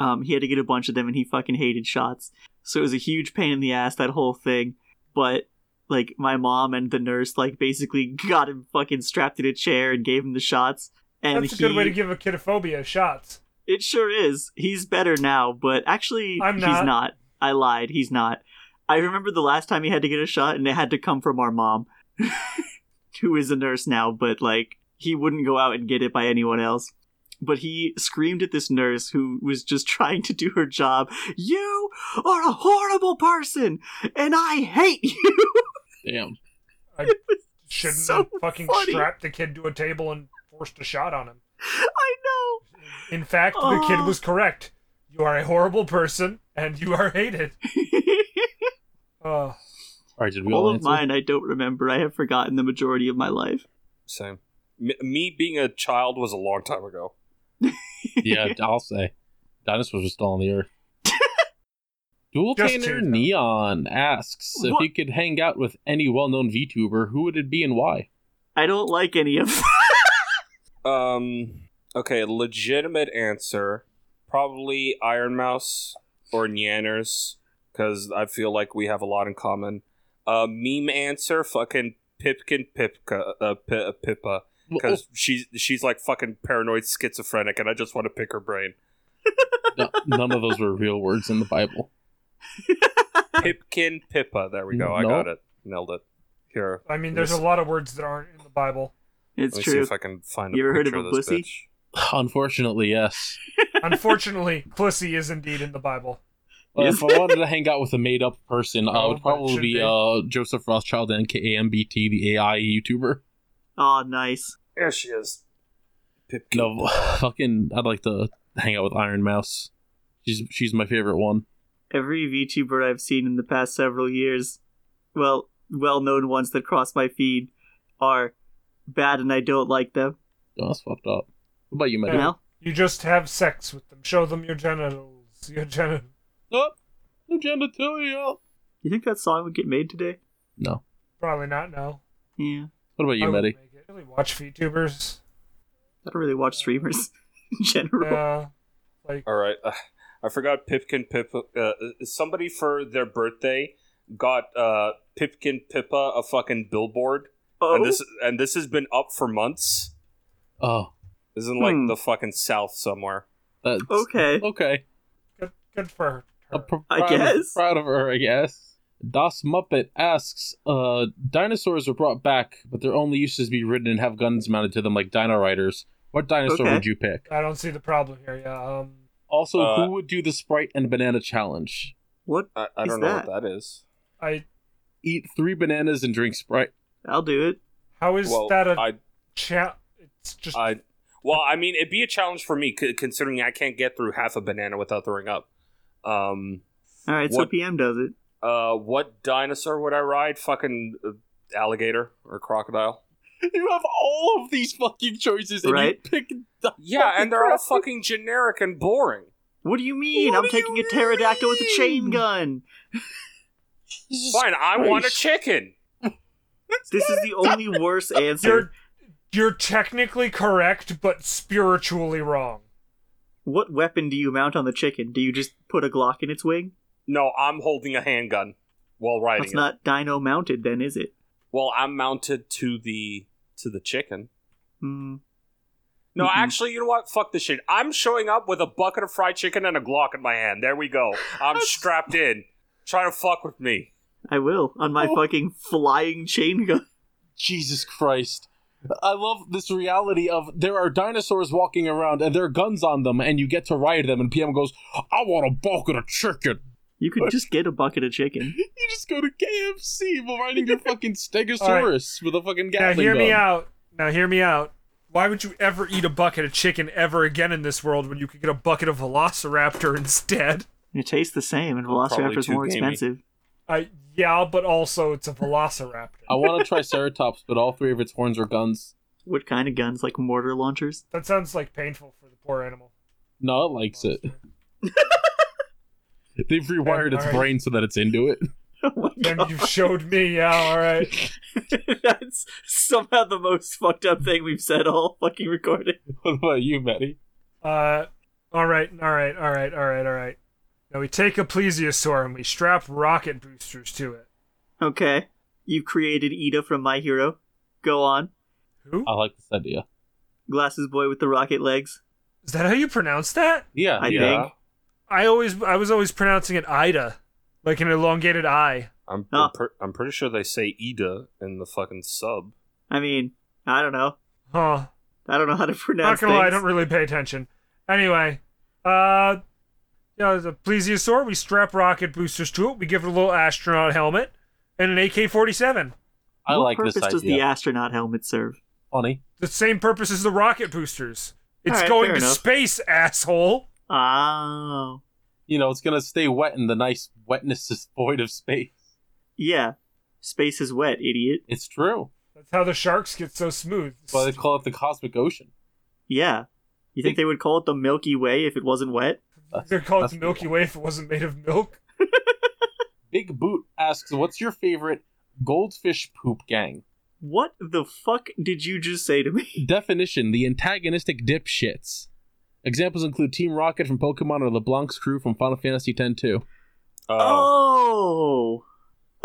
Speaker 2: um, he had to get a bunch of them, and he fucking hated shots. So it was a huge pain in the ass that whole thing. But like my mom and the nurse like basically [laughs] got him fucking strapped in a chair and gave him the shots. And
Speaker 1: That's a
Speaker 2: he,
Speaker 1: good way to give a kid a phobia shots.
Speaker 2: it sure is. He's better now, but actually
Speaker 1: I'm
Speaker 2: he's
Speaker 1: not.
Speaker 2: not. I lied. He's not. I remember the last time he had to get a shot and it had to come from our mom [laughs] who is a nurse now, but like he wouldn't go out and get it by anyone else. But he screamed at this nurse who was just [laughs] trying to do her job, "You are a horrible person and I hate you." [laughs]
Speaker 3: Damn.
Speaker 1: Shouldn't
Speaker 2: So
Speaker 1: have fucking
Speaker 2: funny.
Speaker 1: strap the kid to a table and forced a shot on him.
Speaker 2: I know.
Speaker 1: In fact, the kid
Speaker 2: Oh.
Speaker 1: was correct. You are a horrible person, and you are hated. Oh,
Speaker 3: All right, did we all,
Speaker 2: All of
Speaker 3: answer?
Speaker 2: mine I don't remember. I have forgotten the majority of my life.
Speaker 5: Same. Me, me being a child was a long time ago.
Speaker 3: yeah, I'll say. Dinosaurs are still on
Speaker 2: [laughs]
Speaker 3: the earth. Dual
Speaker 1: Just
Speaker 3: Tanner
Speaker 1: two.
Speaker 3: Neon asks if
Speaker 2: What?
Speaker 3: you could hang out with any well-known VTuber, who would it be and why?
Speaker 2: I don't like any of them. [laughs]
Speaker 5: Um. Okay, legitimate answer, probably Iron Mouse or Nyanners, because I feel like we have a lot in common. Uh, meme answer, fucking Pipkin Pipka, uh, P- Pippa.
Speaker 3: oh,
Speaker 2: [laughs]
Speaker 5: because she's she's like fucking paranoid schizophrenic, and I just want to pick
Speaker 2: [laughs]
Speaker 5: her brain.
Speaker 3: No, none of those were real words in the Bible.
Speaker 5: Pipkin Pippa. There we go. I
Speaker 3: No.
Speaker 5: got it. Nailed it. Here.
Speaker 1: I mean, there's a lot of words that aren't in the Bible.
Speaker 2: It's
Speaker 5: Let me see
Speaker 2: true.
Speaker 5: if I can find.
Speaker 2: You
Speaker 5: a
Speaker 2: ever heard
Speaker 5: picture
Speaker 2: of a
Speaker 5: this
Speaker 2: pussy?
Speaker 5: bitch.
Speaker 3: Unfortunately, yes.
Speaker 1: Unfortunately, [laughs] Clissy is indeed in the Bible.
Speaker 3: Well,
Speaker 2: Yes.
Speaker 3: if I wanted to hang out with a made-up person, I
Speaker 1: Oh,
Speaker 3: would
Speaker 1: but
Speaker 3: probably
Speaker 1: should
Speaker 3: be,
Speaker 1: be.
Speaker 3: Uh, Joseph Rothschild, aka MBT, the AI YouTuber.
Speaker 2: Oh, nice.
Speaker 5: There she is. Pipkin.
Speaker 3: [laughs] No, fucking, I'd like to hang out with Iron Mouse. She's she's my favorite one.
Speaker 2: every VTuber I've seen in the past several years, well, well known ones that cross my feed, are bad and I don't like them.
Speaker 3: Oh, that's fucked up. What about you, Mel?
Speaker 2: Mel?
Speaker 1: You just have sex with them. Show them your genitals. [laughs] Your genitals.
Speaker 3: Oh, no gender too, y'all.
Speaker 2: You think that song would get made today?
Speaker 3: No.
Speaker 1: Probably not. No.
Speaker 2: Yeah.
Speaker 3: What about
Speaker 1: I
Speaker 3: you,
Speaker 1: wouldn't
Speaker 3: Maddie?
Speaker 1: make it. Really watch VTubers.
Speaker 2: I don't really watch streamers [laughs] in general.
Speaker 1: Yeah. Like
Speaker 5: All right. [sighs] Uh, I forgot Pipkin Pip. Uh, somebody for their birthday got uh, Pipkin Pippa a fucking billboard,
Speaker 2: Oh,
Speaker 5: and this and this has been up for months.
Speaker 3: Oh,
Speaker 5: This is in like
Speaker 2: Hmm.
Speaker 5: the fucking south somewhere.
Speaker 3: that's
Speaker 2: okay.
Speaker 3: Okay.
Speaker 1: good, good for her.
Speaker 3: I'm pr-
Speaker 2: I
Speaker 3: proud of-
Speaker 2: guess.
Speaker 3: proud of her, I guess. Das Muppet asks, uh, dinosaurs are brought back, but their only uses be ridden and have guns mounted to them like Dino Riders. What dinosaur
Speaker 2: Okay.
Speaker 3: would you pick?
Speaker 1: I don't see the problem here. Yeah. Um.
Speaker 3: Also,
Speaker 5: Uh,
Speaker 3: who would do the Sprite and Banana Challenge?
Speaker 2: What?
Speaker 5: I, I
Speaker 2: Is
Speaker 5: don't know
Speaker 2: that-
Speaker 5: what that is.
Speaker 1: I.
Speaker 3: Eat three bananas and drink Sprite. [laughs]
Speaker 2: I'll do it.
Speaker 1: How is
Speaker 5: well,
Speaker 1: that a
Speaker 5: I,
Speaker 1: cha- It's just.
Speaker 5: I, well, I mean, it'd be a challenge for me c- considering I can't get through half a banana without throwing up. Um,
Speaker 2: All right, so
Speaker 5: What-
Speaker 2: PM does it.
Speaker 5: uh, what dinosaur would I ride? Fucking uh, alligator or crocodile?
Speaker 3: You have all of these fucking choices, and
Speaker 2: Right.
Speaker 3: you pick. The
Speaker 5: Yeah, and they're all
Speaker 3: crocodile.
Speaker 5: fucking generic and boring.
Speaker 2: What do you mean?
Speaker 3: What
Speaker 2: I'm
Speaker 3: do you
Speaker 2: taking a pterodactyl with a chain
Speaker 3: mean?
Speaker 2: gun.
Speaker 3: Jesus
Speaker 5: Fine, I want a
Speaker 3: Christ.
Speaker 5: chicken.
Speaker 2: This is the only worse answer.
Speaker 1: you're. You're technically correct, but spiritually wrong.
Speaker 2: What weapon do you mount on the chicken? Do you just put a Glock in its wing?
Speaker 5: No, I'm holding a handgun while riding
Speaker 2: That's
Speaker 5: it.
Speaker 2: not dino mounted, then, is it?
Speaker 5: Well, I'm mounted to the to the chicken.
Speaker 2: Hmm.
Speaker 5: No,
Speaker 2: Mhm.
Speaker 5: actually, you know what? Fuck this shit. I'm showing up with a bucket of fried chicken and a Glock in my hand. There we go. I'm strapped in. Try to fuck with me.
Speaker 2: I will on my
Speaker 3: Oh.
Speaker 2: fucking flying chain gun.
Speaker 3: Jesus Christ. I love this reality of there are dinosaurs walking around and there are guns on them, and you get to ride them. And PM goes, "I want a bulk of the chicken."
Speaker 2: You could just get a bucket of chicken.
Speaker 3: You just go to KFC while riding
Speaker 1: [laughs]
Speaker 3: your fucking Stegosaurus with a fucking
Speaker 1: Now
Speaker 3: Gatling
Speaker 1: hear me
Speaker 3: gun.
Speaker 1: out. Now hear me out. Why would you ever eat a bucket of chicken ever again in this world when you could get a bucket of Velociraptor instead?
Speaker 2: It tastes the same, and
Speaker 5: Probably
Speaker 2: Velociraptor's
Speaker 5: too
Speaker 2: more
Speaker 5: gamey.
Speaker 2: expensive.
Speaker 1: I yeah, but also it's a Velociraptor.
Speaker 5: [laughs]
Speaker 3: I want a Triceratops, but all three of its horns are guns.
Speaker 2: What kind of guns? Like mortar launchers?
Speaker 1: That sounds like painful for the poor animal.
Speaker 3: No, it
Speaker 1: [laughs]
Speaker 3: likes it. They've rewired its
Speaker 1: Alright.
Speaker 3: brain so that it's into it. [laughs]
Speaker 2: Oh my
Speaker 1: Then
Speaker 2: god.
Speaker 1: you've showed me. Yeah, all right.
Speaker 2: [laughs] That's somehow the most fucked up thing we've said all fucking recording.
Speaker 3: What about you, Matty?
Speaker 1: Uh, all right, all right, all right, all right, all right. Now we take a plesiosaur and we strap rocket boosters to it.
Speaker 2: Okay. You've created Ida from My Hero. Go on.
Speaker 1: Who?
Speaker 3: I like this idea.
Speaker 2: Glasses boy with the rocket legs.
Speaker 1: Is that how you pronounce that?
Speaker 3: Yeah,
Speaker 2: I
Speaker 3: yeah.
Speaker 2: think.
Speaker 1: I always, I was always pronouncing it Ida, like an elongated I.
Speaker 5: I'm
Speaker 2: Ah.
Speaker 5: I'm, per- I'm pretty sure they say Ida in the fucking sub.
Speaker 2: I mean, I don't know.
Speaker 1: Huh.
Speaker 2: I don't know how to
Speaker 1: Not
Speaker 2: pronounce
Speaker 1: gonna lie, I
Speaker 2: things.
Speaker 1: don't really pay attention. Anyway, uh, you know, the plesiosaur, we strap rocket boosters to it, we give it a little astronaut helmet and an AK 47.
Speaker 3: I
Speaker 2: what
Speaker 3: like
Speaker 2: purpose
Speaker 3: this idea.
Speaker 2: does the astronaut helmet serve?
Speaker 3: Funny.
Speaker 1: The same purpose as the rocket boosters. It's
Speaker 2: Alright,
Speaker 1: going
Speaker 2: fair
Speaker 1: to
Speaker 2: enough.
Speaker 1: space, asshole.
Speaker 2: Oh.
Speaker 3: you know, it's gonna stay wet in the nice wetness is [laughs] void of space.
Speaker 2: Yeah. Space is wet, idiot.
Speaker 3: It's true.
Speaker 1: That's how the sharks get so smooth.
Speaker 3: That's why they call it the cosmic ocean.
Speaker 2: Yeah. You think they would call it the Milky Way if it wasn't wet?
Speaker 1: [laughs] They're called the
Speaker 3: That's-
Speaker 1: Milky Way if it wasn't made of milk.
Speaker 3: Big Boot asks, "What's your favorite goldfish poop gang?"
Speaker 2: What the fuck did you just say to me?
Speaker 3: Definition: The antagonistic dipshits. Examples include Team Rocket from Pokemon or LeBlanc's crew from Final Fantasy X-2.
Speaker 5: Oh,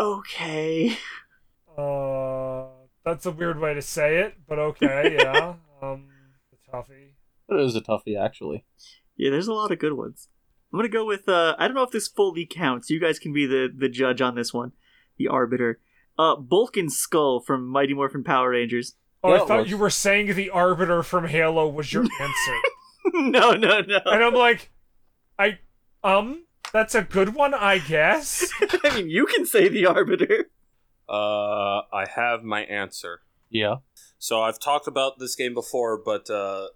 Speaker 2: Oh. Okay.
Speaker 1: Uh, that's a weird way to say it, but okay,
Speaker 2: [laughs]
Speaker 1: yeah. Um, the toffee.
Speaker 3: That is a toughie, actually.
Speaker 2: Yeah, there's a lot of good ones. I'm gonna go with uh I don't know if this fully counts. You guys can be the the judge on this one, the arbiter. Uh Bulk and Skull from Mighty Morphin Power Rangers. [laughs]
Speaker 1: Oh,
Speaker 3: That
Speaker 1: I thought
Speaker 3: was-
Speaker 1: you were saying the Arbiter from Halo was
Speaker 2: [laughs]
Speaker 1: your answer.
Speaker 2: no, no, no. [laughs]
Speaker 1: and I'm like, I, um, that's a good one, I guess.
Speaker 2: I mean you can say the arbiter.
Speaker 5: uh, I have my answer.
Speaker 3: Yeah.
Speaker 5: So I've talked about this game before, but uh,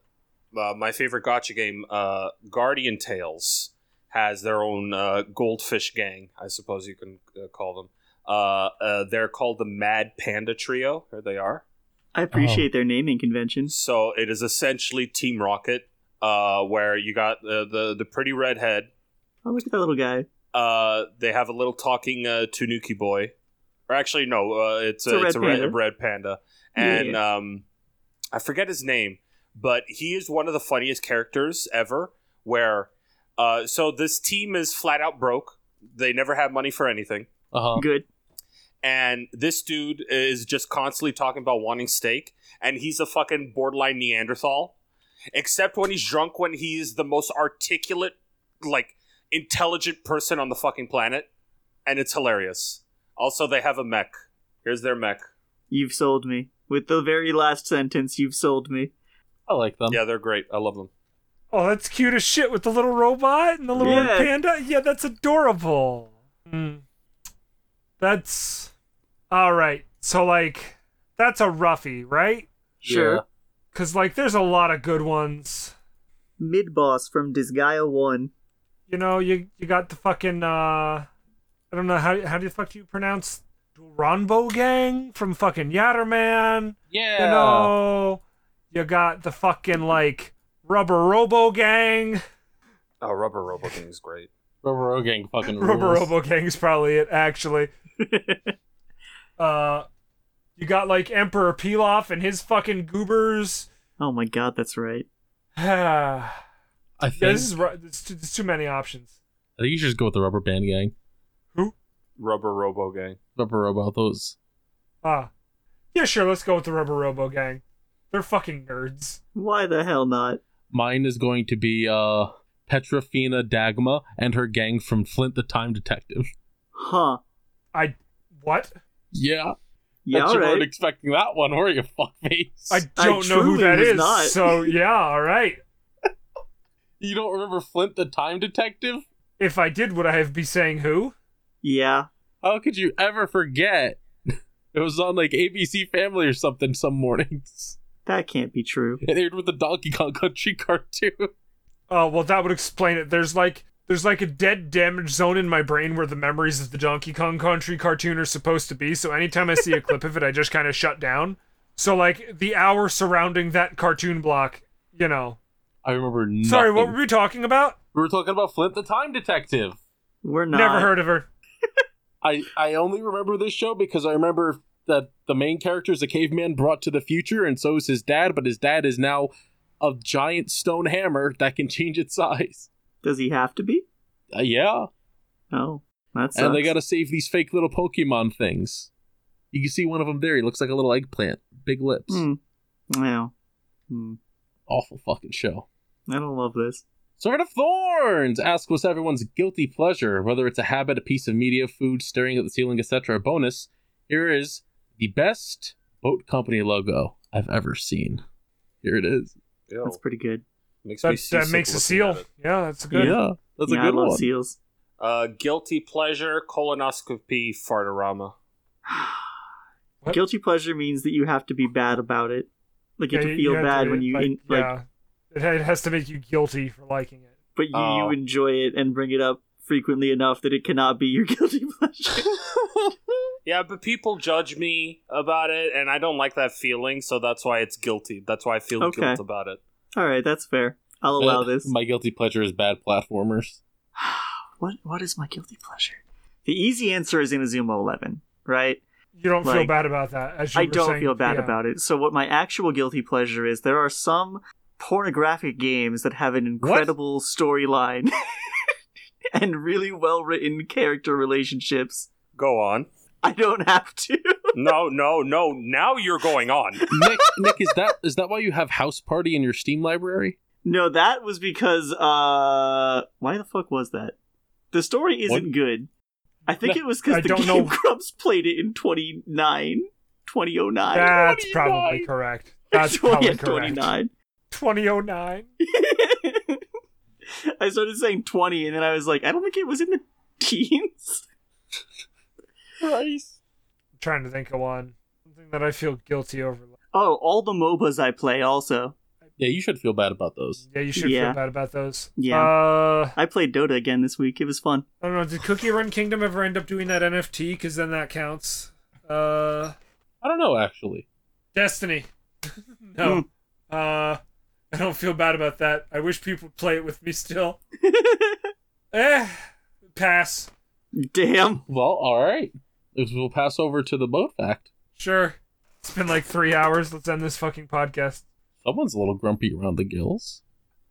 Speaker 5: uh, my favorite gotcha game, uh, Guardian Tales, has their own uh, goldfish gang, I suppose you can uh, call them. Uh, uh, they're called the Mad Panda Trio. Here they are.
Speaker 2: I appreciate their naming conventions.
Speaker 5: So it is essentially Team Rocket, uh, where you got the the, the pretty redhead.
Speaker 2: Oh, look at that little guy.
Speaker 5: Uh, they have a little talking uh, Tanuki boy, or actually no, uh, it's, a, it's a red,
Speaker 2: panda.
Speaker 5: red panda,
Speaker 2: Yeah,
Speaker 5: and um, I forget his name, but he is one of the funniest characters ever. Where, uh, so this team is flat out broke. They never have money for anything
Speaker 3: Uh huh.
Speaker 2: Good.
Speaker 5: and this dude is just constantly talking about wanting steak and he's a fucking borderline neanderthal except when he's drunk when he is the most articulate like intelligent person on the fucking planet and it's hilarious also they have a mech here's their mech
Speaker 2: You've sold me. With the very last sentence, you've sold me.
Speaker 3: I like
Speaker 1: Um,
Speaker 3: them.
Speaker 5: yeah they're great i love them
Speaker 1: Oh, that's cute as shit with the little robot and the little
Speaker 2: Yeah.
Speaker 1: panda. Yeah, that's adorable. Hmm. That's all right. So like, that's a roughie, right?
Speaker 2: Sure.
Speaker 3: Yeah.
Speaker 1: Cause like, there's a lot of good ones.
Speaker 2: Mid boss from Disgaea 1.
Speaker 1: You know, you you got the fucking uh, I don't know how how the fuck do you pronounce Ronbo Gang from fucking Yatterman.
Speaker 3: Yeah.
Speaker 1: You know, you got the fucking like Rubber Robo Gang. [laughs]
Speaker 5: oh rubber robo King is great
Speaker 3: Rubber O Gang fucking rules.
Speaker 1: Rubber Robo Gang's probably it, actually. uh, you got like Emperor Pilaf and his fucking goobers. [sighs]
Speaker 2: Oh my god, that's right.
Speaker 1: yeah,
Speaker 3: I think,
Speaker 1: this is ru- it's too, it's too many options.
Speaker 3: I think you should just go with the Rubber Band Gang.
Speaker 5: rubber robo gang
Speaker 3: Rubber Robo. Those.
Speaker 1: Ah, yeah, sure. Let's go with the Rubber Robo Gang. They're fucking nerds.
Speaker 2: Why the hell not?
Speaker 3: Mine is going to be uh Petrofina Dagma and her gang from Flint the Time Detective.
Speaker 2: Huh.
Speaker 1: I what?
Speaker 3: Yeah.
Speaker 2: Yeah,
Speaker 3: Bet you weren't
Speaker 2: alright.
Speaker 3: expecting that one, were you, fuckface?
Speaker 1: I
Speaker 2: I
Speaker 1: don't know who
Speaker 2: truly
Speaker 1: that
Speaker 2: was
Speaker 1: is.
Speaker 2: not.
Speaker 1: So yeah, all right.
Speaker 3: You don't remember Flint the Time Detective?
Speaker 1: If I did, would I have be saying who?
Speaker 2: Yeah.
Speaker 3: How could you ever forget? [laughs] It was on like ABC Family or something some mornings. [laughs]
Speaker 2: That can't be true.
Speaker 3: It aired with the Donkey Kong Country [laughs] cartoon.
Speaker 1: Oh well, that would explain it. There's like there's like a dead damage zone in my brain where the memories of the Donkey Kong Country cartoon are supposed to be. So anytime I see a clip of it, I just kind of shut down. So like the hour surrounding that cartoon block, you know.
Speaker 3: I remember nothing.
Speaker 1: Sorry, what were we talking about?
Speaker 3: we were talking about Flint the Time Detective.
Speaker 2: We're not.
Speaker 1: Never heard of her.
Speaker 3: I, I only remember this show because I remember that the main character is a caveman brought to the future, and so is his dad, but his dad is now a giant stone hammer that can change its size.
Speaker 2: Does he have to be?
Speaker 3: Uh, yeah.
Speaker 2: Oh, that's.
Speaker 3: And they gotta save these fake little Pokemon things. You can see one of them there. He looks like a little eggplant. Big lips.
Speaker 2: Hmm. Wow. Hmm.
Speaker 3: Awful fucking show.
Speaker 2: I don't love this.
Speaker 3: Sword of Thorns! Ask what's everyone's guilty pleasure, whether it's a habit, a piece of media, food, staring at the ceiling, etc. Bonus, here is the best boat company logo I've ever seen. Here it is.
Speaker 5: Ew.
Speaker 2: That's pretty good.
Speaker 5: makes me
Speaker 1: That, that
Speaker 5: seasick
Speaker 1: makes a
Speaker 5: looking at
Speaker 1: seal.
Speaker 5: it.
Speaker 1: Yeah, that's good.
Speaker 3: Yeah, that's
Speaker 2: yeah,
Speaker 3: a
Speaker 2: I
Speaker 3: good
Speaker 2: love
Speaker 3: one.
Speaker 2: seals.
Speaker 5: uh guilty pleasure colonoscopy fartorama
Speaker 1: What?
Speaker 2: Guilty pleasure means that you have to be bad about it. Like you
Speaker 1: Yeah,
Speaker 2: have to feel
Speaker 1: have
Speaker 2: bad
Speaker 1: to,
Speaker 2: when you
Speaker 1: like,
Speaker 2: in, like,
Speaker 1: yeah. It, ha- it has to make you guilty for liking it.
Speaker 2: but you,
Speaker 5: Oh.
Speaker 2: you enjoy it and bring it up frequently enough that it cannot be your [laughs] guilty pleasure.
Speaker 5: Yeah, but people judge me about it, and I don't like that feeling, so that's why it's guilty. That's why I feel
Speaker 2: Okay.
Speaker 5: guilt about it.
Speaker 2: All right, that's fair. I'll allow
Speaker 3: Uh,
Speaker 2: this.
Speaker 3: My guilty pleasure is bad platformers.
Speaker 2: What what is my guilty pleasure? The easy answer is Inazuma Eleven, right?
Speaker 1: You don't feel
Speaker 2: Like,
Speaker 1: bad about that. As you
Speaker 2: I
Speaker 1: were
Speaker 2: don't
Speaker 1: saying.
Speaker 2: feel bad
Speaker 1: Yeah.
Speaker 2: about it. So what my actual guilty pleasure is? There are some pornographic games that have an incredible storyline [laughs] and really well written character relationships.
Speaker 5: Go on. [laughs]
Speaker 2: I don't have to. [laughs]
Speaker 5: No, no, no. Now you're going on.
Speaker 3: Nick, [laughs] Nick, is that is that why you have House Party in your Steam library?
Speaker 2: No, that was because uh why the fuck was that? The story isn't
Speaker 3: What?
Speaker 2: good. I think
Speaker 3: No,
Speaker 2: it was because
Speaker 1: I
Speaker 2: the
Speaker 1: don't
Speaker 2: Game
Speaker 1: know.
Speaker 2: [laughs] Grumps played it in oh 29, 2009. [laughs]
Speaker 1: That's
Speaker 3: 29.
Speaker 1: probably correct. That's probably correct.
Speaker 2: 29.
Speaker 1: 2009.
Speaker 2: [laughs] I started saying 20, and then I was like, I don't think it was in the [laughs] teens.
Speaker 3: Christ.
Speaker 1: I'm trying to think of one. Something that I feel guilty over.
Speaker 2: Oh, all the MOBAs I play also.
Speaker 3: Yeah, you should feel bad about those.
Speaker 1: Yeah, you should
Speaker 2: Yeah.
Speaker 1: feel bad about those.
Speaker 2: Yeah.
Speaker 1: Uh,
Speaker 2: I played Dota again this week. It was fun.
Speaker 1: I don't know. Did Cookie Run Kingdom ever end up doing that NFT? Because then that counts. Uh,
Speaker 3: I don't know actually.
Speaker 1: Destiny. [laughs]
Speaker 2: Hmm.
Speaker 1: no. Uh, I don't feel bad about that. I wish people would play it with me
Speaker 2: [laughs]
Speaker 1: still. eh. Pass.
Speaker 2: Damn. [laughs]
Speaker 3: Well, all right. We'll pass over to the boat fact.
Speaker 1: Sure. It's been like three hours. Let's end this fucking podcast.
Speaker 3: Someone's a little grumpy around the gills.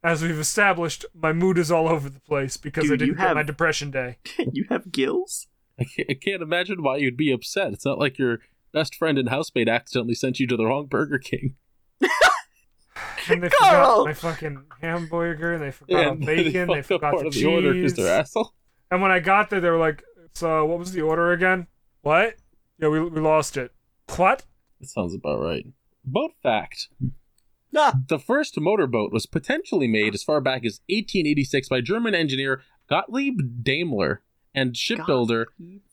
Speaker 1: As we've established, my mood is all over the place because I
Speaker 2: Dude, you
Speaker 1: didn't get
Speaker 2: have-
Speaker 1: my depression day.
Speaker 2: you have gills?
Speaker 3: I can't, I can't imagine why you'd be upset. It's not like your best friend and housemate accidentally sent you to the wrong Burger King.
Speaker 1: And they
Speaker 2: Carl!
Speaker 1: forgot my fucking hamburger, and they forgot
Speaker 3: And [laughs]
Speaker 1: bacon, they,
Speaker 3: fucked up
Speaker 1: forgot
Speaker 3: part
Speaker 1: the
Speaker 3: of
Speaker 1: cheese.
Speaker 3: the order because they're asshole.
Speaker 1: And when I got there, they were like, "So what was the order again? What? Yeah, we we lost it. What?
Speaker 3: That sounds about right. Boat fact.
Speaker 2: Ah.
Speaker 3: The first motorboat was potentially made as far back as 1886 by German engineer Gottlieb Daimler and shipbuilder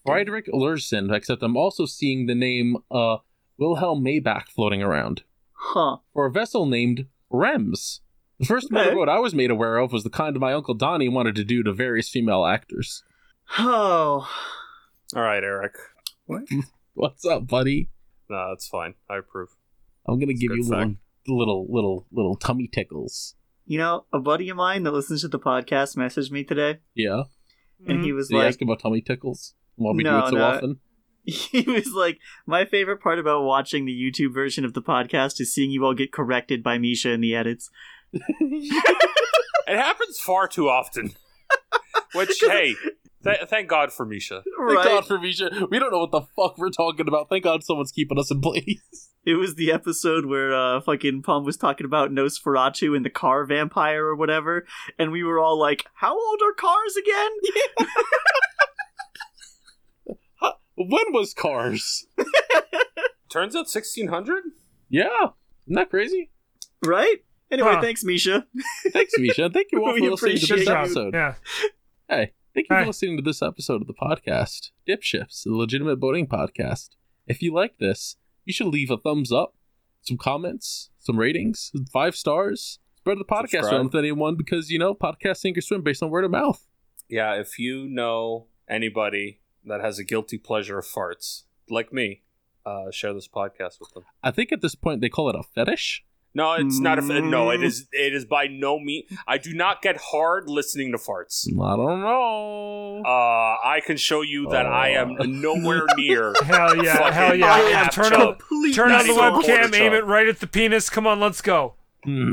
Speaker 3: Friedrich Lursen, except I'm also seeing the name uh, Wilhelm Maybach floating around
Speaker 2: Huh.
Speaker 3: for a vessel named Rems. The first
Speaker 2: Okay.
Speaker 3: motorboat I was made aware of was the kind my uncle Donnie wanted to do to various female actors. [laughs]
Speaker 2: Oh.
Speaker 5: All right, Eric.
Speaker 3: What's up, buddy?
Speaker 5: No, that's fine. I approve.
Speaker 3: I'm gonna give
Speaker 5: good
Speaker 3: you little,
Speaker 5: fact.
Speaker 3: little, little, little tummy tickles.
Speaker 2: You know, a buddy of mine that listens to the podcast messaged me today,
Speaker 3: Yeah.
Speaker 1: Mm,
Speaker 2: and he was
Speaker 3: Mm-hmm. Did you
Speaker 2: like,
Speaker 3: ask about tummy tickles? Why we do
Speaker 2: No,
Speaker 3: it so
Speaker 2: no.
Speaker 3: often?
Speaker 2: [laughs] he was like, my favorite part about watching the YouTube version of the podcast is seeing you all get corrected by Misha in the edits.
Speaker 5: It happens far too often. Which, hey, th- thank God for Misha.
Speaker 3: Thank
Speaker 2: Right?
Speaker 3: God for Misha. We don't know what the fuck we're talking about. Thank God someone's keeping us in [laughs] place.
Speaker 2: It was the episode where uh, fucking Pom was talking about Nosferatu and the car vampire or whatever, and we were all like, "How old are cars again?"
Speaker 3: When was Cars?
Speaker 5: Turns out 1600?
Speaker 3: Yeah. Isn't that crazy?
Speaker 2: right? Anyway,
Speaker 1: Huh.
Speaker 2: thanks, Misha.
Speaker 3: Thanks, Misha. Thank you all
Speaker 2: [laughs] We
Speaker 3: for listening to
Speaker 2: appreciate
Speaker 3: this
Speaker 2: you.
Speaker 3: episode.
Speaker 1: Yeah.
Speaker 3: Hey, thank you for
Speaker 1: Hi.
Speaker 3: listening to this episode of the podcast, Dipships, the legitimate boating podcast. If you like this, you should leave a thumbs up, some comments, some ratings, five stars. Spread the podcast
Speaker 5: Subscribe.
Speaker 3: around with anyone because, you know, podcasts sink or swim based on word of mouth.
Speaker 5: Yeah, if you know anybody that has a guilty pleasure of farts, like me, uh, share this podcast with them.
Speaker 3: I think at this point they call it a fetish.
Speaker 5: No, it's not a f- no. It
Speaker 2: Mm.
Speaker 5: is it is by no means. I do not get hard listening to farts.
Speaker 3: I don't know.
Speaker 5: Uh, I can show you that I
Speaker 3: Oh.
Speaker 5: am
Speaker 2: [laughs]
Speaker 5: nowhere near.
Speaker 1: Hell yeah.
Speaker 5: Fucking
Speaker 1: Hell
Speaker 5: I
Speaker 1: yeah.
Speaker 5: am
Speaker 1: Turn on
Speaker 5: choked.
Speaker 2: Please,
Speaker 1: turn on the
Speaker 5: Nice.
Speaker 1: webcam. Aim
Speaker 5: Choked.
Speaker 1: it right at the penis. Come on, let's go.
Speaker 3: Hmm.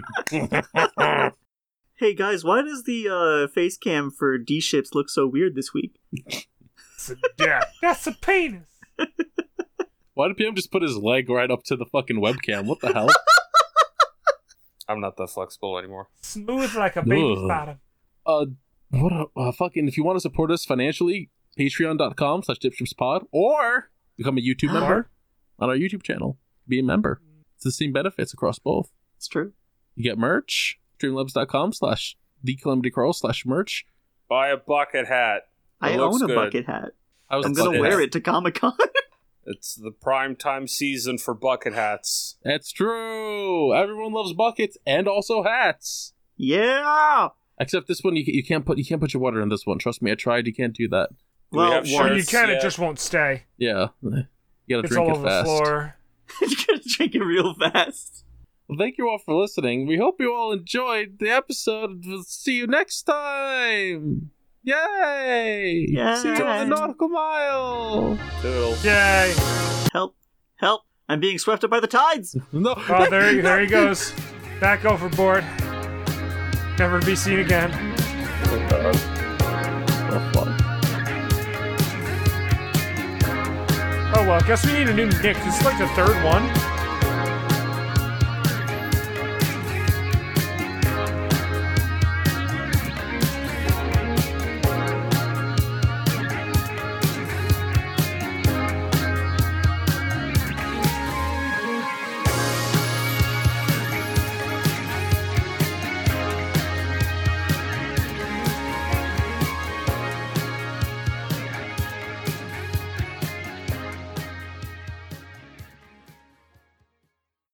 Speaker 2: Hey guys, why does the uh, face cam for D ships look so weird this week?
Speaker 1: It's a
Speaker 3: [laughs]
Speaker 1: dick. That's a penis.
Speaker 3: Why did PM just put his leg right up to the fucking webcam? What the hell?
Speaker 5: I'm not that flexible anymore.
Speaker 1: Smooth like a baby's
Speaker 3: Ugh.
Speaker 1: bottom.
Speaker 3: uh, what a uh, fucking. If you want to support us financially, patreon.com slash dipshipspod or become a YouTube member on our YouTube channel. Be a member. It's the same benefits across both.
Speaker 2: It's true.
Speaker 3: You get merch, streamlabs.com slash the calamity carl slash merch.
Speaker 5: Buy a bucket hat.
Speaker 2: I
Speaker 5: It looks
Speaker 2: own a
Speaker 5: good.
Speaker 2: bucket hat.
Speaker 3: I was
Speaker 2: I'm
Speaker 5: It's
Speaker 2: gonna
Speaker 5: bucket
Speaker 2: wear
Speaker 5: hat.
Speaker 2: it to Comic Con.
Speaker 5: It's the prime time season for bucket hats.
Speaker 3: That's true. Everyone loves buckets and also hats.
Speaker 2: [laughs] yeah.
Speaker 3: Except this one, you, you can't put you can't put your water in this one. Trust me, I tried. You can't do that.
Speaker 5: Do
Speaker 2: Well,
Speaker 5: have
Speaker 2: or
Speaker 1: Or you
Speaker 5: shirts
Speaker 1: can,
Speaker 5: yet?
Speaker 1: it just won't stay.
Speaker 3: Yeah, you gotta
Speaker 1: It's
Speaker 3: drink
Speaker 1: all
Speaker 3: it
Speaker 1: over the
Speaker 3: fast.
Speaker 1: floor.
Speaker 2: [laughs] You're gonna drink it real fast.
Speaker 3: Well, thank you all for listening. We hope you all enjoyed the episode. We'll see you next time. Yay! See you on
Speaker 2: Yay.
Speaker 3: the nautical mile.
Speaker 5: Toodle.
Speaker 1: Yay.
Speaker 2: Help! Help! I'm being swept up by the tides.
Speaker 3: No.
Speaker 1: Oh, there, there he
Speaker 3: [laughs]
Speaker 1: goes. Back overboard. Never to be seen again.
Speaker 3: Oh, fuck.
Speaker 1: Oh well, guess we need a new Nick. This is like the third one.